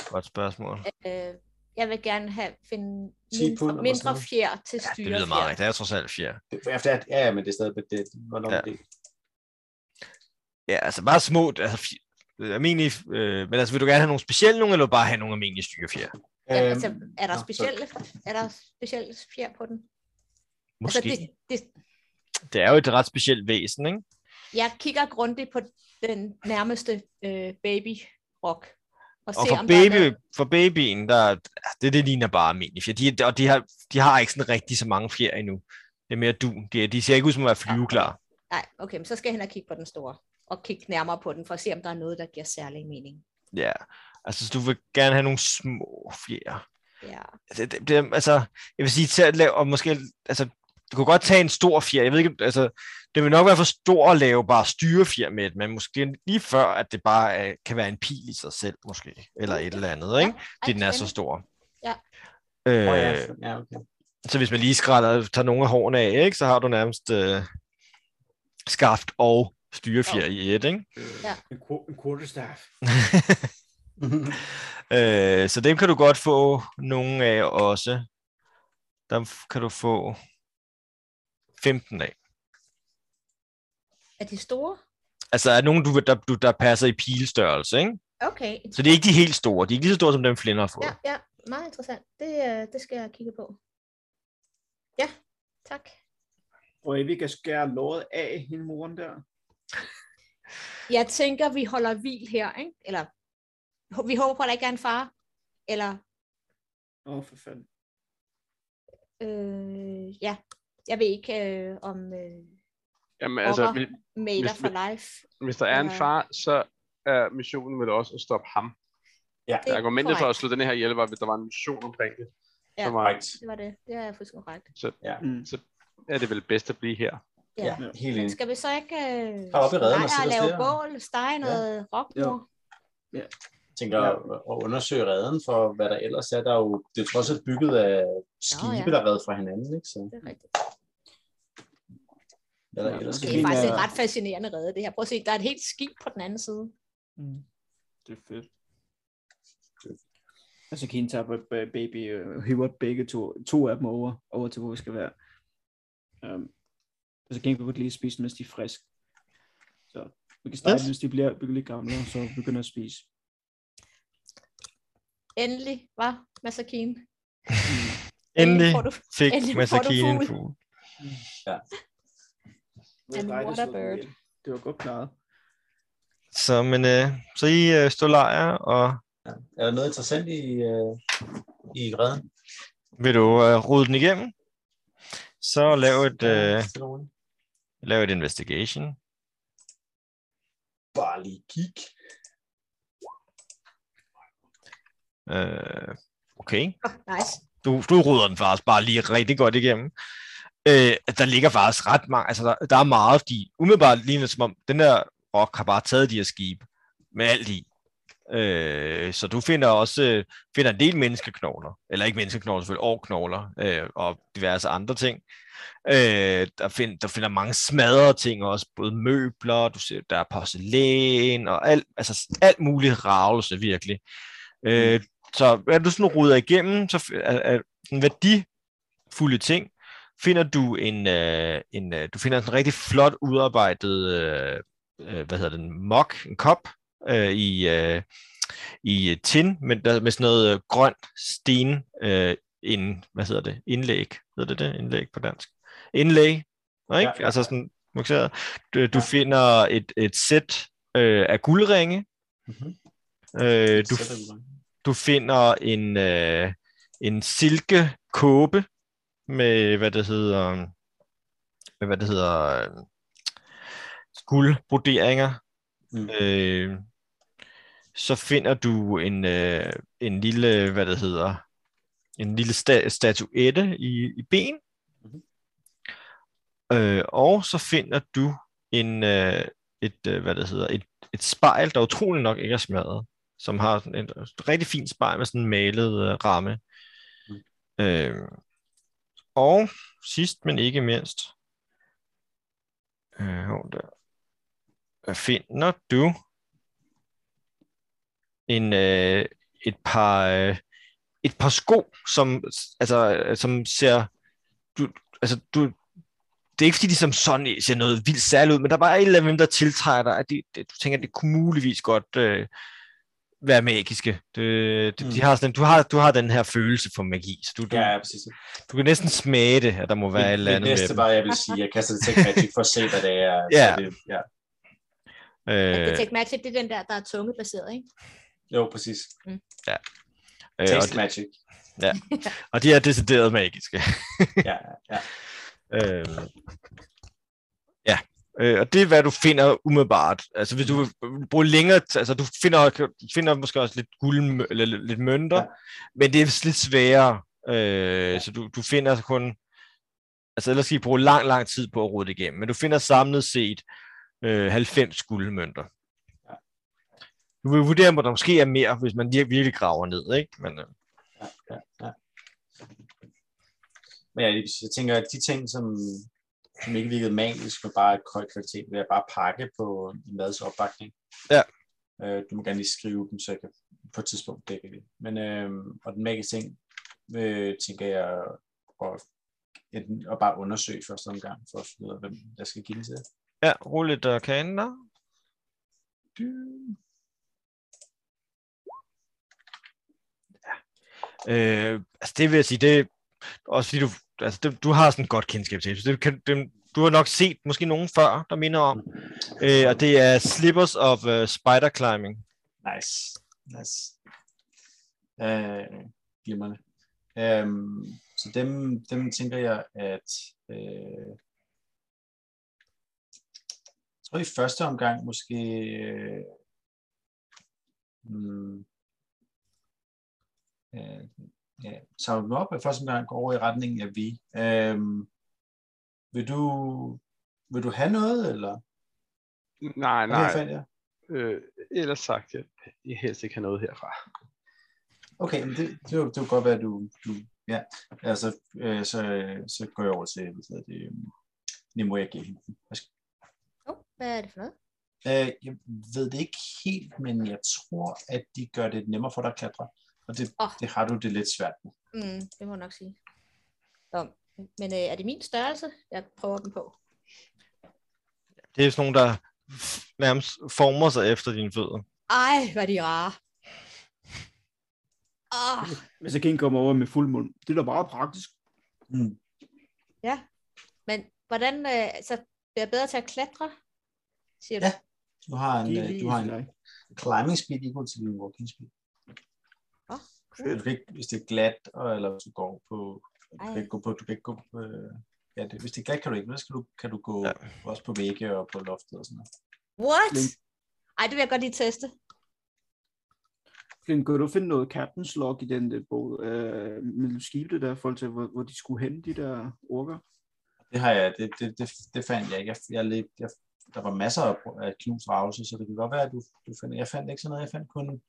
Godt spørgsmål. Øh, jeg vil gerne have, finde Ti pund mindre, eller mindre sådan noget. fjer til Ja, det styre. lyder meget rigtigt. Det er trods alt fjer. Det- Efter at, ja, ja, men det er stadig, det, hvornår Ja. ja. det Ja, altså bare små, altså fj- øh, almindelige, øh, men altså vil du gerne have nogle specielle nogle, eller bare have nogle almindelige styrefjer? Jamen, Øhm, altså, er der nå, så- specielle, er der specielle fjer på den? Måske. Altså, det, det, det er jo et ret specielt væsen, ikke? jeg kigger grundigt på den nærmeste øh, baby rock. Og ser, for, om der er baby, noget- for babyen, der, altså, det, det ligner bare almindelige fjer. De, er- og de har, de har ikke sådan rigtig så mange fjer endnu. Det er mere dun. De, er- de ser ikke ud som at være flyveklar. Nej, okay, men så skal jeg hen og kigge på den store. Og kigge nærmere på den, for at se, om der er noget, der giver særlig mening. Ja. Altså, så du vil gerne have nogle små fjer. Ja. Det, det, det, altså, jeg vil sige, til at lave, og måske, altså, du kunne godt tage en stor fjer. Jeg ved ikke, altså, det vil nok være for stor at lave bare styrefjer med det, men måske lige før, at det bare er, kan være en pil i sig selv, måske. Eller et eller andet, ikke? Fordi den er så stor. Ja. Øh, Åh, ja, ja, okay. Så hvis man lige skræller tager nogle af hårene af, ikke, så har du nærmest øh, skaft og styrefjer i et, ikke? En, qu- en quarterstaff. øh, så dem kan du godt få nogle af også. Dem f- kan du få 15 af. Er de store? Altså er nogen, du, vil- der, du, der passer i pilstørrelse, ikke? Okay. Så det er ikke de helt store. De er ikke lige så store, som dem Flinder har fået. Ja, ja, meget interessant. Det, øh, det skal jeg kigge på. Ja, tak. Tror I, vi kan skære låret af hende moren der? Jeg tænker, vi holder hvil her, ikke? Eller vi håber på, at der ikke er en far. Eller, Åh, oh, for fanden. øh, ja, jeg ved ikke øh, om øh, Jamen, altså, Orker. hvis- Mater Hvis- for life. hvis der er en Ja. far, så er missionen vel også at stoppe ham. Ja, Det er Argumentet for korrekt. at slå den her ihjel var, at der var en mission omkring det. Ja. Så, var, korrekt. Det var det. Det er fuldstændig korrekt. Mm. så er det vel bedst at blive her. Ja, helt Men enig. skal vi så ikke øh, Tag op i reden og lege sidde og lave stirre. bål, stege noget ja. rockmor? Jeg tænker at, at undersøge redden for, hvad der ellers er. Der er jo, det er trods alt bygget af skibe, ja. der er reddet fra hinanden, ikke? Så Det er rigtigt. hvad der Ja, ellers Det kan er Ligner- faktisk et ret fascinerende redde, det her. Prøv at se, der er et helt skib på den anden side. Mm. Det er fedt. Og så kan hende tage på ba- baby og hiver begge to, to af dem over, over til, hvor vi skal være. Um, og så kan vi godt lige spise dem, mens de er friske. Så vi kan starte, Yes. yes. mens de bliver, bliver lidt gamle, og så begynder at spise. Endelig, var Masakine? Endelig får du fik endelig får Masakine du en fugl. fugl. Det var And dig, der what slog a dem bird. ihjel. Det var godt klaret. Så, men, øh, så I øh, stod lejr, og Er der noget interessant i, øh, i redden? vil du øh, rode den igennem, så lav et, Ja, øh, stille og roligt. lav et investigation. Bare lige kig. Øh, okay. Nice. Du, du ruder den faktisk bare lige rigtig godt igennem. Øh, der ligger faktisk ret mange, altså der, der er meget, de umiddelbart ligner det, som om, den der rock har bare taget de her skibe med alt i. Øh, så du finder også øh, finder en del menneskeknogler, eller ikke menneskeknogler, selvfølgelig årknogler øh, og diverse andre ting. Øh, der, find, der finder mange smadrede ting også, både møbler, du ser, der er porcelæn og alt, altså alt muligt ravelse virkelig. Øh, Mm. så er du sådan ruder igennem, så f- er, er sådan værdifulde ting, finder du en, øh, en øh, du finder sådan en rigtig flot udarbejdet, øh, øh, hvad hedder den, mok, en kop øh, i, øh, i øh, tin, men der med sådan noget øh, grøn sten, øh, ind, hvad hedder det, indlæg, hedder det det, indlæg på dansk, indlæg, Nå, ikke? Ja, ja. altså sådan mukseret. Du, du Ja. finder et, et sæt øh, af guldringe, Mhm. øh, du Så er det jo- du finder en, øh, en silkekåbe med, hvad det hedder, med, hvad det hedder, øh, guldbroderinger. Mm. Øh, så finder du en, øh, en lille, hvad det hedder, en lille sta- statuette i, i ben. Øh, og så finder du en, øh, et, øh, hvad det hedder, et, et spejl, der utrolig nok ikke er smadret, som har sådan en et rigtig fin spejl med sådan en malet øh, ramme. Mm. Øh, og sidst, men ikke mindst, øh, hvor der, der finder du en, øh, et par øh, et par sko, som altså øh, som ser du, altså du det er ikke fordi de som sådan ser noget vildt særligt ud, men der er bare et eller andet, der tiltræder dig, at de, det, du tænker, at det kunne muligvis godt øh, være magiske. Det, det, mm. de har sådan, en- du, har, du har den her følelse for magi, så du, du, Ja, ja. ja, præcis. du kan næsten smage det, at der må være et eller Det andet næste med var, jeg vil sige, jeg kaster det til Magic for at se, hvad det er. [LAUGHS] Ja. Så det, ja. dem. Øh. Øh, Detect Magic, det er den der, der er tungebaseret, ikke? Jo, præcis. øh, og, Taste de- Magic. og de er decideret magiske. Ja, ja. Øh, ja, øh, og det er, hvad du finder umiddelbart. Altså, hvis du vil bruge længere, t- altså, du finder, du finder måske også lidt guld, eller lidt lidt mønter, ja. Ja. men det er lidt sværere, øh, så du, du finder altså kun, altså ellers skal I bruge lang, lang tid på at rode det igennem, men du finder samlet set øh, 90 guldmønter. Ja. Du vil vurdere, om der måske er mere, hvis man vir- virkelig graver ned, ikke? Men, øh, ja, ja, ja. Men ja, lige præcis. jeg tænker, at de ting, som, som ikke virkede magisk, var bare høj kvalitet, vil jeg bare pakke på en mads opbakning. Ja. Øh, du må gerne lige skrive dem, så jeg kan på et tidspunkt dække det. Men, øh, og den magiske ting, øh, tænker jeg at, enten at bare undersøge første omgang, for at finde ud af, hvem der skal give den til. ja, rul lidt øh, kagen der. Øh, altså det vil jeg sige, det er også fordi du, altså det, du har sådan et godt kendskab til det. det, kan, det du har nok set måske nogen før, der minder om. Øh, og det er Slippers of uh, Spider Climbing. Nice. Nice. Øh, glimrende. Øhm, så dem, dem tænker jeg, at... Øh, jeg tror i første omgang måske... Øh, mm, øh, ja, samle dem op, og i første omgang går over i retningen af vi. Øhm, vil du, vil du have noget, eller? Nej, Hvad er det, jeg nej. fandt jer? Øh, ellers sagt, jeg, jeg helst ikke have noget herfra. Okay, men det, det, var- det kunne godt være, at du... du ja, altså, øh, så, øh, så går jeg over til, hvad hedder det, øh, Nemo, jeg giver hende. Værsgo. Jo, hvad er det for noget? Øh, jeg ved det ikke helt, men jeg tror, at de gør det nemmere for dig at klatre. Og det, Åh. oh. det har du det lidt svært med. Mm, det må jeg nok sige. Nå, men øh, er det min størrelse? Jeg prøver den på. Det er sådan nogle, der nærmest former sig efter dine fødder. Ej, hvor er de rare. Åh, Hvis jeg kan komme over med fuld mund. Det er da meget praktisk. Mm. ja. Men hvordan, øh, så bliver jeg bedre til at klatre? Siger du? Ja. Du har en, Det er øh, lige du har til en dig. climbing speed equal til din walking speed. Åh, Så Du kan ikke, hvis det er glat, og, eller hvis du går på... Du kan Ej. ikke gå på... Du kan ikke gå på øh, ja, det, hvis det er glat, kan du ikke. Men så skal du, kan du gå Ja. ja. også på vægge og på loftet og sådan noget. What? Men- Ej, det vil jeg godt lige teste. Flint, kan du finde noget captain's log i den der bog øh, med skibet der, i forhold til, hvor, hvor de skulle hen, de der orker? Det har jeg, det, det, det, det fandt jeg ikke. Jeg, jeg, jeg, jeg, der var masser af, af knust ravelse, så det kan godt være, at du, du fandt, jeg fandt ikke sådan noget. Jeg fandt kun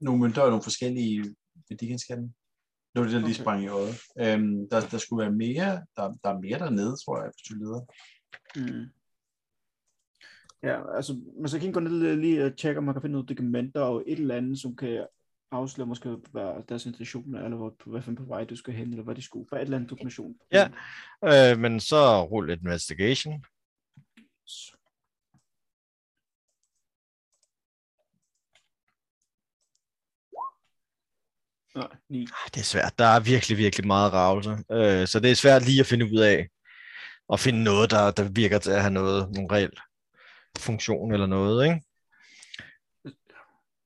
nogle mønter og nogle forskellige værdigenskabe. Det var det, der lige Okay. sprang i øjet. Øhm, der, der skulle være mere, der, der er mere dernede, tror jeg, hvis du leder. Mm. Ja, altså, men så kan jeg gå ned lige og tjekke, om man kan finde nogle dokumenter og et eller andet, som kan afsløre måske, hvad deres intentioner er, eller hvor, hvad for en på vej du skal hen, eller hvad de skulle, bare et eller andet dokumentation. Ja. Øh, men så rul lidt investigation. Nej, ni. Ah, Det er svært. Der er virkelig, virkelig meget ravelse. Øh, så det er svært lige at finde ud af, at finde noget, der, der virker til at have noget, nogle reel funktion eller noget, ikke?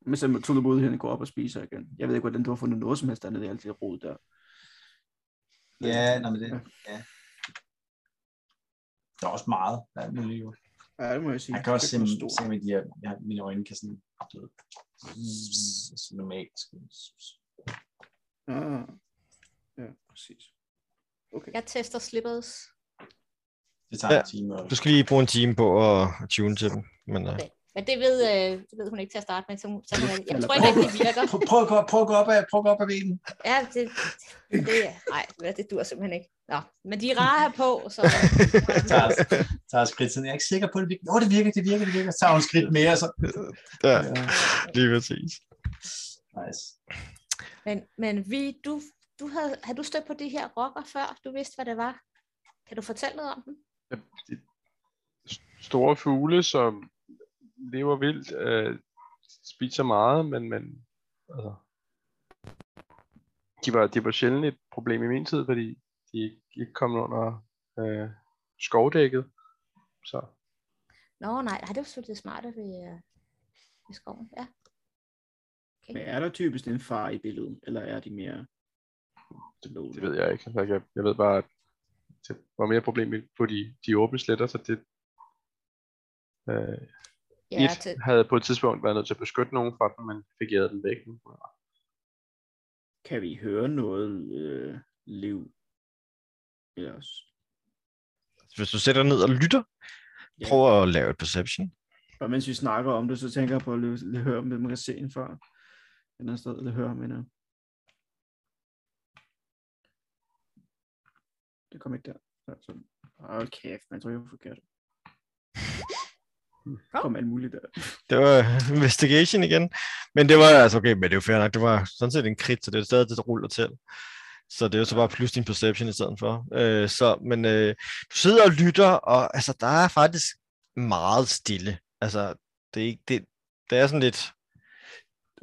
Men så tog du ud hen og går op og spiser igen. Jeg ved ikke, hvordan du har fundet noget som helst dernede i alt det rod der. Ja, nej, men det, ja. Der er også meget. Der er alt muligt, jo. Ja, det må jeg sige. Jeg kan også se, Kæft, hvor stor. se med de her, jeg, har- mine øjne kan sådan, du ved, sådan normalt. Ah. Ja, præcis. Okay. Jeg tester slippers. Det tager Ja. ja. en time. Og... Du skal lige bruge en time på at at tune til dem. Men, øh, Men det ved, øh, det ved hun ikke til at starte med. Så, hun- så hun, jeg Eller tror ikke, at det virker. Prøv, prøv, at gå, prøv at gå op af, prøv at gå op af benen. Ja, det, det, nej, det dur simpelthen ikke. Nå, men de er rare her på, så... Tager, tager skridt siden. Jeg er ikke sikker på, at det virker. Nå, det virker, det virker, det virker. Så tager hun skridt mere. og Så... ja, Ja. lige præcis. Nice. Men, men vi, du, du havde, havde du stødt på de her rocker før? Du vidste, hvad det var? Kan du fortælle noget om dem? store fugle, som lever vildt, øh, spiser meget, men, men altså, de, var, de var sjældent et problem i min tid, fordi de ikke- ikke kom under øh, skovdækket. Så Nå nej, nej det var selvfølgelig det smarte ved, øh, ved skoven. Ja. Men er der typisk en far i billedet, eller er de mere... det ved jeg ikke. Altså, jeg, jeg ved bare, at det var mere et problem i- på de, de åbne sletter, så det øh, Ja, et til, havde på et tidspunkt været nødt til at beskytte nogen fra dem, men fik æret den væk. Kan vi høre noget øh, liv? Ellers. Hvis du sætter dig ned og lytter, Ja. prøv at lave et perception. Og mens vi snakker om det, så tænker jeg på at lø- lø- høre, om man kan se en far. Den er stadig at høre om øh. endnu. Det kom ikke der. Altså, hold kæft, man tror, jeg var forkert. Der kom alt muligt der. Det var [LAUGHS] investigation igen. Men det var altså okay, men det er jo fair nok. Det var sådan set en krit, så det er jo stadig det, der ruller til. Så det er jo så bare plus din perception i stedet for. Øh, så, men øh, du sidder og lytter, og altså, der er faktisk meget stille. Altså, det er, ikke, det, der er sådan lidt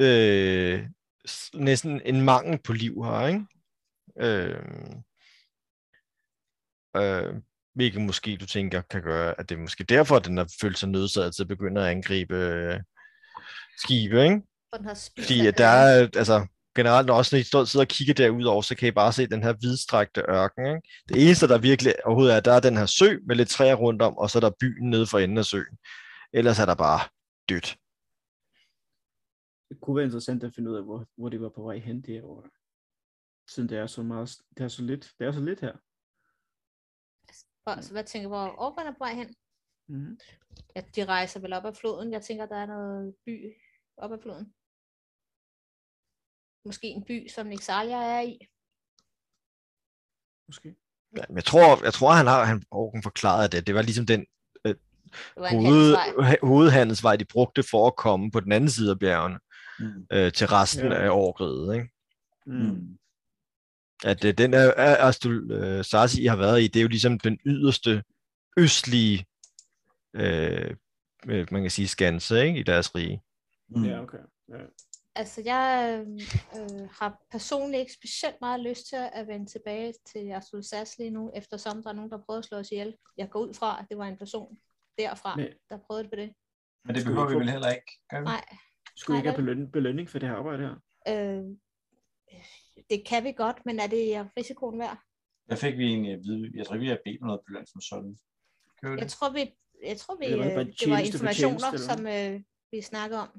øh, s- næsten en mangel på liv her, ikke? Øh, øh, Hvilket måske du tænker kan gøre, at det er måske derfor, at den har følt sig nødsaget til at begynde at angribe øh, skibe, ikke? hvor den har spist Fordi af at der maden. er, altså generelt, når også når I står- sidder og kigger derudover, så kan I bare se den her vidstrakte ørken, ikke? Det eneste, der virkelig overhovedet er, der er den her sø med lidt træer rundt om, og så er der byen nede for enden af søen. Ellers er der bare dødt. Det kunne være interessant at finde ud af, hvor, hvor det var på vej hen det her år. Siden det er så meget, det er så lidt, det er så lidt her. Hvor- Så hvad tænker du, hvor Orban er på vej hen? Mm-hmm. Ja, de rejser vel op ad floden. Jeg tænker, der er noget by op ad floden. Måske en by, som Nixalia er i. Måske. Ja, men Jeg tror, jeg tror han har han, Orken forklaret det. Det var ligesom den Det var en hoved, handelsvej. ha- hovedhandelsvej, de brugte for at komme på den anden side af bjergene Mm. øh, til resten Ja. af årgriget, ikke? Mm. at øh, den øh, øh, Astul øh, Sarsi har været i, det er jo ligesom den yderste østlige, øh, øh, man kan sige, skanse ikke, i deres rige. Mm. Ja, okay. Ja. Altså, jeg øhm, øh, har personligt ikke specielt meget lyst til at vende tilbage til Astrid Sass lige nu, eftersom der er nogen, der prøvede at slå os ihjel. Jeg går ud fra, at det var en person derfra, Men- der prøvede på det. Men det behøver vi vel heller ikke. Gør vi? Nej, Skulle vi ikke Nej, have belønning, belønning for det her arbejde her? øh, det kan vi godt, men er det risikoen værd? Hvad fik vi egentlig at vide? Jeg tror ikke, vi har bedt om noget belønt som sådan. Gør vi Jeg det? tror, vi, jeg tror, vi, Eller var det øh, bare det var tjeneste for informationer, tjeneste, som øh, vi snakker om.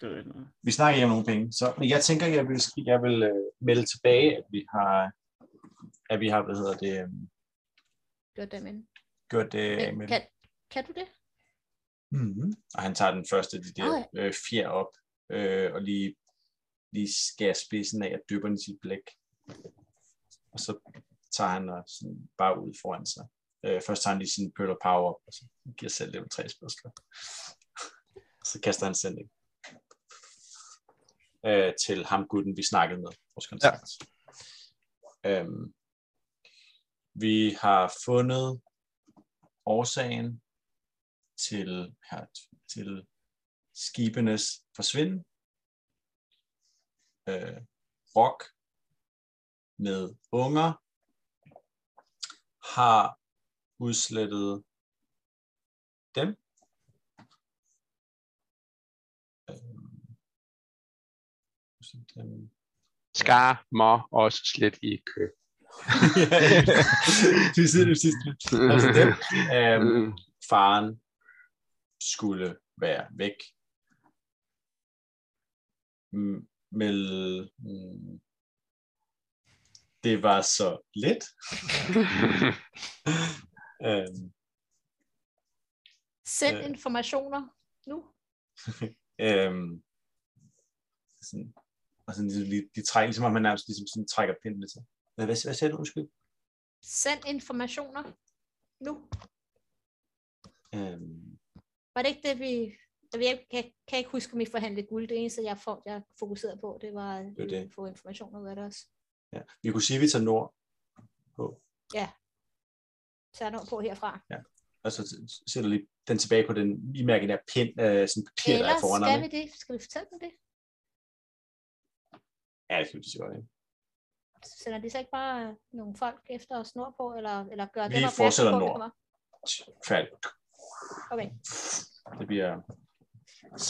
Det er rigtigt. nok. Vi snakker ikke om nogen penge. Så, men jeg tænker, jeg vil, jeg vil øh, melde tilbage, at vi har, at vi har hvad hedder det, øhm, Det var dem ind. gjort det af med. Men, kan, kan du det? Mm-hmm. Og han tager den første af de der Ej. øh, fjer op, øh, og lige, lige skærer spidsen af og dypper den i sit blæk. Og så tager han og sådan bare ud foran sig. Øh, først tager han lige sin pøl og power op, og så giver selv det med tre spørgsmål. [LAUGHS] så kaster han selv det. Øh, til ham gutten, vi snakkede med, vores kontakt. Ja. Øhm, vi har fundet årsagen til, her, til skibenes forsvinden. Øh, rock med unger har udslettet dem. Øh, udslettet [LAUGHS] dem. Skar må også slet ikke. Du sidder det sidste. Altså dem. [LAUGHS] Øhm, faren skulle være væk. Mm, Men mm, det var så lidt. [LAUGHS] øhm, Send Øh. informationer nu. Øhm, sådan, og sådan, lige, lige- de trækker, ligesom om man nærmest ligesom sådan, trækker pindene til. Hvad, hvad, hvad sagde du, undskyld? Send informationer nu. Øhm, Var det ikke det, vi... Jeg ved ikke- kan, kan ikke huske, om vi forhandlede guld. Det eneste, jeg, for, jeg fokuserede på, det var Det er det. at få informationer ud af det også. ja. Vi kunne sige, at vi tager nord på, Så jeg når på herfra. og så t- sætter lige den tilbage på den imaginære pind, øh, sådan papir, der er Eller foran skal ham. vi ikke? det? Skal vi fortælle dem det? Ja, det kan vi lige så godt. ikke? Sender de så ikke bare øh, nogle folk efter os nordpå, eller, eller gør Vi dem opmærksom fortsætter på, at vi nord. kommer? Færdig. Okay. Det bliver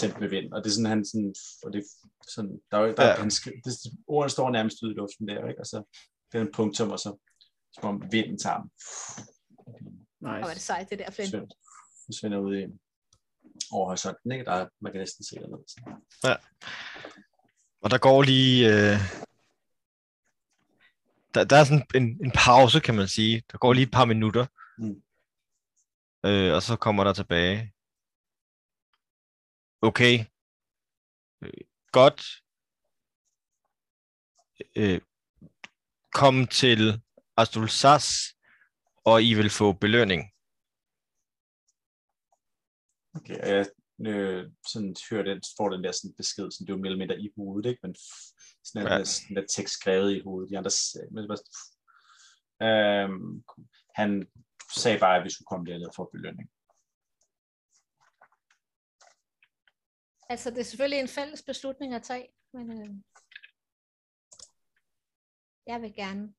sendt med vind, og det er sådan, han sådan, og det er sådan, der, er jo- der, ja. Ja. han, skri- det, ordene står nærmest ud i luften der, ikke? og så bliver en punktum, og så som om vinden tager ham. Og var det Nice. sejt, det der, Flynn. Svend, Svend er ude i over horisonten, ikke? Der er, man kan næsten se dernede. Og der går lige... Øh, der, der er sådan en, en pause, kan man sige. Der går lige et par minutter. Mm. Øh, og så kommer der tilbage. Okay. Øh, godt. Øh, kom til Astulsas, og I vil få belønning. Okay, og jeg øh, sådan, hører den, får den der sådan, besked, sådan, det er jo mere eller mindre i hovedet, ikke? men f- sådan, Ja. ja. sådan der tekst skrevet i hovedet. De andre, sagde- men det var sådan, f- øhm, han sagde bare, at vi skulle komme derned for belønning. Altså, det er selvfølgelig en fælles beslutning at tage, men øh, jeg vil gerne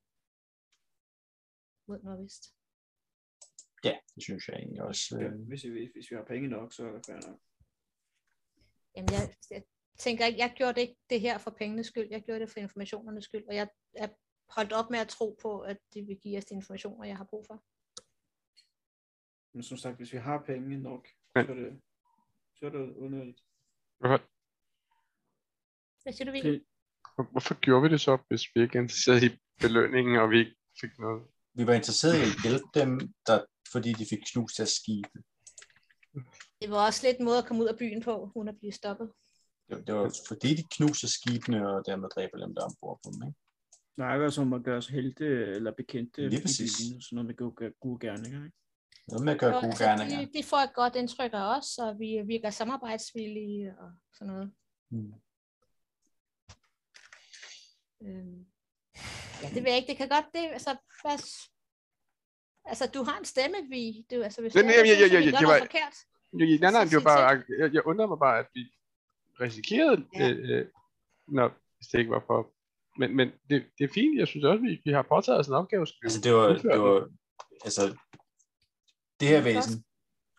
mod nordvest. Ja, det synes jeg egentlig også. Ja, Øh, hvis, vi, hvis vi har penge nok, så er det fair nok. Jamen, jeg, jeg tænker ikke, jeg gjorde det ikke det her for pengenes skyld, jeg gjorde det for informationernes skyld, og jeg er holdt op med at tro på, at de vil give os de informationer, jeg har brug for. Men som sagt, hvis vi har penge nok, Men- så er det, så er det unødigt. Hvorfor, Hvad siger du, Viggo? Det, hvor- hvorfor gjorde vi det så, hvis vi ikke er interesseret i belønningen, og vi ikke fik noget? vi var interesseret i at hjælpe dem, der, fordi de fik knust deres skib. Det var også lidt en måde at komme ud af byen på, uden at blive stoppet. Det, det var fordi, de knuser skibene, og dermed dræber dem, der er ombord på dem. Ikke? snakker som at gøre os helte eller bekendte. Lige i præcis. byen, Sådan noget med gode, gode gerninger. Ikke? Noget med at gøre Jo, gode altså, gerninger. de, de får et godt indtryk af os, og vi virker samarbejdsvillige og sådan noget. Mm. Øhm. Ja, det ved jeg ikke. Det kan godt, det, altså, hvad, s- altså, du har en stemme, vi, du, altså, hvis Men, du jamen, ja, ja, at vi gør ja, det noget var- forkert. Jo, jo, nej, nej, Så det var sig bare, jeg, jeg undrede mig bare, at vi risikerede, Ja. ja. øh, når, hvis det ikke var for... Men, men det, det er fint, jeg synes også, vi, vi har påtaget os en opgave. Skal vi Altså, det var, udføre det den? var altså, det her Men først- væsen,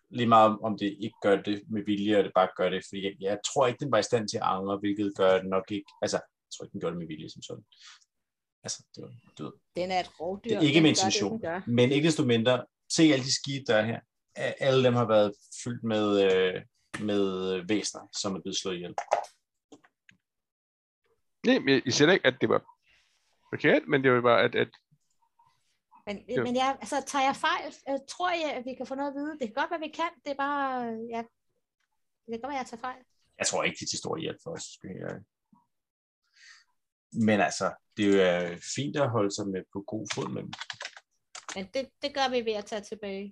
lige meget om det ikke gør det med vilje, og det bare gør det, fordi jeg, jeg tror ikke, den var i stand til at angre, hvilket gør at den nok ikke, altså, jeg tror ikke, den gjorde det med vilje som sådan. Altså, det var død. Den er et rovdyr. Det er ikke den med gør det, intention. den gør. Men ikke desto mindre, se alle de skibe, der er her. A- Alle dem har været fyldt med, øh, med øh, væsener, som er blevet slået ihjel. Nej, men I siger ikke, at det var forkert, men det var bare, at, at Men, Ja. men jeg, altså, tager jeg fejl? Jeg tror jeg, at vi kan få noget at vide? Det kan godt være, vi kan. Det er bare, øh, ja, det kan godt være, jeg tager fejl. Jeg tror ikke, det er til stor hjælp for os. skal jeg gøre. Men altså, det er jo øh, fint at holde sig med på god fod med dem. Men det, det gør vi ved at tage tilbage.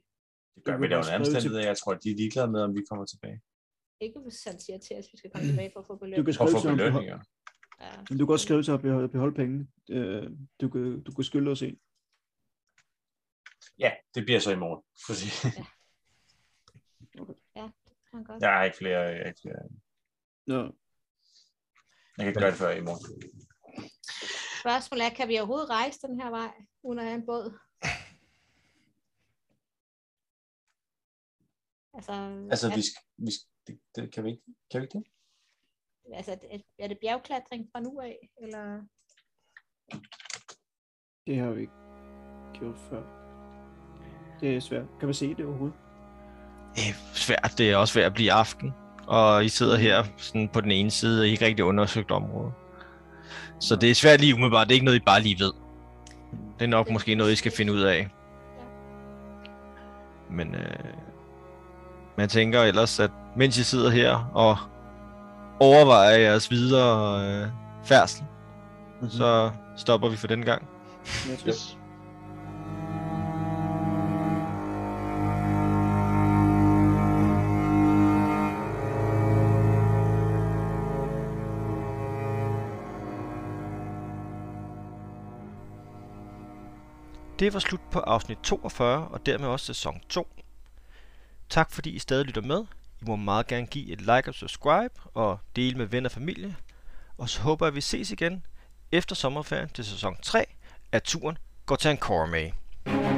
Det gør Du vi kan da bare under skrive til- omstændigheder. Jeg tror, de er ligeglade med, om vi kommer tilbage. Ikke hvis han siger til os, at vi skal komme tilbage for at få Du belønning. kan Og skrive få til ham, behold- belønninger. Ja. men du kan også skrive til at beholde, beholde penge. Øh, du, kan, du kan skylde os en. Ja, det bliver så i morgen. Så [LAUGHS] sig- Ja, det kan han godt. Jeg har ikke flere. Jeg, har ikke flere. Nå, jeg kan ikke gøre det før i morgen. Spørgsmålet er, kan vi overhovedet rejse den her vej, uden at have en båd? Altså, Altså, er, vi, sk- vi, sk- det, det, kan, vi ikke, kan vi ikke det? altså, er, er det bjergklatring fra nu af? Eller? det har vi ikke gjort før. Det er svært. Kan man se det overhovedet? øh, svært. Det er også svært at blive aften. Og I sidder her sådan på den ene side af ikke rigtig undersøgt område. Så det er svært lige umiddelbart. Det er ikke noget, I bare lige ved. Det er nok måske noget, I skal finde ud af. Men øh, Men jeg tænker ellers, at mens I sidder her og overvejer jeres videre øh, færdsel, Mhm. mm-hmm. så stopper vi for den gang. Jeg tror, Yes. Det var slut på afsnit 42, og dermed også sæson 2. Tak fordi I stadig lytter med. I må meget gerne give et like og subscribe, og dele med venner og familie. Og så håber jeg, at vi ses igen efter sommerferien til sæson 3 af turen går til en med.